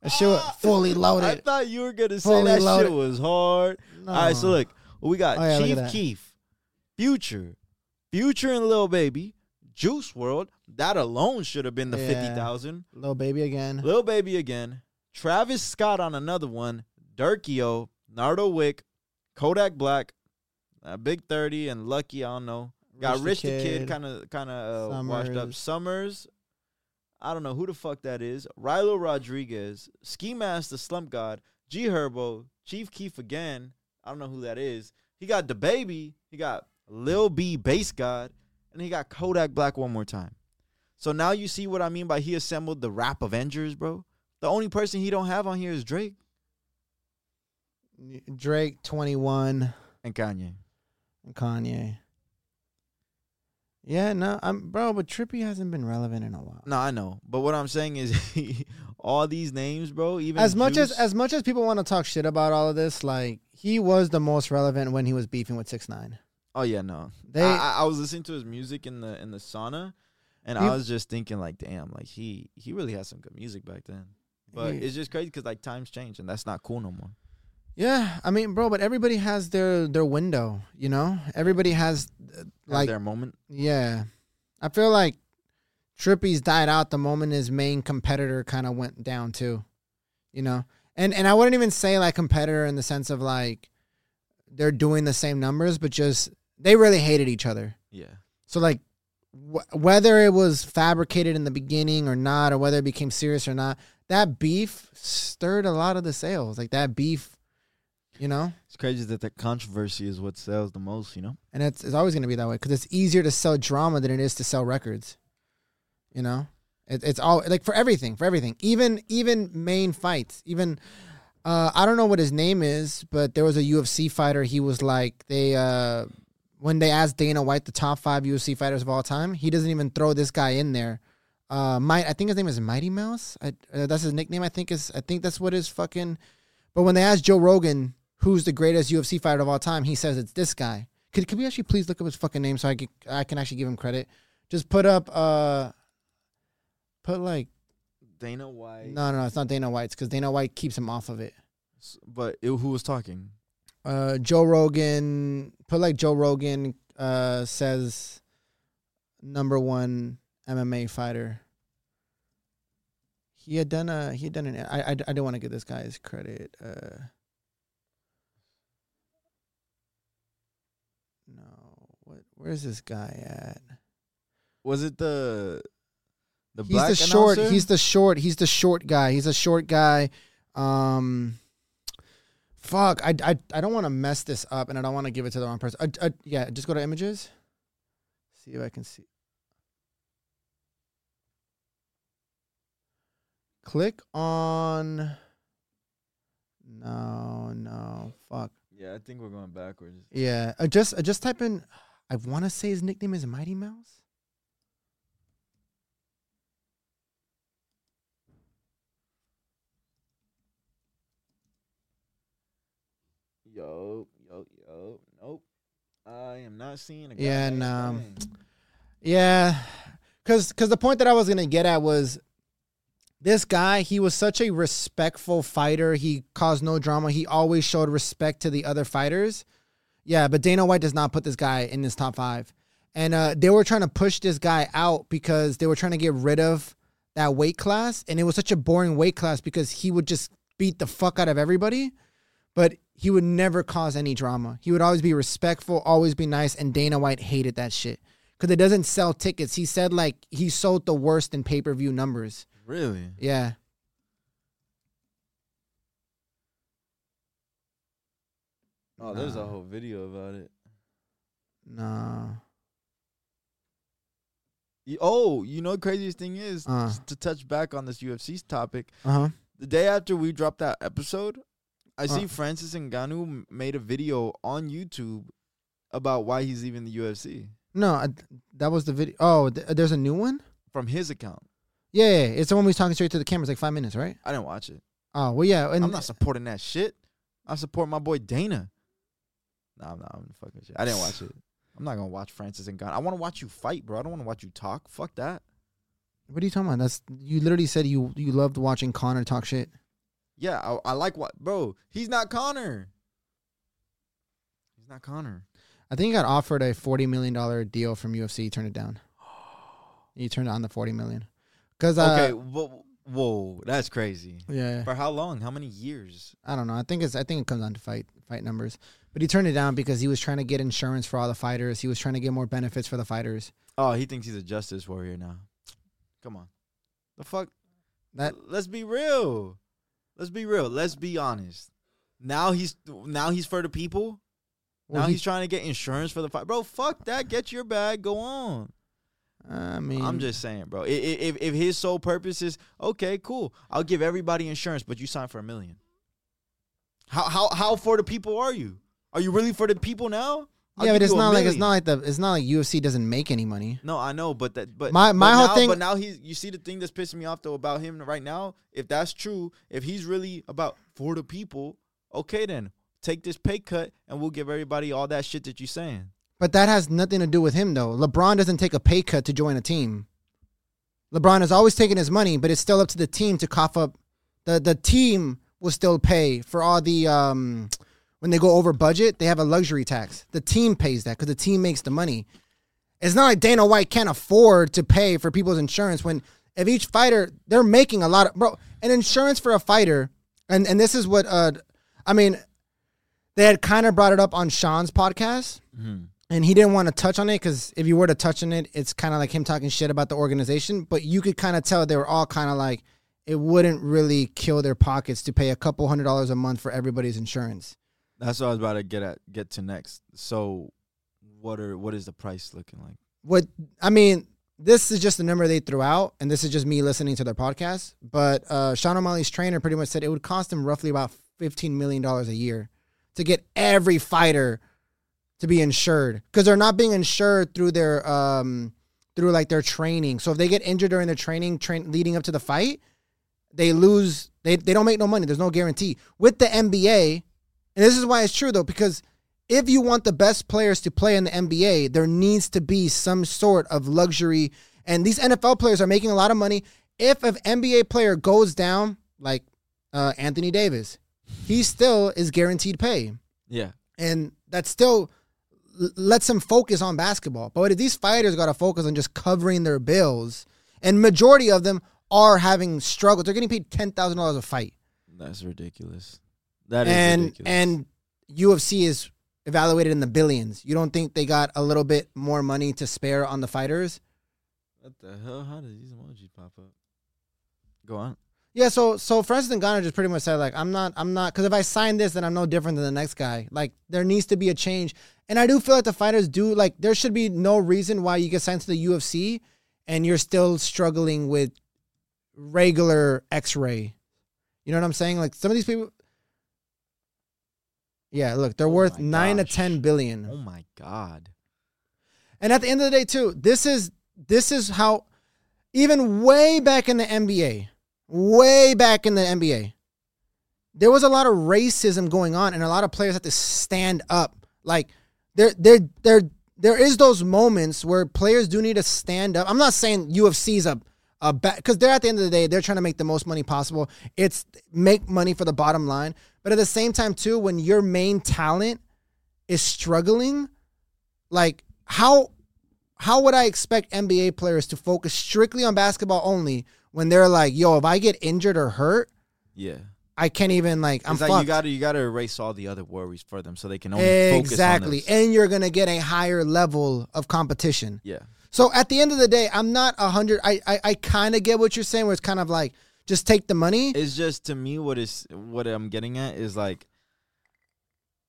S1: That shit was fully
S2: I
S1: loaded.
S2: thought you were gonna say
S1: Fully
S2: that
S1: loaded.
S2: shit was hard.
S1: No.
S2: All right, so look, we got
S1: Oh, yeah, look at
S2: Chief
S1: that.
S2: Keef, Future, Future and Lil Baby, Juice World. That alone should have been the
S1: Yeah.
S2: fifty thousand.
S1: Little baby again.
S2: Lil Baby again, Travis Scott on another one, Durkio, Nardo Wick, Kodak Black, uh, Big Thirty, and Lucky. I don't know. Got Rich the Kid, kind of kind of uh, washed up.
S1: Summers.
S2: Summers, I don't know who the fuck that is. Rilo Rodriguez, Ski Mask, the Slump God, G Herbo, Chief Keef again. I don't know who that is. He got the baby. He got Lil B Bass God, and he got Kodak Black one more time. So now you see what I mean by he assembled the rap Avengers, bro. The only person he don't have on here is Drake
S1: Drake, Twenty One.
S2: and Kanye.
S1: Kanye. Yeah, no, I'm bro, but Trippy hasn't been relevant in a while.
S2: No, I know, but what I'm saying is, all these names, bro. Even
S1: As much as
S2: Juice-
S1: as much as people want to talk shit about all of this, like he was the most relevant when he was beefing with Six Nine.
S2: Oh yeah, no.
S1: They
S2: I, I- I was listening to his music in the in the sauna, and
S1: He-
S2: I was just thinking like, damn, like he he really had some good music back then. But
S1: He-
S2: it's just crazy because like times change, and that's not cool no more.
S1: Yeah, I mean, bro, but everybody has their their window, you know? Everybody has uh,
S2: Have
S1: like
S2: their moment.
S1: yeah. I feel like Trippy's died out the moment his main competitor kind of went down too. You know? And and I wouldn't even say like competitor in the sense of like they're doing the same numbers, but just they really hated each other.
S2: Yeah,
S1: So like wh- whether it was fabricated in the beginning or not or whether it became serious or not, that beef stirred a lot of the sales. Like that beef, you know?
S2: it's crazy that the controversy is what sells the most. You know,
S1: and it's, it's always going to be that way because it's easier to sell drama than it is to sell records you know it, it's all like for everything for everything even even main fights even uh i don't know what his name is but there was a ufc fighter he was like they uh when they asked dana white the top five ufc fighters of all time he doesn't even throw this guy in there uh might i think his name is mighty mouse I, uh, that's his nickname i think is i think that's what his fucking but when they asked Joe Rogan who's the greatest UFC fighter of all time, he says it's this guy. Could could we actually please look up his fucking name so I can I can actually give him credit? Just put up uh put like
S2: Dana White.
S1: no no no it's not Dana White's because Dana White keeps him off of it.
S2: s- But it, who was talking?
S1: Uh Joe Rogan put like Joe Rogan uh says number one MMA fighter. He had done a he had done an I I, I don't want to give this guy his credit. Uh No. What where's this guy at?
S2: Was it the the
S1: he's
S2: black
S1: the short
S2: announcer?
S1: he's the short he's the short guy. He's a short guy. Um Fuck, I, I, I don't want to mess this up and I don't want to give it to the wrong person. Uh, uh, yeah, just go to images. See if I can see. Click on. No, no, fuck.
S2: yeah, I think we're going backwards.
S1: Yeah, uh, just uh, just type in. I want to say his nickname is Mighty Mouse.
S2: yo, yo, yo, nope. I am not seeing a guy.
S1: Yeah,
S2: named
S1: nah.
S2: Ryan.
S1: Yeah, because the point that I was gonna get at was this guy. He was such a respectful fighter. He caused no drama. He always showed respect to the other fighters. Yeah, but Dana White does not put this guy in his top five, and uh, they were trying to push this guy out because they were trying to get rid of that weight class, and it was such a boring weight class because he would just beat the fuck out of everybody, but he would never cause any drama. He would always be respectful, always be nice, and Dana White hated that shit because it doesn't sell tickets. He said like he sold the worst in pay per view numbers.
S2: Really?
S1: Yeah.
S2: Oh, there's a
S1: Nah.
S2: whole video about it.
S1: No.
S2: Y- Oh, you know the craziest thing is
S1: Uh.
S2: s- to touch back on this UFC's topic.
S1: Uh huh.
S2: The day after we dropped that episode, I see
S1: Uh.
S2: Francis Ngannou m- made a video on YouTube about why he's leaving the UFC
S1: No, I, that was the video. Oh, th- there's a new one.
S2: from his account.
S1: Yeah, yeah, yeah. it's the one we was talking straight to the camera. It's like five minutes, right?
S2: I didn't watch it.
S1: Oh well, yeah. And
S2: I'm not supporting that shit. I support my boy Dana. Nah, I'm not. I'm fucking shit. I didn't watch it. I'm not gonna watch Francis Ngannou. I want to watch you fight, bro. I don't want to watch you talk. Fuck that.
S1: what are you talking about? That's you literally said you you loved watching Connor talk shit.
S2: Yeah, I, I like what, bro. He's not Connor. He's not Connor.
S1: I think he got offered a forty million dollar deal from UFC. He turned it down. He turned on the forty million. Cause uh,
S2: okay, whoa, whoa, that's crazy.
S1: yeah.
S2: For how long? How many years?
S1: I don't know. I think it's I think it comes down to fight fight numbers. But he turned it down because he was trying to get insurance for all the fighters. He was trying to get more benefits for the fighters.
S2: Oh, he thinks he's a justice warrior now. Come on, the fuck.
S1: That
S2: Let's be real. Let's be real. Let's be honest. Now he's now he's for the people.
S1: well,
S2: now
S1: he-
S2: he's trying to get insurance for the fight, bro. Fuck that. Get your bag. Go on.
S1: I mean,
S2: I'm just saying, bro. I- i- If if his sole purpose is okay, cool. I'll give everybody insurance, but you sign for a million. How how how for the people are you? Are you really for the people now? I'll
S1: yeah,
S2: give
S1: but it's
S2: you a
S1: not like it's
S2: million.
S1: not like the it's not like UFC doesn't make any money.
S2: No, I know, but that but
S1: My-
S2: but
S1: my whole
S2: now,
S1: thing-
S2: But now he's you see the thing that's pissing me off though about him right now. If that's true, if he's really about for the people, okay then take this pay cut and we'll give everybody all that shit that you're saying.
S1: But that has nothing to do with him though. LeBron doesn't take a pay cut to join a team. LeBron has always taken his money, but it's still up to the team to cough up. the The team will still pay for all the um when they go over budget. They have a luxury tax. The team pays that because the team makes the money. It's not like Dana White can't afford to pay for people's insurance when if each fighter they're making a lot of bro an insurance for a fighter and and this is what uh I mean they had kind of brought it up on Sean's podcast and he didn't want to touch on it because if you were to touch on it, it's kind of like him talking shit about the organization. But you could kind of tell they were all kind of like, it wouldn't really kill their pockets to pay a couple hundred dollars a month for everybody's insurance.
S2: That's what I was about to get at get to next. So what are what is the price looking like?
S1: What I mean, this is just the number they threw out, and this is just me listening to their podcast. But uh, Sean O'Malley's trainer pretty much said it would cost him roughly about fifteen million dollars a year to get every fighter to be insured because they're not being insured through their um through like their training. So if they get injured during their training, train leading up to the fight, they lose. They they don't make no money. There's no guarantee with the NBA, and this is why it's true though because if you want the best players to play in the NBA, there needs to be some sort of luxury. And these NFL players are making a lot of money. If an NBA player goes down, like uh, Anthony Davis, he still is guaranteed pay
S2: Yeah.
S1: and that still l- lets them focus on basketball. But if these fighters got to focus on just covering their bills, and majority of them are having struggles. They're getting paid ten thousand dollars a fight,
S2: That's ridiculous. That is
S1: and
S2: ridiculous.
S1: and UFC is evaluated in the billions. You don't think they got a little bit more money to spare on the fighters?
S2: what the hell? How did these emojis pop up? Go on.
S1: Yeah, so so Francis Ngannou just pretty much said like I'm not I'm not because if I sign this then I'm no different than the next guy. Like there needs to be a change, and I do feel like the fighters do like there should be no reason why you get signed to the UFC and you're still struggling with regular X-ray. You know what I'm saying? Like some of these people. Yeah, look, they're
S2: Oh
S1: worth
S2: my
S1: nine to
S2: gosh.
S1: ten billion.
S2: Oh my god.
S1: And at the end of the day, too, this is this is how even way back in the NBA, way back in the NBA, there was a lot of racism going on, and a lot of players had to stand up. Like there, there, there, there is those moments where players do need to stand up. I'm not saying UFC's a a bad because they're at the end of the day they're trying to make the most money possible. It's make money for the bottom line, but at the same time too, when your main talent is struggling, like how how would I expect NBA players to focus strictly on basketball only when they're like, yo, if I get injured or hurt,
S2: Yeah.
S1: I can't even like I'm
S2: It's like
S1: fucked.
S2: you gotta you gotta erase all the other worries for them so they can only
S1: exactly,
S2: focus on this.
S1: and you're gonna get a higher level of competition.
S2: Yeah.
S1: So at the end of the day, I'm not a hundred. I I, I kind of get what you're saying, where it's kind of like just take the money.
S2: It's just to me what is what I'm getting at is like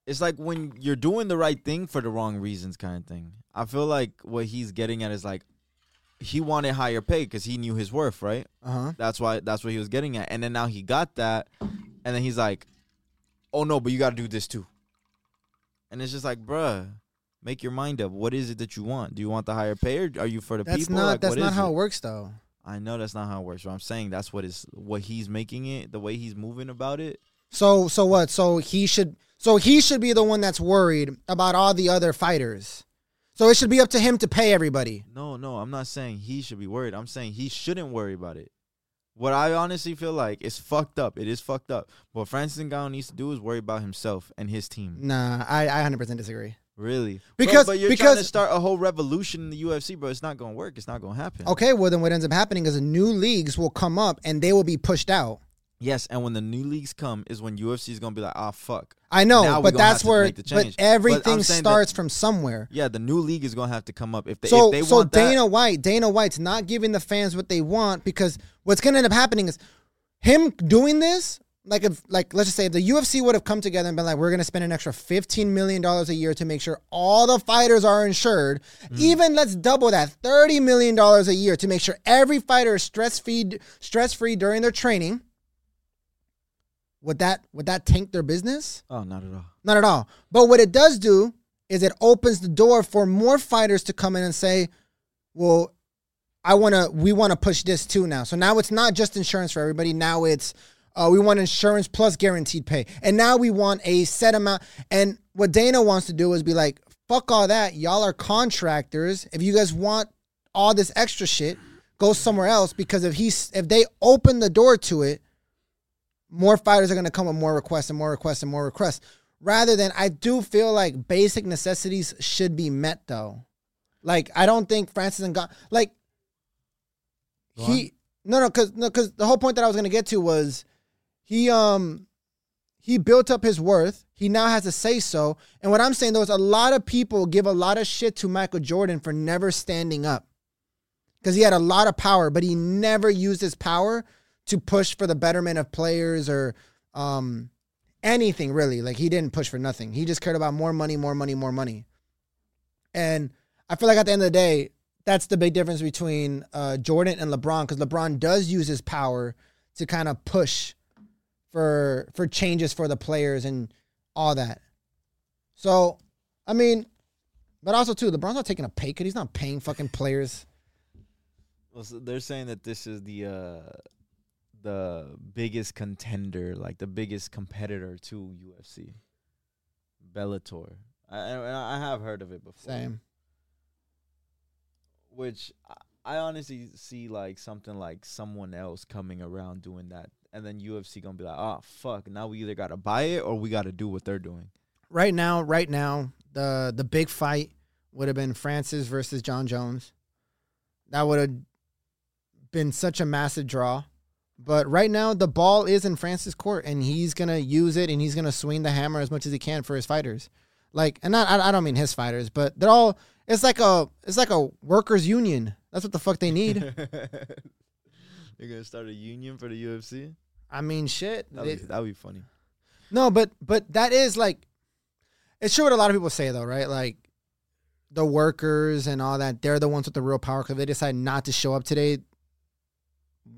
S2: it's like when you're doing the right thing for the wrong reasons kind of thing. I feel like what he's getting at is like he wanted higher pay because he knew his worth, right?
S1: Uh huh.
S2: That's why that's what he was getting at. And then now he got that and then he's like, "Oh no, but you got to do this too." And it's just like, "Bruh, make your mind up. What is it that you want? Do you want the higher pay or are you for the
S1: That's
S2: people?"
S1: not
S2: Like,
S1: that's
S2: what
S1: not
S2: is
S1: how
S2: it?
S1: it works though.
S2: I know that's not how it works, but I'm saying that's what is what he's making it, the way he's moving about it.
S1: So so what? So he should so he should be the one that's worried about all the other fighters. So it should be up to him to pay everybody.
S2: No, no, I'm not saying he should be worried. I'm saying he shouldn't worry about it. What I honestly feel like is fucked up. It is fucked up. What Francis Ngannou needs to do is worry about himself and his team.
S1: Nah, I I 100% disagree.
S2: Really, Bro,
S1: Because-
S2: but you're trying to
S1: because-
S2: start a whole revolution in the UFC, bro. It's not gonna work. It's not gonna happen.
S1: Okay, well then what ends up happening is new leagues will come up and they will be pushed out.
S2: Yes, and when the new leagues come, is when UFC is gonna be like, ah, fuck.
S1: I know,
S2: Now we
S1: but
S2: gonna have
S1: that's
S2: to
S1: where
S2: make the
S1: but
S2: change. But I'm
S1: everything
S2: saying that-
S1: starts from somewhere.
S2: Yeah, the new league is gonna have to come up if they
S1: So
S2: if they
S1: so
S2: want
S1: Dana
S2: that.
S1: White, Dana White's not giving the fans what they want because what's going to end up happening is him doing this. Like if like let's just say if the UFC would have come together and been like, we're going to spend an extra fifteen million dollars a year to make sure all the fighters are insured.
S2: Mm.
S1: Even let's double that thirty million dollars a year to make sure every fighter is stress free stress free during their training. Would that would that tank their business?
S2: Oh, not at all.
S1: Not at all. But what it does do is it opens the door for more fighters to come in and say, "Well, I want to. We want to push this too now." So now it's not just insurance for everybody. Now it's uh, we want insurance plus guaranteed pay, and now we want a set amount. And what Dana wants to do is be like, "Fuck all that. Y'all are contractors. If you guys want all this extra shit, go somewhere else." Because if he's if they open the door to it, more fighters are going to come with more requests and more requests and more requests. Rather than, I do feel like basic necessities should be met though. Like I don't think Francis and God like
S2: Go
S1: he no no because no because the whole point that I was going to get to was he um he built up his worth. He now has to say so. And what I'm saying though is a lot of people give a lot of shit to Michael Jordan for never standing up because he had a lot of power, but he never used his power to push for the betterment of players or um, anything really. Like he didn't push for nothing. He just cared about more money, more money, more money. And I feel like at the end of the day, that's the big difference between uh, Jordan and LeBron because LeBron does use his power to kind of push for for changes for the players and all that. So, I mean, but also too, LeBron's not taking a pay cut. He's not paying fucking players.
S2: Well, so they're saying that this is the uh, the biggest contender, like the biggest competitor to UFC, Bellator. I I, I have heard of it before.
S1: Same.
S2: Which I- I honestly see like something like someone else coming around doing that, and then UFC gonna be like, oh fuck, now we either gotta buy it or we gotta do what they're doing.
S1: right now, right now, the the big fight would have been Francis versus John Jones. That would have been such a massive draw. But right now, the ball is in Francis' court, and he's gonna use it, and he's gonna swing the hammer as much as he can for his fighters. Like, and not, I, I don't mean his fighters, but they're all. It's like a, it's like a workers' union. That's what the fuck they need.
S2: They're gonna start a union for the UFC.
S1: I mean, shit.
S2: That'd be,
S1: It-
S2: that'd be funny.
S1: No, but but that is like it's true what a lot of people say though, right? Like the workers and all that, they're the ones with the real power because they decide not to show up today.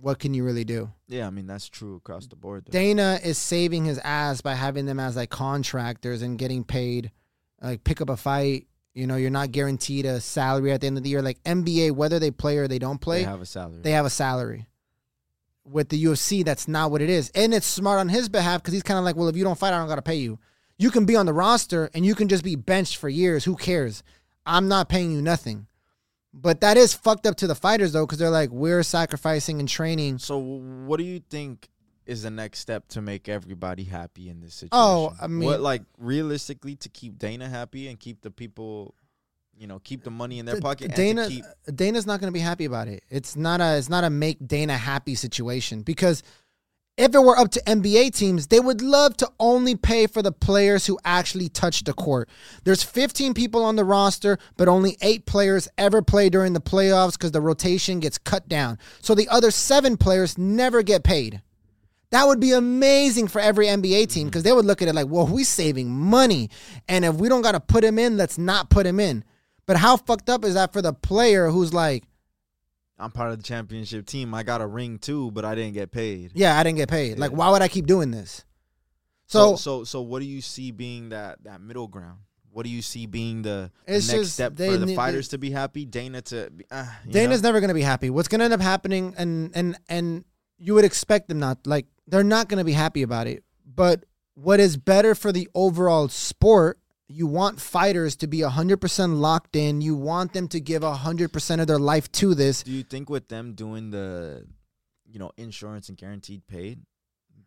S1: What can you really do?
S2: Yeah, I mean that's true across the board. Though.
S1: Dana is saving his ass by having them as like contractors and getting paid, like pick up a fight. You know, you're not guaranteed a salary at the end of the year. Like NBA, whether they play or they don't play,
S2: They have a salary.
S1: they have a salary. with the UFC, that's not what it is. And it's smart on his behalf because he's kind of like, well, if you don't fight, I don't got to pay you. You can be on the roster and you can just be benched for years. Who cares? I'm not paying you nothing. But that is fucked up to the fighters though, because they're like, we're sacrificing and training.
S2: So, what do you think is the next step to make everybody happy in this situation?
S1: Oh, I mean-
S2: what like realistically to keep Dana happy and keep the people, you know, keep the money in their
S1: D-
S2: pocket.
S1: Dana,
S2: and to keep,
S1: Dana's not going to be happy about it. It's not a it's not a make Dana happy situation because if it were up to NBA teams, they would love to only pay for the players who actually touch the court. There's 15 people on the roster, but only eight players ever play during the playoffs because the rotation gets cut down. So the other seven players never get paid. That would be amazing for every NBA team because they would look at it like, well, we're saving money. And if we don't got to put him in, let's not put him in. But how fucked up is that for the player who's like,
S2: I'm part of the championship team. I got a ring too, but I didn't get paid.
S1: yeah, I didn't get paid. Like,
S2: Yeah.
S1: why would I keep doing this? So,
S2: so, so, so what do you see being that that middle ground? What do you see being the, the
S1: It's
S2: next
S1: just
S2: step
S1: they
S2: for the
S1: need-
S2: fighters to be happy? Dana to be, uh,
S1: Dana's never going to be happy. What's going to end up happening, and and and you would expect them not like they're not going to be happy about it. But what is better for the overall sport? You want fighters to be 100% locked in. You want them to give 100% of their life to this.
S2: Do you think with them doing the, you know, insurance and guaranteed paid,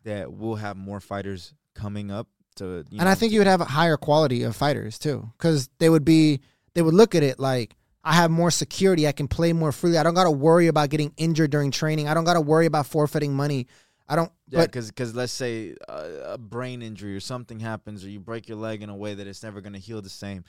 S2: that we'll have more fighters coming up to? You
S1: and I think you would have a higher quality of fighters too, because they would be they would look at it like I have more security, I can play more freely. I don't got to worry about getting injured during training. I don't got to worry about forfeiting money. I don't.
S2: yeah,
S1: but
S2: because let's say uh, a brain injury or something happens, or you break your leg in a way that it's never going to heal the same.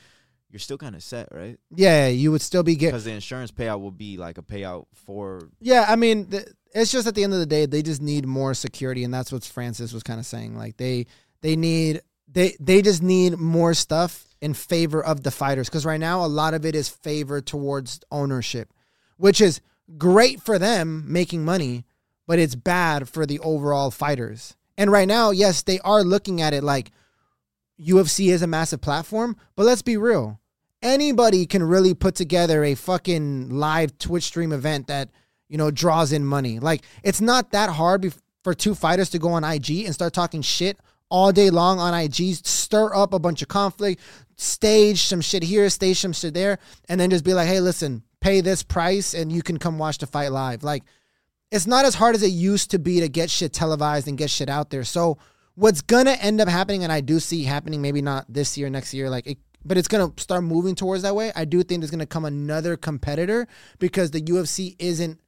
S2: You're still kind of set, right?
S1: yeah, you would still be getting.
S2: Because the insurance payout will be like a payout for
S1: Yeah, I mean, th- it's just at the end of the day, they just need more security, and that's what Francis was kind of saying. Like they they need they they just need more stuff in favor of the fighters because right now a lot of it is favor towards ownership, which is great for them making money, but it's bad for the overall fighters. And right now, yes, they are looking at it like UFC is a massive platform, but let's be real. Anybody can really put together a fucking live Twitch stream event that, you know, draws in money. Like, it's not that hard bef- for two fighters to go on IG and start talking shit all day long on IG, stir up a bunch of conflict, stage some shit here, stage some shit there, and then just be like, hey, listen, pay this price and you can come watch the fight live. Like, it's not as hard as it used to be to get shit televised and get shit out there. So what's gonna end up happening, and I do see happening, maybe not this year, next year, like it, but it's gonna start moving towards that way. I do think there's gonna come another competitor because the UFC isn't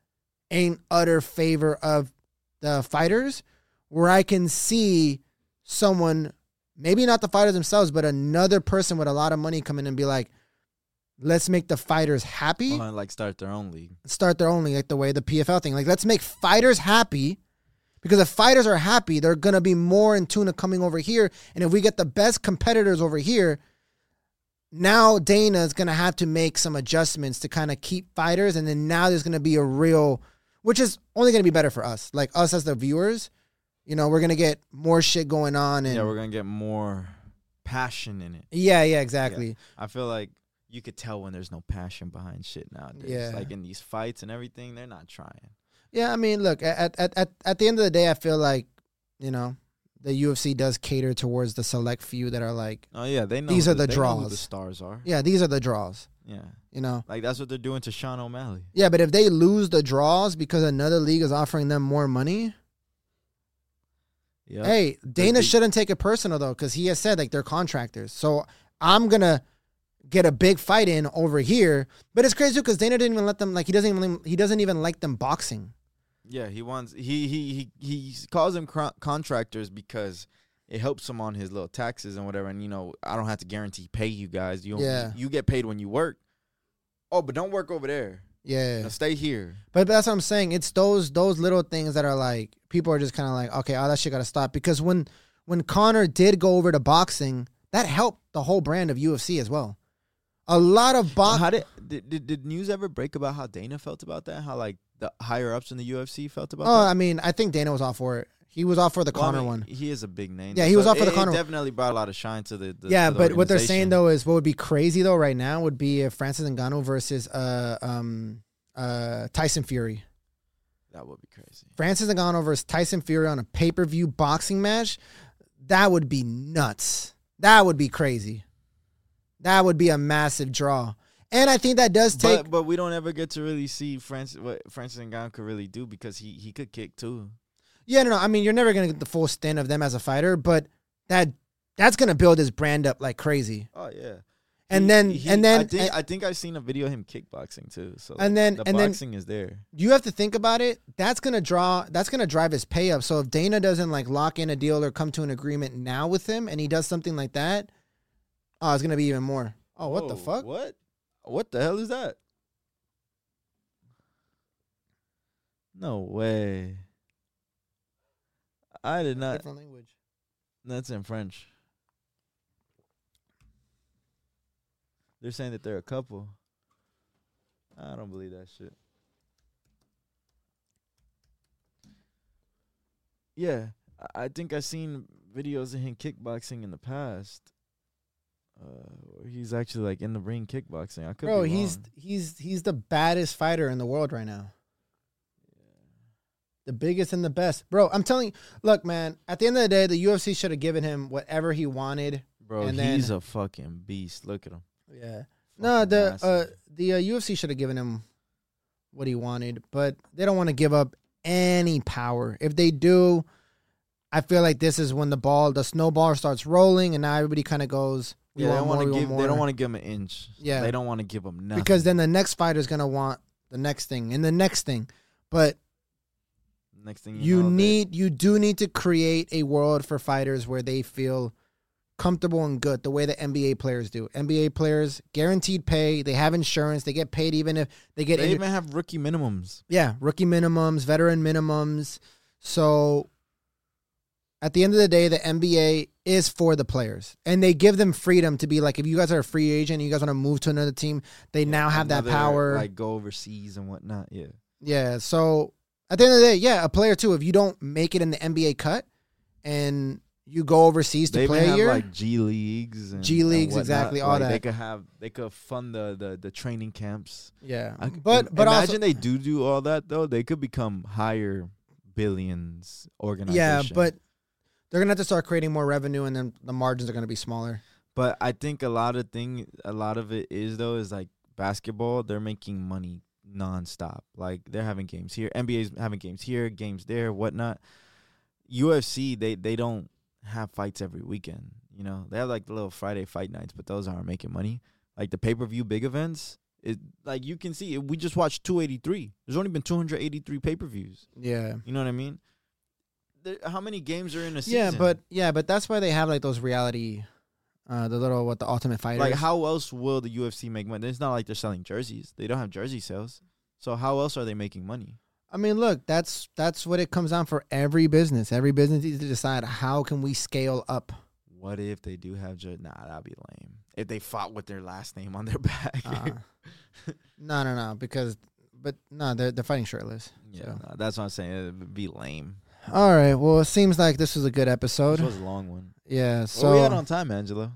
S1: in utter favor of the fighters, where I can see someone, maybe not the fighters themselves, but another person with a lot of money come in and be like, let's make the fighters happy
S2: uh, like start their own league.
S1: start their own league, like the way the PFL thing. Like, let's make fighters happy because if fighters are happy, they're going to be more in tune to coming over here. And if we get the best competitors over here, now Dana is going to have to make some adjustments to kind of keep fighters. And then now there's going to be a real, which is only going to be better for us, like us as the viewers. You know, we're going to get more shit going on. And
S2: Yeah, we're gonna get more passion in it.
S1: yeah, yeah, exactly.
S2: I feel like you could tell when there's no passion behind shit nowadays.
S1: Yeah.
S2: Like in these fights and everything, they're not trying.
S1: Yeah, I mean, look, at at at at the end of the day, I feel like you know the UFC does cater towards the select few that are like,
S2: Oh yeah, they know
S1: These
S2: who
S1: are the
S2: they know who the
S1: draws.
S2: stars are. Yeah.
S1: yeah, these are the draws, you know.
S2: Like that's what they're doing to Sean O'Malley.
S1: Yeah, but if they lose the draws because another league is offering them more money,
S2: Yeah.
S1: hey, Dana
S2: they-
S1: shouldn't take it personal though, because he has said like they're contractors. So I'm gonna get a big fight in over here. But it's crazy because Dana didn't even let them like he doesn't even he doesn't even like them boxing.
S2: Yeah, he wants he he he he calls them cr- contractors because it helps him on his little taxes and whatever. And you know, I don't have to guarantee pay you guys. You only,
S1: Yeah.
S2: you get paid when you work. Oh, but don't work over there.
S1: Yeah.
S2: Now stay here.
S1: But that's what I'm saying. It's those those little things that are like people are just kind of like, okay, all that shit got to stop. Because when when Connor did go over to boxing, that helped the whole brand of UFC as well. A lot of box.
S2: how did, did did did news ever break about how Dana felt about that? How like the higher ups in the UFC felt about
S1: oh,
S2: that?
S1: I mean, I think Dana was all for it. He was all for the
S2: Well, I
S1: Connor
S2: mean,
S1: one.
S2: He is a big name.
S1: Yeah, he was
S2: So
S1: off for the
S2: it- it
S1: Conor one.
S2: Definitely brought a lot of shine to the. the
S1: yeah,
S2: to the
S1: but what they're saying
S2: organization.
S1: though is what would be crazy though right now would be if Francis Ngannou versus uh um uh Tyson Fury.
S2: That would be crazy.
S1: Francis Ngannou versus Tyson Fury on a pay per view boxing match, that would be nuts. That would be crazy. That would be a massive draw. And I think that does take.
S2: but but we don't ever get to really see Francis what Francis Ngannou could really do because he he could kick too.
S1: yeah, no, no. I mean, you're never gonna get the full stint of them as a fighter, but that that's gonna build his brand up like crazy.
S2: Oh yeah.
S1: And
S2: He-
S1: then,
S2: he-
S1: and then,
S2: I think I think I've seen a video of him kickboxing too. So
S1: And then-
S2: the
S1: and then-
S2: boxing is there.
S1: you have to think about it. That's gonna draw. That's gonna drive his pay up. So if Dana doesn't like lock in a deal or come to an agreement now with him, and he does something like that, oh, it's gonna be even more. Oh, what the
S2: Whoa,
S1: fuck?
S2: What? What the hell is that? No way. I did not.
S1: Different language.
S2: That's in French. They're saying that they're a couple. I don't believe that shit. Yeah, I- I think i seen videos of him kickboxing in the past. Uh, where he's actually like in the ring kickboxing. I could
S1: Bro,
S2: be
S1: he's
S2: wrong.
S1: he's he's the baddest fighter in the world right now. The biggest and the best. Bro, I'm telling you, look, man, at the end of the day, the UFC should have given him whatever he wanted.
S2: bro.
S1: and
S2: he's
S1: then-
S2: a fucking beast. Look at him.
S1: Yeah. No,
S2: Fucking
S1: the uh,
S2: massive.
S1: the uh, UFC should have given him what he wanted, but they don't want to give up any power. If they do, I feel like this is when the ball, the snowball starts rolling, and now everybody kind of goes, "We
S2: yeah, they
S1: want
S2: don't
S1: more,
S2: want
S1: we
S2: to
S1: want
S2: give.
S1: more."
S2: They don't want to give him an inch.
S1: Yeah.
S2: they don't want to give him nothing
S1: because then the next fighter is gonna want the next thing and the next thing, but
S2: next thing you,
S1: you
S2: know, they-
S1: need you do need to create a world for fighters where they feel comfortable and good the way that NBA players do. NBA players guaranteed pay, they have insurance, they get paid even if they get
S2: They
S1: injured.
S2: even have rookie minimums.
S1: yeah, rookie minimums, veteran minimums. So at the end of the day, the NBA is for the players. And they give them freedom to be like if you guys are a free agent and you guys want to move to another team, they now have that
S2: Another,
S1: power.
S2: Like go overseas and whatnot. Yeah.
S1: Yeah. So at the end of the day, yeah, a player too. If you don't make it in the NBA cut and you go overseas to
S2: they even
S1: play a
S2: have
S1: year,
S2: like G leagues. And,
S1: G
S2: and
S1: leagues,
S2: whatnot.
S1: exactly, all
S2: Like,
S1: that.
S2: They could have. They could fund the the, the training camps.
S1: yeah.
S2: I c-
S1: but but
S2: imagine
S1: also
S2: they do do all that though. They could become higher billions organization.
S1: yeah, but they're gonna have to start creating more revenue, and then the margins are gonna be smaller.
S2: but I think a lot of thing, a lot of it is though is like basketball. They're making money nonstop. Like they're having games here. NBA's having games here, games there, whatnot. UFC they they don't have fights every weekend. You know they have like the little Friday fight nights, but those aren't making money. Like the pay per view big events. It, like you can see, we just watched 283. There's only been 283 pay per views.
S1: Yeah.
S2: You know what I mean? There, how many games are in a season?
S1: Yeah, but yeah, but that's why they have like those reality, uh, the little what the Ultimate Fighter.
S2: Like, how else will the UFC make money? It's not like they're selling jerseys. They don't have jersey sales. So how else are they making money?
S1: I mean, look, that's that's what it comes down for every business. Every business needs to decide how can we scale up.
S2: What if they do have jer- Nah, that'd be lame. If they fought with their last name on their back.
S1: Uh, no, no, no, because but no, they're they're fighting shirtless.
S2: yeah,
S1: so.
S2: nah, that's what I'm saying. It'd be lame.
S1: All right. Well, it seems like this was a good episode.
S2: This was a long one.
S1: yeah. So
S2: what we had on time, Angela?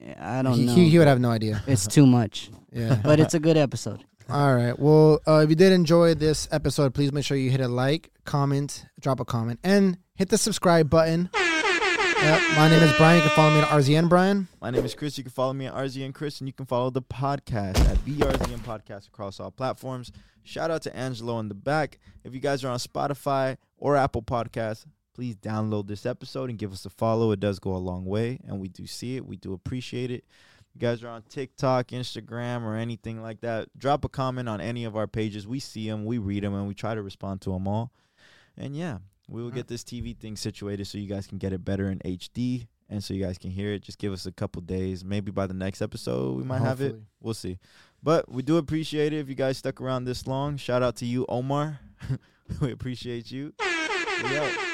S3: Yeah, I don't
S1: he,
S3: know.
S1: he, he would have no idea.
S3: it's too much,
S1: Yeah.
S3: but it's a good episode.
S1: All right. Well, uh, if you did enjoy this episode, please make sure you hit a like, comment, drop a comment, and hit the subscribe button. Yep. My name is Brian. You can follow me at RZN Brian.
S2: My name is Chris. You can follow me at RZN Chris, and you can follow the podcast at BRZN Podcast across all platforms. Shout out to Angelo in the back. If you guys are on Spotify or Apple Podcasts, please download this episode and give us a follow. It does go a long way, and we do see it. We do appreciate it. You guys are on TikTok, Instagram, or anything like that. Drop a comment on any of our pages. We see them, we read them, and we try to respond to them all. And yeah, we will get this TV thing situated so you guys can get it better in HD and so you guys can hear it. Just give us a couple days. Maybe by the next episode, we might have it.
S1: Uh, Hopefully.
S2: We'll see. But we do appreciate it if you guys stuck around this long. Shout out to you, Omar. we appreciate you. We out.